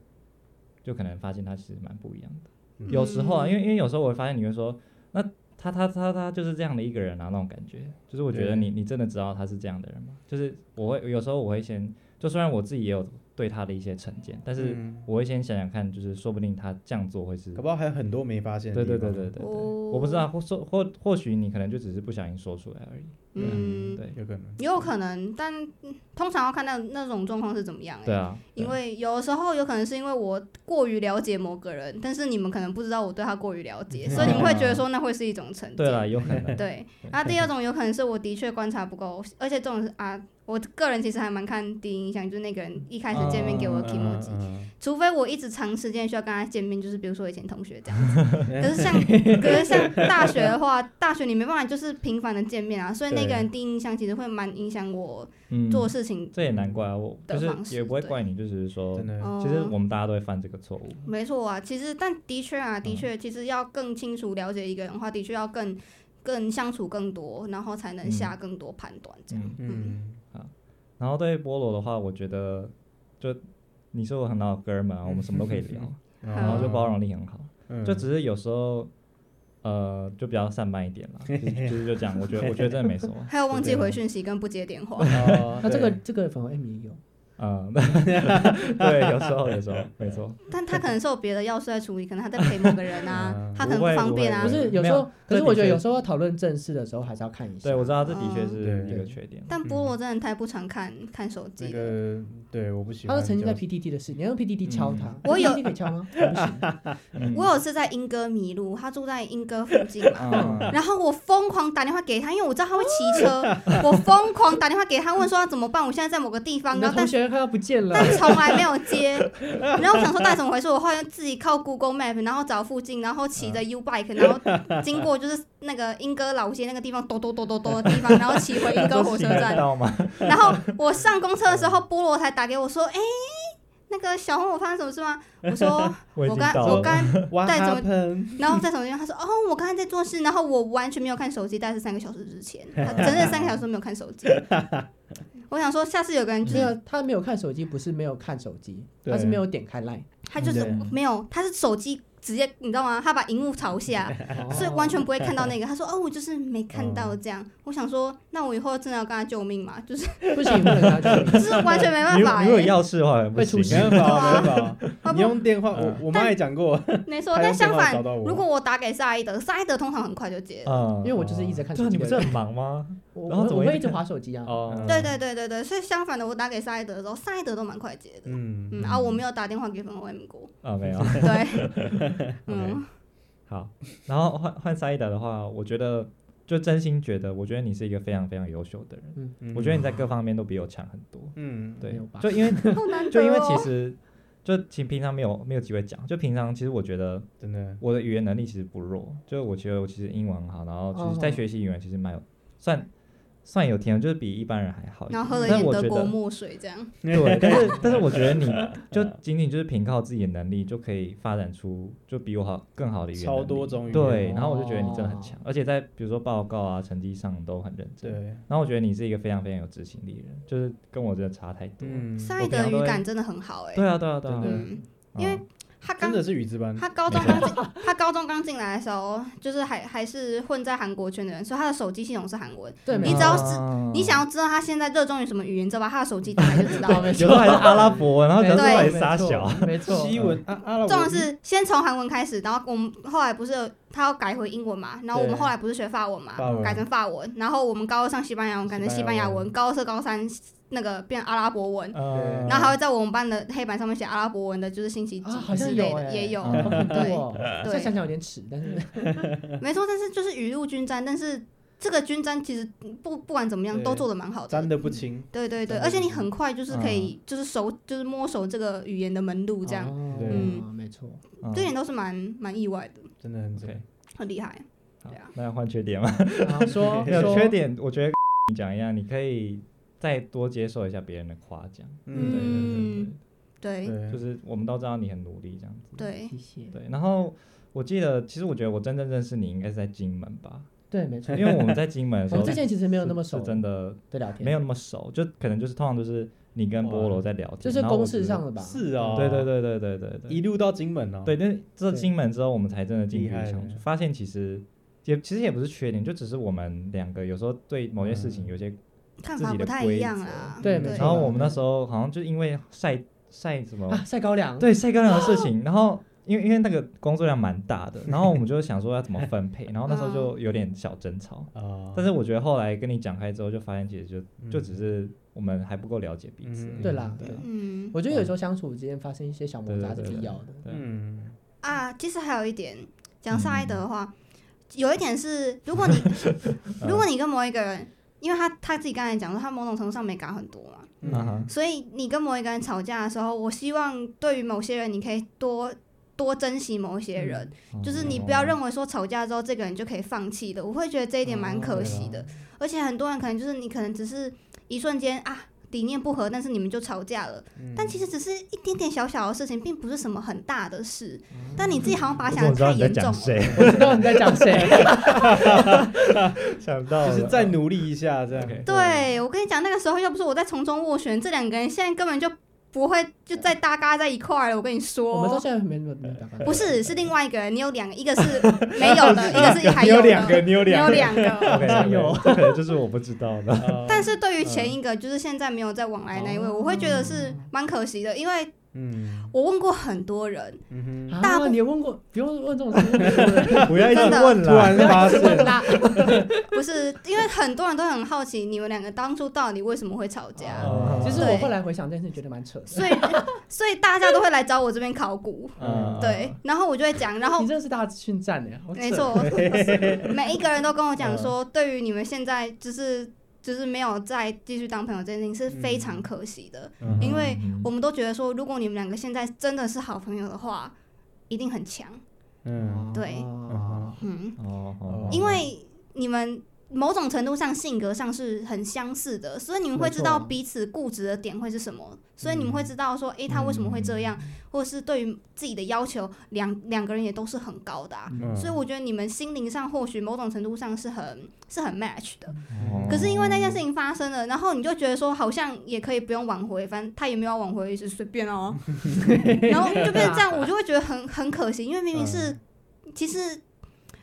Speaker 2: 就可能发现他其实蛮不一样的。
Speaker 3: 嗯
Speaker 2: 有时候啊，
Speaker 1: 嗯
Speaker 2: 因为因为有时候我会发现你会说，那他他他他就是这样的一个人啊，那种感觉，就是我觉得
Speaker 3: 对
Speaker 2: 你你真的知道他是这样的人吗？就是我会有时候我会先，就虽然我自己也有对他的一些成见，但是
Speaker 3: 嗯
Speaker 2: 我会先想想看，就是说不定他这样做会是，
Speaker 3: 搞不好还有很多没发现
Speaker 2: 对
Speaker 3: 的
Speaker 2: 对
Speaker 3: 地
Speaker 2: 对
Speaker 3: 方。
Speaker 2: 对对对，我
Speaker 1: 我
Speaker 2: 不知，道，或说或或许你可能就只是不小心说出来而已，
Speaker 1: 嗯，
Speaker 2: 对
Speaker 3: 有可能。
Speaker 1: 也有可能，但嗯通常要看那那种状况是怎么样、欸。
Speaker 2: 对啊，对
Speaker 1: 因
Speaker 2: 啊
Speaker 1: 为有时候有可能是因为我过于了解某个人，但是你们可能不知道我对他过于了解，所以你们会觉得说那会是一种成见。
Speaker 2: 对啊，有可能，
Speaker 1: 对，然后第二种有可能是我的确观察不够，而且这种是啊，我个人其实还蛮看第一印象，就是那个人一开始见面给我的 e m o
Speaker 3: 嗯
Speaker 1: 除非我一直长时间需要跟他见面，就是比如说以前同学这样子。可是像可是像大学的话，大学你没办法就是频繁的见面啊，所以那个人第一印象其实会蛮影响我
Speaker 2: (laughs) 嗯，
Speaker 1: 做事情。
Speaker 2: 这也难怪啊，我
Speaker 1: 的
Speaker 2: 就
Speaker 1: 方
Speaker 2: 是
Speaker 1: 式
Speaker 2: 也不会
Speaker 1: 对
Speaker 2: 怪你，就只是说
Speaker 3: 嗯真，的
Speaker 1: 哦
Speaker 2: 其实我们大家都会犯这个错误，
Speaker 1: 没错啊，其实但的确啊，的确，其实要更清楚了解一个人的话，的确要更更相处更多，然后才能下更多判断这样。
Speaker 2: 嗯
Speaker 3: 嗯，
Speaker 2: 然后对菠萝的话，我觉得就你是我很好的哥们啊，我们什么都可以
Speaker 1: (laughs)
Speaker 2: 聊，
Speaker 1: 嗯
Speaker 2: 然后就包容力很好，
Speaker 3: 哦嗯
Speaker 2: 就只是有时候呃就比较散漫一点
Speaker 3: (laughs)
Speaker 2: 啦，就是就是就这样，我觉得我觉得真的没什么，
Speaker 1: 还有忘记回讯息跟不接电话，
Speaker 3: 哦
Speaker 4: 那这个
Speaker 3: 对
Speaker 4: 这个粉红 M 也有，
Speaker 2: 嗯，对，有时候有时候没
Speaker 4: (laughs)
Speaker 2: 错，
Speaker 1: 但他可能是有别的要事在处理，可能他在陪某个人啊
Speaker 3: 嗯，
Speaker 1: 他可能方便啊
Speaker 4: 不
Speaker 2: 不。
Speaker 4: 是
Speaker 2: 会
Speaker 4: 有时
Speaker 2: 没
Speaker 4: 候
Speaker 2: 有，
Speaker 4: 可是
Speaker 2: 这
Speaker 4: 我
Speaker 2: 的
Speaker 4: 觉得
Speaker 2: 确
Speaker 4: 有时候讨论正事的时候还是要看一下。
Speaker 2: 对我知道这的确是
Speaker 1: 啊
Speaker 3: 嗯
Speaker 2: 一个
Speaker 3: 对
Speaker 2: 缺点，
Speaker 1: 但菠萝真的太不常看看手
Speaker 3: 那
Speaker 1: 机了。
Speaker 3: 个对，我不喜欢
Speaker 1: 哦
Speaker 3: 交。
Speaker 4: 他是曾经在 PTT 的事，你要
Speaker 2: 嗯
Speaker 4: 用 PTT 敲他，
Speaker 1: 我有
Speaker 4: PTT 可以敲吗？不
Speaker 1: (laughs)
Speaker 4: 行
Speaker 1: 我有次在英歌迷路，他住在英歌附近
Speaker 2: (laughs)
Speaker 1: 嘛，
Speaker 2: 嗯，
Speaker 1: 然后我疯狂打电话给他，因为我知道他会骑车，我疯狂打电话给他问说要怎么办，我现在在某个地方，
Speaker 4: 你
Speaker 1: 然
Speaker 4: 的
Speaker 1: 后但
Speaker 4: 同学快要不见了
Speaker 1: 但。是从来没
Speaker 2: (laughs)
Speaker 1: 有接。然后我想说到底怎么回事，我后来自己靠 Google Map，然后找附近，然后骑
Speaker 2: 啊
Speaker 1: 着 U bike，然后经过就是那个莺歌老街那个地方，哆哆哆哆哆的地方，然后骑回莺歌火车站。
Speaker 2: 到吗？
Speaker 1: 然后我上公车的时候，菠萝才打给我说：“哎、那个小红，我发生什么事吗？”我说
Speaker 2: (laughs) 我已：“
Speaker 1: 我
Speaker 2: 经
Speaker 1: 刚
Speaker 2: 到
Speaker 1: 我
Speaker 2: 了，
Speaker 1: 刚。”
Speaker 3: 哇
Speaker 1: 带怎么
Speaker 3: 喷，
Speaker 1: 然后在手机上，他说：“哦，我刚才在做事，然后我完全没有看手机，大概是三个小时之前，他 (laughs) 整整
Speaker 2: (laughs)
Speaker 1: 三个小时都没有看手机。”我想说，下次有个人就
Speaker 4: 没
Speaker 1: 是
Speaker 4: 有，他没有看手机，不是没有看手机，
Speaker 3: 对
Speaker 4: 他是没有点开 Line，
Speaker 1: 他就是
Speaker 3: 对
Speaker 1: 没有，他是手机直接你知道吗？他把荧幕朝
Speaker 2: (laughs)
Speaker 1: 下，
Speaker 2: 哦
Speaker 1: 所以完全不会看到那个。他说：“哦，我就是没看到这样。”我想说，那我以后真的要跟他救命嘛？就是
Speaker 4: 哦不行，不
Speaker 2: (laughs)
Speaker 4: 能跟他讲
Speaker 1: 就是完全没办
Speaker 2: 如
Speaker 1: 法、
Speaker 2: (laughs) 如果
Speaker 1: 欸。
Speaker 2: 要钥匙的话不
Speaker 4: 会出
Speaker 2: 行啊
Speaker 3: 没，办法，没办
Speaker 1: (laughs) 他不
Speaker 3: 法，你用电话，我
Speaker 2: 嗯
Speaker 3: 我妈也讲过，
Speaker 1: 没错，
Speaker 3: 他
Speaker 1: 但
Speaker 3: 用电
Speaker 1: 相
Speaker 3: 话
Speaker 1: 反
Speaker 3: 找，到我
Speaker 1: 如果我打给萨伊德，萨伊德通常很快就接了。
Speaker 2: 嗯，
Speaker 4: 因为我就是一直在看
Speaker 2: 对
Speaker 4: 手
Speaker 2: 啊，
Speaker 4: 机
Speaker 2: 你不
Speaker 4: 的
Speaker 2: 是
Speaker 4: 人，
Speaker 2: 很忙吗？
Speaker 4: 我
Speaker 2: 然后
Speaker 4: 我
Speaker 2: 怎么
Speaker 4: 我
Speaker 2: 一直
Speaker 4: 会一直
Speaker 2: 看
Speaker 4: 划手机啊。
Speaker 2: 哦，
Speaker 1: 对对对对对，所以相反的，我打给萨伊德的时候，萨伊德都蛮快接的。
Speaker 3: 嗯，
Speaker 1: 嗯啊，我没有打电话给粉红 M
Speaker 2: (laughs)
Speaker 1: 过。
Speaker 2: 啊，
Speaker 4: (laughs)
Speaker 2: 没有。
Speaker 1: 对，
Speaker 2: (laughs)
Speaker 1: 嗯，
Speaker 2: 好，然后换换萨伊德的话，我觉得就真心觉得，我觉得你是一个非常非常优秀的人，
Speaker 3: 嗯
Speaker 2: 我觉得你在各方面都比我强很多。
Speaker 3: 嗯，
Speaker 2: 对
Speaker 4: 没有吧，
Speaker 2: 就因为
Speaker 1: 好难得、哦。
Speaker 2: 就因为其
Speaker 4: (laughs)
Speaker 2: 实就其实平常没有没有机会讲，就平常其实我觉得
Speaker 3: 真的，
Speaker 2: 我的语言能力其实不弱，就我觉得我其实英文很好，然后就是在
Speaker 4: 哦
Speaker 2: 学习语言其实蛮有算算有天赋，就是比一般人还好一点。
Speaker 1: 然后喝了一
Speaker 2: 但
Speaker 1: 点
Speaker 2: 我
Speaker 1: 德
Speaker 2: 觉
Speaker 1: 国
Speaker 2: 得
Speaker 1: 墨水，这
Speaker 2: 嗯
Speaker 1: 样
Speaker 2: 对，
Speaker 1: (laughs)
Speaker 2: 但是但是我觉得你就仅仅就是凭靠自己的能力就可以发展出就比我好更好的语言能力，
Speaker 3: 超多种语言
Speaker 2: 对，然后我就觉得你真的很
Speaker 4: 哦
Speaker 2: 强，而且在比如说报告啊、成绩上都很认真。
Speaker 3: 对，
Speaker 2: 然后我觉得你是一个非常非常有执行力的人，就是跟我真的差太多。
Speaker 3: 嗯，
Speaker 1: 萨伊德语感真的很好哎、
Speaker 2: 对啊，对啊，对啊
Speaker 3: 真。的
Speaker 1: 嗯，因为
Speaker 2: 嗯
Speaker 1: 他刚
Speaker 3: 真的是语之班，
Speaker 1: 他高中刚进，他高中刚进来的时候，就是还还是混在韩国圈的人，所以他的手机系统是韩文。
Speaker 2: 嗯
Speaker 4: 对，没
Speaker 1: 你
Speaker 4: 有
Speaker 1: 只要是
Speaker 3: 啊
Speaker 2: 是
Speaker 1: 你想要知道他现在热衷于什么语言，知道吧？他的手机打开就知道
Speaker 4: 对
Speaker 1: 了。
Speaker 4: 没
Speaker 2: 有时候还是阿拉伯文，然后
Speaker 4: 没
Speaker 2: 讲
Speaker 4: 错
Speaker 2: 出来
Speaker 1: 对
Speaker 2: 傻小。，
Speaker 4: 没错，
Speaker 3: 西文啊阿
Speaker 1: (laughs)
Speaker 3: 拉伯
Speaker 1: 重点是先从韩文开始，然后我们后来不是有他要改回英文嘛，然后我们
Speaker 3: 对
Speaker 1: 后来不是学法文嘛
Speaker 3: 法文，
Speaker 1: 改成法文，然后我们高二上西班牙文改成西班牙文，
Speaker 3: 西
Speaker 1: 高二升高三那个变阿拉伯文，
Speaker 2: 嗯
Speaker 1: 然后还会在我们班的黑板上面写阿拉伯文的，就是星期几
Speaker 4: 啊，好
Speaker 1: 之
Speaker 4: 像
Speaker 1: 类
Speaker 4: 有
Speaker 1: 的，
Speaker 4: 哎，
Speaker 1: 也有，
Speaker 4: 好恐
Speaker 1: (laughs)
Speaker 4: 怖
Speaker 1: 对
Speaker 4: 哦现在
Speaker 1: 对
Speaker 4: 想想有点耻，但是
Speaker 1: 没错。但是就是雨露均沾，但是这个均沾其实不不管怎么样
Speaker 3: 对
Speaker 1: 都做的蛮好
Speaker 3: 沾
Speaker 1: 的。
Speaker 3: 的不清，
Speaker 1: 对对对，
Speaker 3: 沾得
Speaker 1: 而且你
Speaker 3: 不错
Speaker 1: 很快就是可以就是熟就是摸熟这个语言的门路，这样
Speaker 4: 哦
Speaker 3: 对
Speaker 4: 嗯，没错，
Speaker 1: 这点都是蛮蛮意外的，
Speaker 3: 真的很
Speaker 2: OK，
Speaker 3: 真，
Speaker 1: 很厉害。
Speaker 2: 好
Speaker 1: 对啊，
Speaker 2: 那要换缺点吗？
Speaker 4: 然后说
Speaker 2: (laughs) 没有
Speaker 4: 说
Speaker 2: 缺点，我觉得你讲一样，你可以再多接受一下别人的夸奖。对
Speaker 3: 嗯，
Speaker 1: 嗯对
Speaker 2: 对对
Speaker 3: 对
Speaker 2: 对，就，是我们都知道你很努力这样子。
Speaker 1: 对，
Speaker 4: 谢谢，
Speaker 2: 对，然后我记得，其实我觉得我真正认识你应该是在金门吧，
Speaker 4: 对，没错，
Speaker 2: 因 (laughs) 为我们在金门的时
Speaker 4: 我
Speaker 2: 候
Speaker 4: 们哦之前其实没有
Speaker 2: 是
Speaker 4: 那么
Speaker 2: 是
Speaker 4: 熟
Speaker 2: 真的
Speaker 4: 的聊天，
Speaker 2: 没有那么熟，就可能就是通常都是你跟菠萝在聊天，
Speaker 4: 就是
Speaker 2: 然后我
Speaker 4: 公
Speaker 2: 只
Speaker 4: 事上。的吧？
Speaker 3: 是哦，
Speaker 2: 对对对对对对对。
Speaker 3: 一路到金门哦，
Speaker 2: 啊对，但是这
Speaker 4: 对
Speaker 2: 金门之后，我们才真的进去
Speaker 3: 厉害
Speaker 2: 相处，
Speaker 3: 了
Speaker 2: 发现其实也其实也不是缺点，就只是我们两个有时候对某些事情有些，
Speaker 1: 看
Speaker 2: 自
Speaker 1: 法
Speaker 2: 己
Speaker 1: 不
Speaker 2: 的
Speaker 1: 太
Speaker 2: 规
Speaker 1: 一样啊
Speaker 2: 则
Speaker 1: 啦。
Speaker 4: 对没
Speaker 1: 对
Speaker 4: 错
Speaker 2: 然后我们那时候好像就因为晒晒什么
Speaker 4: 啊，晒高粱，
Speaker 2: 对晒干粮的事情，然后因为因为那个工作量蛮大的，然后我们就想说要怎么分配，然后那时候就有点小争吵，
Speaker 3: 啊
Speaker 2: 但是我觉得后来跟你讲开之后，就发现其实就
Speaker 3: 嗯
Speaker 2: 就只是我们还不够了解彼此而已。
Speaker 3: 嗯
Speaker 4: 对啦
Speaker 2: 对
Speaker 4: 对啦
Speaker 1: 嗯
Speaker 4: 我觉得有时候相处之间发生一些小摩擦是
Speaker 2: 对对对
Speaker 4: 必要的。
Speaker 2: 对
Speaker 3: 嗯，
Speaker 1: 啊，其实还有一点，讲上一德的话，有一点是，如果你 (laughs) 如果你跟某一个人，因为他他自己刚才讲说，他某种程度上美感很多嘛，
Speaker 3: 嗯
Speaker 2: 啊哈，
Speaker 1: 所以你跟某一个人吵架的时候，我希望对于某些人，你可以多多珍惜某一些人，
Speaker 2: 嗯哦
Speaker 1: 就是你不要认为说吵架之后这个人就可以放弃的，我会觉得这一点蛮可惜
Speaker 2: 嗯啊
Speaker 1: 的。而且很多人可能就是你可能只是一瞬间啊理念不合，但是你们就吵架了，
Speaker 2: 嗯
Speaker 3: 嗯
Speaker 1: 但其实只是一点点小小的事情，并不是什么很大的事。但你自己好像把它想的
Speaker 2: 我嗯知道
Speaker 1: 太
Speaker 2: 你在
Speaker 1: 严重
Speaker 2: 讲
Speaker 1: 了。
Speaker 2: 谁，
Speaker 4: 我知道你在讲谁，
Speaker 2: (laughs) 想到
Speaker 3: 就
Speaker 2: 了
Speaker 3: 是
Speaker 2: (laughs)
Speaker 3: 再努力一下这样。
Speaker 2: OK
Speaker 1: 对，我跟你讲，那个时候要不是我在从中斡旋，这两个人现在根本就不会就在搭嘎在一块儿了。我跟你
Speaker 4: 我们到
Speaker 1: 说，
Speaker 4: 现在没没没打
Speaker 3: (laughs)
Speaker 4: 扮。
Speaker 1: 不是，是另外一个人，你有两个，一个是没有的，一个是还
Speaker 3: 呃你有
Speaker 1: 的，
Speaker 3: 两个，你有
Speaker 1: 你
Speaker 3: 两
Speaker 1: 有
Speaker 3: 个，
Speaker 1: 两
Speaker 3: (laughs)
Speaker 1: 个。
Speaker 2: OK，有，这可能就是我不知道的。
Speaker 3: 啊
Speaker 1: 但是对于前一个，就是现在没有在往来那一位，
Speaker 3: 哦
Speaker 1: 我会觉得是蛮可惜的，因为
Speaker 3: 嗯
Speaker 1: 我问过很多人，
Speaker 3: 嗯哼，
Speaker 1: 大
Speaker 4: 啊，
Speaker 1: 部
Speaker 4: 你有问过，不用问这种事
Speaker 2: (laughs)
Speaker 4: 情。
Speaker 2: 不要一直
Speaker 1: 真的
Speaker 2: 问
Speaker 3: 突然
Speaker 2: 啦，
Speaker 3: 发
Speaker 4: (laughs)
Speaker 3: 现
Speaker 4: 问啦，
Speaker 1: 不是 (laughs) 因为很多人都很好奇你们两个当初到底为什么会吵架，
Speaker 2: 哦
Speaker 4: 其实
Speaker 1: 对
Speaker 4: 我后来回想这件事，觉得蛮扯的。
Speaker 1: 所以 (laughs) 所以大家都会来找我这边考古，
Speaker 3: 嗯
Speaker 1: 对，然后我就会讲，然后
Speaker 4: 你真的是大训战哎，好扯
Speaker 1: 哦没，错， (laughs) 每一个人都跟我讲
Speaker 3: 嗯
Speaker 1: 说，对于你们现在就是就是没有再继续当朋友这件事情
Speaker 3: 嗯
Speaker 1: 是非常可惜的。因为
Speaker 4: 嗯
Speaker 1: 我们都觉得说，如果你们两个现在真的是好朋友的话，一定很强。
Speaker 3: 嗯
Speaker 1: 对
Speaker 4: 哦
Speaker 1: 嗯，
Speaker 2: 哦哦，
Speaker 1: 因为你们某种程度上性格上是很相似的，所以你们会知道
Speaker 4: 没错嗯
Speaker 1: 彼此固执的点会是什么，所以你们会知道说，诶，他为什么会这样，或者是对于自己的要求，两两个人也都是很高的啊、
Speaker 3: 嗯
Speaker 1: 所以我觉得你们心灵上或许某种程度上是很是很 match 的，
Speaker 2: 哦
Speaker 1: 可是因为那件事情发生了，然后你就觉得说好像也可以不用挽回，反正他也没有要挽回的意思，随便哦。然后就变成这样，我就会觉得很很可惜，因为明明是、其实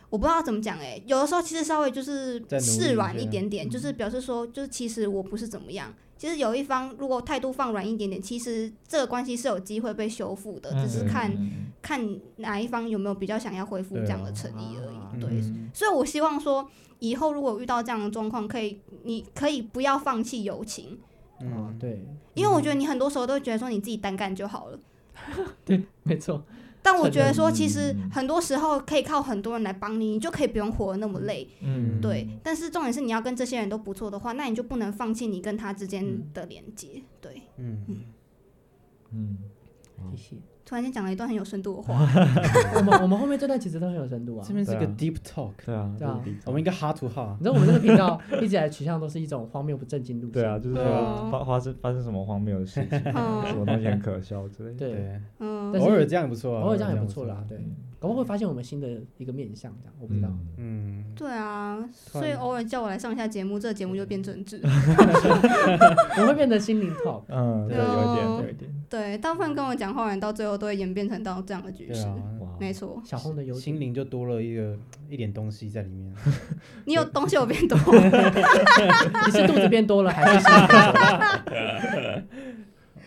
Speaker 1: 我不知道怎么讲哎、有的时候其实稍微就是
Speaker 3: 再努力一
Speaker 1: 示软
Speaker 3: 些
Speaker 1: 一点点，就是表示说就是其实我不是怎么样。其实有一方如果态度放软一点点，其实这个关系是有机会被修复的，只是看、
Speaker 2: 嗯
Speaker 1: 看哪一方有没有比较想要恢复这样的诚意而
Speaker 4: 啊
Speaker 1: 已。
Speaker 3: 嗯
Speaker 1: 对，所以我希望说，以后如果遇到这样的状况，可以，你可以不要放弃友情，
Speaker 3: 嗯
Speaker 4: 哦，对
Speaker 1: 因为我觉得你很多时候都会觉得说你自己单干就好了。
Speaker 4: 对，没错，
Speaker 1: 但我觉得说，其实
Speaker 3: 嗯
Speaker 1: 很多时候可以靠很多人来帮你，你就可以不用活得那么累。
Speaker 2: 嗯
Speaker 1: 对，但是重点是你要跟这些人都不错的话，那你就不能放弃你跟他之间的连接。对，
Speaker 3: 嗯，
Speaker 2: 嗯，
Speaker 4: 谢谢。
Speaker 1: 突然间讲了一段很有深度
Speaker 3: 啊
Speaker 1: 的话，
Speaker 4: 我们我们后面这段其实都很有深度啊
Speaker 3: 这。边是一个
Speaker 2: 对啊
Speaker 3: deep talk，
Speaker 2: 对啊，
Speaker 4: 对啊
Speaker 3: 我们一个 hard to hard，
Speaker 4: 你知道我们这个频道一直以来取向都是一种荒谬不正经路线。
Speaker 2: 对啊，就是说发发生发生什么荒谬的事情，什
Speaker 1: 嗯
Speaker 2: 么东西很可笑之类的。
Speaker 4: 对，
Speaker 3: 对，
Speaker 1: 嗯，
Speaker 4: 但是
Speaker 3: 偶尔这样也不错啊，
Speaker 4: 偶尔这样也不
Speaker 3: 不
Speaker 4: 错啦。对，搞不好会发现我们新的一个面相，这样我不知道。
Speaker 2: 嗯
Speaker 3: 嗯，
Speaker 1: 对啊，
Speaker 3: 突然
Speaker 1: 所以偶尔叫我来上一下节目，这个节目就变政治。
Speaker 4: 我会变得心灵 talk。
Speaker 2: 嗯，对，
Speaker 1: 对啊
Speaker 2: 有一点，有一点。
Speaker 1: 对，大部分跟我讲话的人到最后都会演变成到这样的局
Speaker 3: 对
Speaker 1: 势。
Speaker 3: 啊，
Speaker 2: 哇，
Speaker 1: 没错，
Speaker 4: 小红的优点
Speaker 3: 心灵就多了一个一点东西在里面，
Speaker 1: 你有东西有变多，
Speaker 4: 你是肚子变多了还是心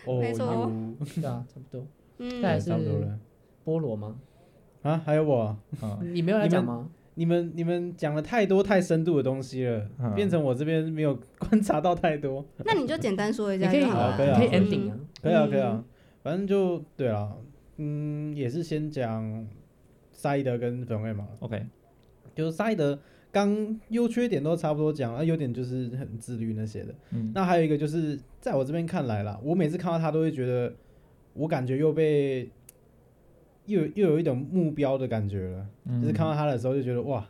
Speaker 3: 哦
Speaker 1: 没错
Speaker 3: 有
Speaker 4: 灵？对啊，差不多。再
Speaker 1: 嗯
Speaker 4: 来
Speaker 3: 对差不多
Speaker 4: 是
Speaker 3: 了
Speaker 4: 菠萝吗？
Speaker 3: 啊，还有我，
Speaker 2: 嗯
Speaker 4: 你没有要讲吗？
Speaker 3: 你们你们讲了太多太深度的东西了，
Speaker 2: 嗯
Speaker 3: 变成我这边没有观察到太多，
Speaker 1: 那你就简单说一
Speaker 4: 你
Speaker 1: 下
Speaker 4: 可以，
Speaker 1: 就
Speaker 4: 你
Speaker 1: 好了。
Speaker 3: 可以啊
Speaker 4: 可以 ending 啊。
Speaker 3: 可以啊
Speaker 1: 嗯
Speaker 3: 可以啊，反正就对啊，嗯，也是先讲沙伊德跟粉味嘛，
Speaker 2: ，OK，
Speaker 3: 就是沙伊德刚优缺点都差不多讲，啊，优点就是很自律那些的。
Speaker 2: 嗯，
Speaker 3: 那还有一个就是，在我这边看来啦，我每次看到他都会觉得，我感觉又被又有又有一种目标的感觉了。
Speaker 2: 嗯
Speaker 3: 就是看到他的时候就觉得哇，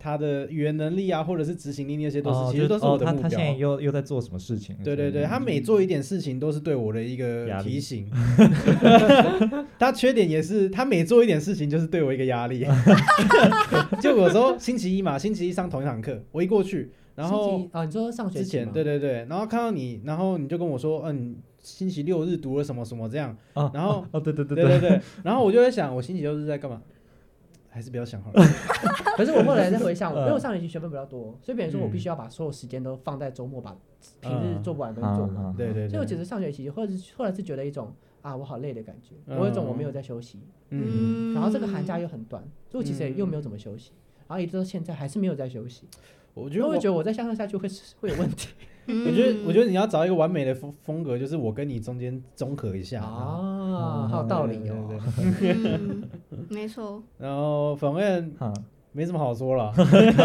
Speaker 3: 他的语言能力啊，或者是执行力那些都是，
Speaker 2: 哦
Speaker 3: 其实都是
Speaker 2: 哦
Speaker 3: 我的
Speaker 2: 他
Speaker 3: 目
Speaker 2: 他现在
Speaker 3: 标。
Speaker 2: 又又在做什么事情？
Speaker 3: 对对对，他每做一点事情都是对我的一个
Speaker 2: 嗯压力
Speaker 3: 提
Speaker 2: (laughs)
Speaker 3: 醒。 (laughs) 他缺点也是，他每做一点事情就是对我一个压
Speaker 2: (laughs)
Speaker 3: 力。就有时候星期一嘛，星期一上同一堂课，我一过去，然后
Speaker 4: 星期啊，你说上学
Speaker 3: 之
Speaker 4: 期
Speaker 3: 前
Speaker 4: 吗
Speaker 3: 对对对，然后看到你，然后你就跟我说，嗯、你星期六日读了什么什么这样，
Speaker 2: 哦
Speaker 3: 然后
Speaker 2: (laughs) 哦，对对对
Speaker 3: 对对，对，然后我就在想，我星期六日在干嘛？还是不要想
Speaker 2: (laughs)
Speaker 3: 好了。
Speaker 4: 可是我后来再回想，
Speaker 2: 嗯
Speaker 4: 因为我上学期学分比较多，所以别人说我必须要把所有时间都放在周末，把平日做不完的东西做完。
Speaker 2: 嗯
Speaker 3: 对对
Speaker 4: 所以我
Speaker 3: 对，
Speaker 4: 觉得上学期，或者是后来是觉得一种啊，我好累的感觉，
Speaker 3: 嗯
Speaker 4: 我有一种我没有在休息，
Speaker 3: 嗯，
Speaker 4: 然后这个寒假又很短，所以我其实也
Speaker 3: 嗯
Speaker 4: 又没有怎么休息，然后一直到现在还是没有在休息，
Speaker 3: 我觉
Speaker 4: 因
Speaker 3: 得
Speaker 4: 为我会
Speaker 3: 我
Speaker 4: 觉得我再这样下去会是会有
Speaker 2: (laughs)
Speaker 4: 问题
Speaker 1: 嗯
Speaker 3: 我觉得我觉得你要找一个完美的风风格，就是我跟你中间综合一下。
Speaker 4: 啊，好有道理
Speaker 3: 对对
Speaker 4: 哦
Speaker 3: 对。
Speaker 1: 嗯没
Speaker 3: (laughs)
Speaker 1: 错，
Speaker 3: 然后反正 (laughs)
Speaker 2: 嗯
Speaker 3: 没什么好说
Speaker 2: (laughs)
Speaker 3: 了，
Speaker 4: (laughs) 啊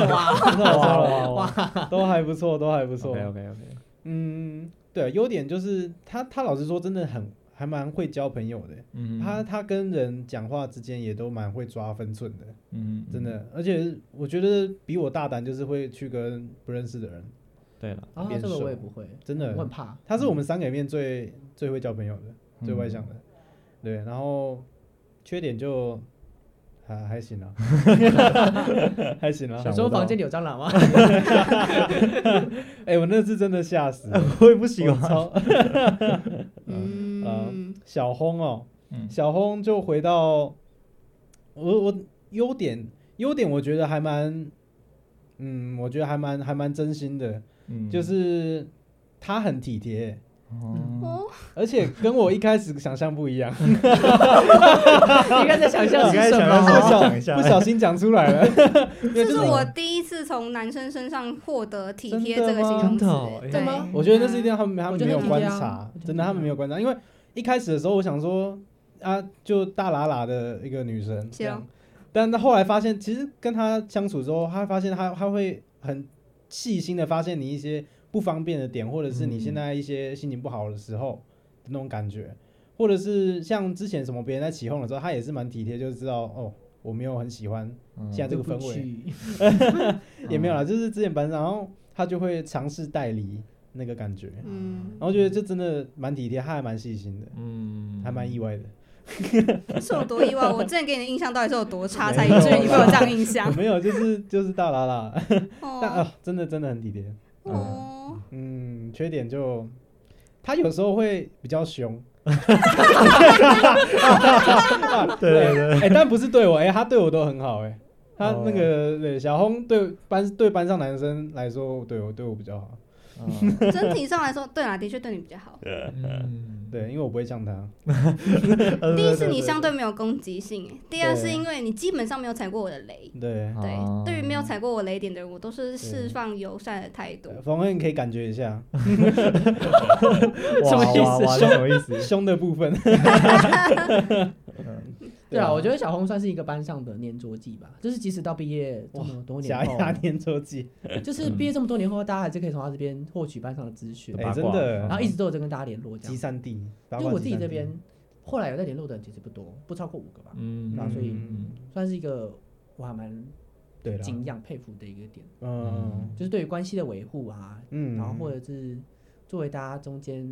Speaker 2: 哇哇哇
Speaker 3: 都还不错，都还不错
Speaker 2: ，OK。OK OK，
Speaker 3: 嗯，对，优点就是他他老实说真的很还蛮会交朋友的，
Speaker 2: 嗯
Speaker 3: 他他跟人讲话之间也都蛮会抓分寸的，
Speaker 2: 嗯
Speaker 3: 真的。而且我觉得比我大胆，就是会去跟不认识的人，
Speaker 2: 对了，
Speaker 4: 啊，这个我也不会，
Speaker 3: 真的
Speaker 4: 我很怕。
Speaker 3: 他是我们三个里面最最会交朋友
Speaker 2: 嗯
Speaker 3: 的，最外向的。对，然后缺点就还、还行
Speaker 2: (laughs)
Speaker 3: 啊，还行啊
Speaker 2: 想。
Speaker 4: 小
Speaker 2: 不
Speaker 4: 时候
Speaker 2: 到
Speaker 4: 房间里有蟑螂吗？ (laughs)
Speaker 3: 哎、我那次真的吓死了，
Speaker 2: (laughs) 我也不
Speaker 3: 我超
Speaker 1: 嗯，
Speaker 3: 小轰哦，
Speaker 2: 嗯
Speaker 3: 小轰就回到我我优点优点，我觉得还蛮，嗯，我觉得还蛮还蛮真心的，
Speaker 2: 嗯
Speaker 3: 就是他很体贴，
Speaker 2: 哦
Speaker 1: 哦，
Speaker 3: 而且跟我一开始想象不一
Speaker 2: (laughs)
Speaker 3: 样。
Speaker 4: 你刚才想象
Speaker 2: 你刚才
Speaker 4: 是什
Speaker 2: 想
Speaker 3: 不
Speaker 2: 象
Speaker 4: 么？
Speaker 2: 是
Speaker 3: 小
Speaker 2: 讲一下
Speaker 3: 不小心讲出来了， (laughs) 因
Speaker 1: 这
Speaker 3: 为就是
Speaker 1: 我第一次从男生身上获得体贴
Speaker 3: 真的
Speaker 1: 这个形容词
Speaker 2: 吗真的哦，
Speaker 1: 哎
Speaker 2: 哎
Speaker 1: 对
Speaker 4: 真的吗
Speaker 3: 我觉得那是一定他们他
Speaker 4: 我
Speaker 3: 们
Speaker 4: 觉
Speaker 3: 没
Speaker 4: 得
Speaker 3: 有
Speaker 4: 很
Speaker 3: 观
Speaker 4: 低调
Speaker 3: 察
Speaker 4: 我觉，
Speaker 3: 真
Speaker 4: 得很
Speaker 3: 的他们
Speaker 4: 低
Speaker 3: 没有观察，因为一开始的时候我想说啊，就大喇喇的一个女生这
Speaker 4: 哦
Speaker 3: 样
Speaker 1: 行，
Speaker 3: 但她后来发现，其实跟她相处之后，她发现她她会很细心的发现你一些不方便的点，或者是
Speaker 4: 嗯
Speaker 3: 你现在一些心情不好的时候的那种感觉，或者是像之前什么别人在起哄的时候，她也是蛮体贴，就是知道哦。我没有很喜欢，
Speaker 4: (laughs)
Speaker 3: 现在这个氛围，
Speaker 2: (laughs)
Speaker 4: 围，
Speaker 3: 也没有
Speaker 4: 嗯
Speaker 3: 啦，就是之前班上，然后他就会尝试代理那个感觉，
Speaker 1: 嗯，
Speaker 3: 然后觉得这真的蛮体贴，他还蛮细心的，
Speaker 2: 嗯
Speaker 3: 还蛮意外的。
Speaker 1: 是有多意外？我之前给你的印象到底是有多差，才以
Speaker 3: 没有？
Speaker 1: 至于你会有这样印象
Speaker 3: 没有，就是 (laughs) 就是大拉拉， (laughs) 但
Speaker 1: 哦
Speaker 3: 啊，真的真的很体贴。 (laughs)
Speaker 1: 哦，
Speaker 3: 嗯，缺点就他有时候会比较凶。 (laughs)
Speaker 2: 对对
Speaker 3: 哎、但不是对我，哎、他对我都很好、哎，他那
Speaker 2: 哦
Speaker 3: 个、对小红对班对班上男生来说，对我对我比较好，
Speaker 2: 啊
Speaker 4: (laughs)
Speaker 1: 整体上来说，对啦，的确对你比较好。
Speaker 2: 嗯，
Speaker 3: 对，因为我不会像他，呃
Speaker 1: 第一是你相对没有攻击性，哎第二
Speaker 3: 对
Speaker 1: 是因为你基本上没有踩过我的雷。
Speaker 3: 对，
Speaker 1: 对
Speaker 2: 哦，
Speaker 1: 对于没有踩过我雷点的人，我都是释放友善的态度。
Speaker 3: 冯恩你可以感觉一下
Speaker 2: 什么意思？什么意思？
Speaker 3: (laughs) 凶的部分，
Speaker 4: 对啊，
Speaker 3: (laughs) 啊
Speaker 4: 我觉得小红算是一个班上的粘着剂吧，就是即使到毕业这么多
Speaker 3: 假
Speaker 4: 年后，
Speaker 3: 牙粘着剂，
Speaker 4: (laughs)
Speaker 3: (laughs)
Speaker 4: 就是
Speaker 3: 嗯
Speaker 4: 毕业这么多年后，大家还是可以从他这边获取班上的资讯
Speaker 2: 对，
Speaker 3: 哎、
Speaker 2: 八卦
Speaker 3: 真的，嗯
Speaker 2: 嗯
Speaker 4: 然后一直都有在跟大家联络这
Speaker 3: 集
Speaker 4: 样。
Speaker 3: 散地，
Speaker 4: 因为我自己这边后来有在联络的人其实不多，不超过五个吧，
Speaker 2: 嗯
Speaker 4: 那所以
Speaker 3: 嗯
Speaker 4: 算是一个我还蛮
Speaker 3: 对了，
Speaker 4: 敬仰佩服的一个点，
Speaker 3: 嗯
Speaker 4: 就是对于关系的维护啊，
Speaker 3: 嗯，
Speaker 4: 然后或者是作为大家中间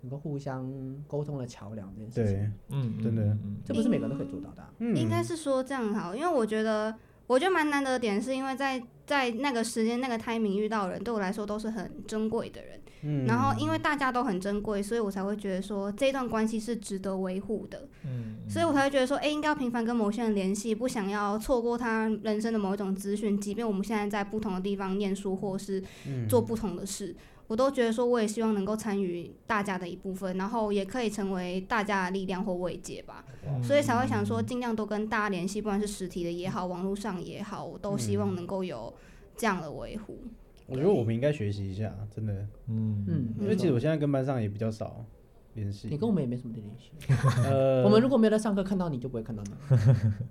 Speaker 4: 能够互相沟通的桥梁这件事情，
Speaker 3: 对，
Speaker 2: 嗯，
Speaker 3: 真的
Speaker 2: 嗯
Speaker 4: 这不是每个人都可以做到的啊。
Speaker 3: 嗯，
Speaker 1: 应该是说这样好，因为我觉得我觉得蛮难得的点，是因为在在那个时间那个 timing 遇到的人，对我来说都是很珍贵的人。
Speaker 3: 嗯，
Speaker 1: 然后因为大家都很珍贵，所以我才会觉得说这段关系是值得维护的，
Speaker 2: 嗯
Speaker 1: 所以我才会觉得说，哎、应该要频繁跟某些人联系，不想要错过他人生的某一种资讯，即便我们现在在不同的地方念书或是
Speaker 3: 嗯
Speaker 1: 做不同的事。我都觉得说，我也希望能够参与大家的一部分，然后也可以成为大家的力量或慰藉吧。所以才会想说，尽量多跟大家联系，不管是实体的也好，网络上也好，我都希望能够有这样的维护。
Speaker 3: 我觉得我们应该学习一下，真的，
Speaker 2: 嗯
Speaker 4: 嗯，
Speaker 3: 因为其实我现在跟班上也比较少联系，
Speaker 4: 你跟我们也没什么的联系，
Speaker 3: 呃，
Speaker 4: (laughs) 我们如果没有在上课看到你，就不会看到你。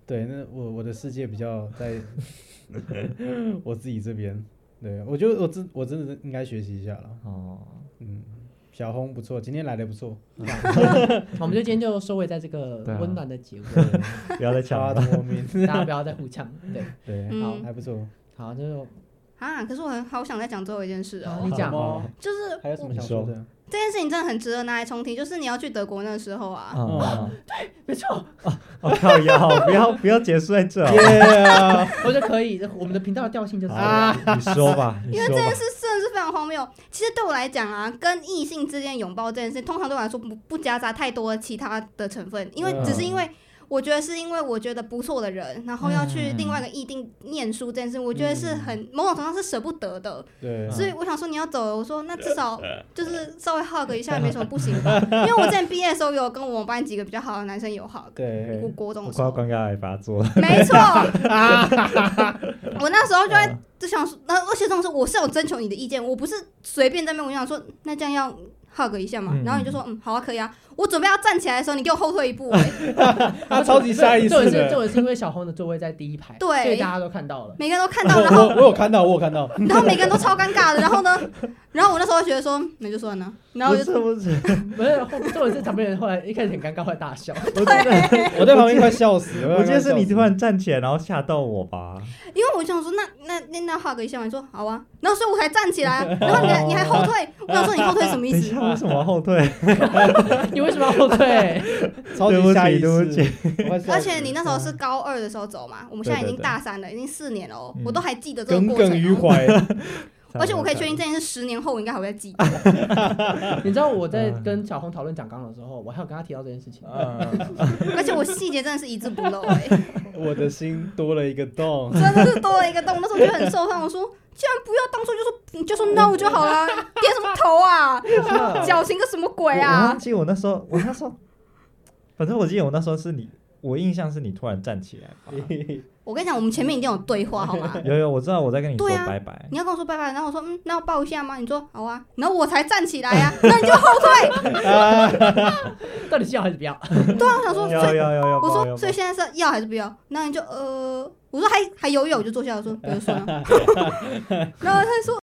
Speaker 3: 对，那我我的世界比较
Speaker 4: (laughs)
Speaker 3: 在我自己这边，对我觉得我真我真的应该学习一下了，
Speaker 2: 哦，
Speaker 3: 嗯，小红不错，今天来的不错，(laughs)
Speaker 4: 我们就今天就收尾在这个
Speaker 2: 对啊
Speaker 4: 温暖的结尾，
Speaker 2: 不要再
Speaker 3: 乔
Speaker 2: 抢
Speaker 1: (laughs)
Speaker 3: 阿
Speaker 2: 了，
Speaker 3: 多
Speaker 2: (laughs)
Speaker 3: 明， (laughs)
Speaker 4: 大家不要再互呛。对，
Speaker 3: 对，
Speaker 4: 好
Speaker 1: 嗯
Speaker 3: 还不错，
Speaker 4: 好，就
Speaker 1: 啊，可是我很好想再讲最后一件事哦、
Speaker 4: 你讲
Speaker 3: 好吗
Speaker 1: 就是
Speaker 3: 还有什么想说的？
Speaker 1: 这件事情真的很值得拿来重提，就是你要去德国那时候啊，
Speaker 2: (laughs) 啊，
Speaker 3: 嗯
Speaker 4: 没错，
Speaker 2: 我靠哦腰，不要不要结束在 (laughs) 这，
Speaker 3: Yeah
Speaker 4: 我觉得可以。我们的频道的调性就是这
Speaker 2: 啊
Speaker 4: 样，
Speaker 2: 你说吧，
Speaker 1: (laughs)
Speaker 2: 你
Speaker 1: 因为
Speaker 2: 说
Speaker 1: 这件
Speaker 2: 吧，
Speaker 1: 事真的是非常荒谬。其实对我来讲啊，跟异性之间拥抱这件事，通常对我来说不不夹杂太多其他的成分，因为
Speaker 3: 嗯
Speaker 1: 只是因为我觉得是因为我觉得不错的人，然后要去另外一个异地念书这件事，我觉得是很某种程度上是舍不得的。
Speaker 3: 对，
Speaker 2: 嗯
Speaker 1: 所以我想说你要走了，我说那至少就是稍微 hug 一下也没什么不行吧。因为我之前毕业的时候有跟我们班几个比较好的男生有 hug，
Speaker 3: (laughs) 对
Speaker 1: 我国中
Speaker 2: 我
Speaker 1: 的时
Speaker 2: 快要
Speaker 1: 候，
Speaker 2: 尴尬癌发作 (laughs) 了，
Speaker 1: 没错，
Speaker 2: 啊
Speaker 1: (laughs) 我那时候就在就想说，那而且重点是我是有征求你的意见，我不是随便在那边我就想说，那这样要 hug 一下嘛，
Speaker 2: 嗯
Speaker 1: 然后你就说嗯好啊可以啊，我准备要站起来的时候，你给我后退一步、欸， (laughs)
Speaker 3: 他超级下意
Speaker 4: (laughs) 这
Speaker 3: 识
Speaker 4: 也是这
Speaker 3: 的。
Speaker 4: 也是因为小红的座位在第一排，
Speaker 1: 对
Speaker 4: 所以大家都看到了。
Speaker 1: 每个人都看
Speaker 3: 我
Speaker 1: 到，然
Speaker 3: 我
Speaker 1: 后
Speaker 3: 我有看到，我有看到，
Speaker 1: 然后每个人都超尴尬的，然后呢，然后我那时候就觉得说那就算了，然后
Speaker 2: 不
Speaker 1: 我
Speaker 2: 是
Speaker 1: 就
Speaker 2: 不是，
Speaker 4: 不是，后重点是旁边人后来一开始很尴尬，后来
Speaker 3: (laughs)
Speaker 4: 大笑。
Speaker 3: 我我在旁边快笑死了。
Speaker 2: 我记得是你突
Speaker 3: 突然
Speaker 2: 然站起来，然后吓到我吧？
Speaker 1: 因为我想说那那那那 hug 一下嘛，你说好啊，然后所以我才站起来，然后你还你还后退，我想说你后退什么
Speaker 2: 等
Speaker 1: 意
Speaker 2: 一
Speaker 1: 思？
Speaker 2: 下，为什么要后 (laughs) 退？
Speaker 4: 你为什么要后
Speaker 3: (laughs)
Speaker 4: 退？
Speaker 3: 超
Speaker 2: 对不
Speaker 3: 级下
Speaker 2: 起，
Speaker 3: 意
Speaker 2: 对不
Speaker 3: 识，
Speaker 2: 起，
Speaker 3: 我快笑死了
Speaker 1: 而且你那时候是高二的时候走嘛，我们现在已经大三了，已经四年了哦，
Speaker 2: 嗯
Speaker 1: 我都还记得这个
Speaker 3: 耿
Speaker 1: 过程
Speaker 3: 耿于
Speaker 1: 哦。
Speaker 3: 怀，
Speaker 1: (laughs)
Speaker 3: 啊
Speaker 1: 而且我可
Speaker 2: (laughs)
Speaker 1: 以确 (laughs) 定这件事十年后我应该还会记得。
Speaker 4: 你知道我在跟小红讨论讲纲的时候，我还有跟她提到这件事情。
Speaker 1: 啊
Speaker 3: 嗯
Speaker 1: 而且我细节真的是一字不漏 (laughs) 哎、
Speaker 3: 我的心多了一个洞。
Speaker 2: (laughs)
Speaker 1: 真的是多了一个洞。那时候就很受伤，我说既然不要，当初就说你就说 no 就好啦，点什么头啊，矫情个什么鬼
Speaker 2: 我
Speaker 1: 啊
Speaker 2: 忘？记我那时候，我那时候，反正我记得我那时候是你，我印象是你突然站起来 (laughs) 吧。
Speaker 1: 我跟你讲，我们前面一定有对话好吗？
Speaker 2: 有有，我知道我在跟你说
Speaker 1: 对啊
Speaker 2: 拜拜。
Speaker 1: 你要跟我说拜拜，然后我说嗯，那要抱一下吗？你说好啊，然后我才站起来呀、啊，那你就后退。
Speaker 4: 到底是要还是不要？
Speaker 1: 对啊，我想 (laughs) 说，
Speaker 2: 有
Speaker 1: 所以
Speaker 2: 有有有，
Speaker 1: 我
Speaker 2: 有有
Speaker 1: 说所以现在是要还是不要？然后你就呃，我说还还犹豫，我就坐下，我说那就 (laughs) 算了。然后他说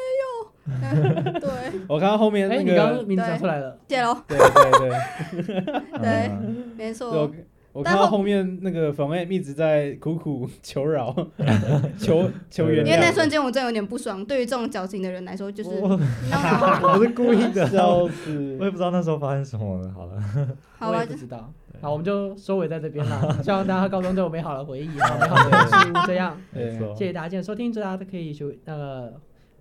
Speaker 1: 没有， (laughs) 对，
Speaker 3: 我看到后面
Speaker 4: 哎，
Speaker 3: 那
Speaker 4: 你刚
Speaker 3: 个，
Speaker 4: 刚名字讲出来了，
Speaker 1: 谢喽，
Speaker 3: 对对对，
Speaker 1: 对
Speaker 2: 嗯
Speaker 1: 没错
Speaker 3: 我。我
Speaker 1: 但
Speaker 3: 看到
Speaker 1: 后
Speaker 3: 后面那个冯 M 一直在苦苦求饶，求求原
Speaker 1: 因为那
Speaker 3: 谅，
Speaker 1: 瞬间我真的有点不爽，对于这种矫情的人来说，就是
Speaker 2: 我
Speaker 1: 那
Speaker 2: (laughs) 我我是故意的，
Speaker 3: 笑
Speaker 2: (laughs) 我
Speaker 3: 死！
Speaker 2: 也不知道那时候发生什么了。好了，
Speaker 1: 好
Speaker 4: 我也
Speaker 1: 吧
Speaker 4: 不
Speaker 1: 就
Speaker 4: 知道。好，我们就收尾在这边 (laughs) 了。希望大家高中都有美好的回忆，然后美好的事物。这样，
Speaker 3: 对
Speaker 2: 没错
Speaker 4: 谢谢大家今天的收听，祝大家都可以学那个。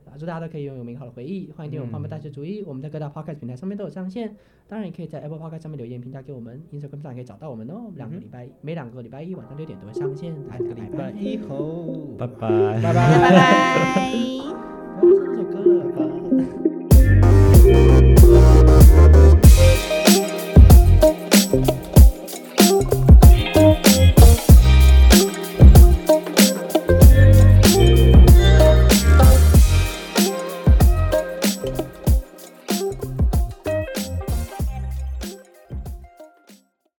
Speaker 4: 啊祝大家都可以拥有美好的回忆，欢迎订阅我们胖胖大学主义，我们在各大 podcast 平台上面都有上线，当然也可以在 Apple podcast 上面留言评价给我们，Instagram 上也可以找到我们哦。我们两个礼拜一，每两个礼拜一晚上六点都会上线，大家
Speaker 3: 礼拜一后，
Speaker 2: 拜拜。
Speaker 1: 拜
Speaker 3: 拜拜。
Speaker 1: 拜。
Speaker 4: 不要唱这首歌了吧。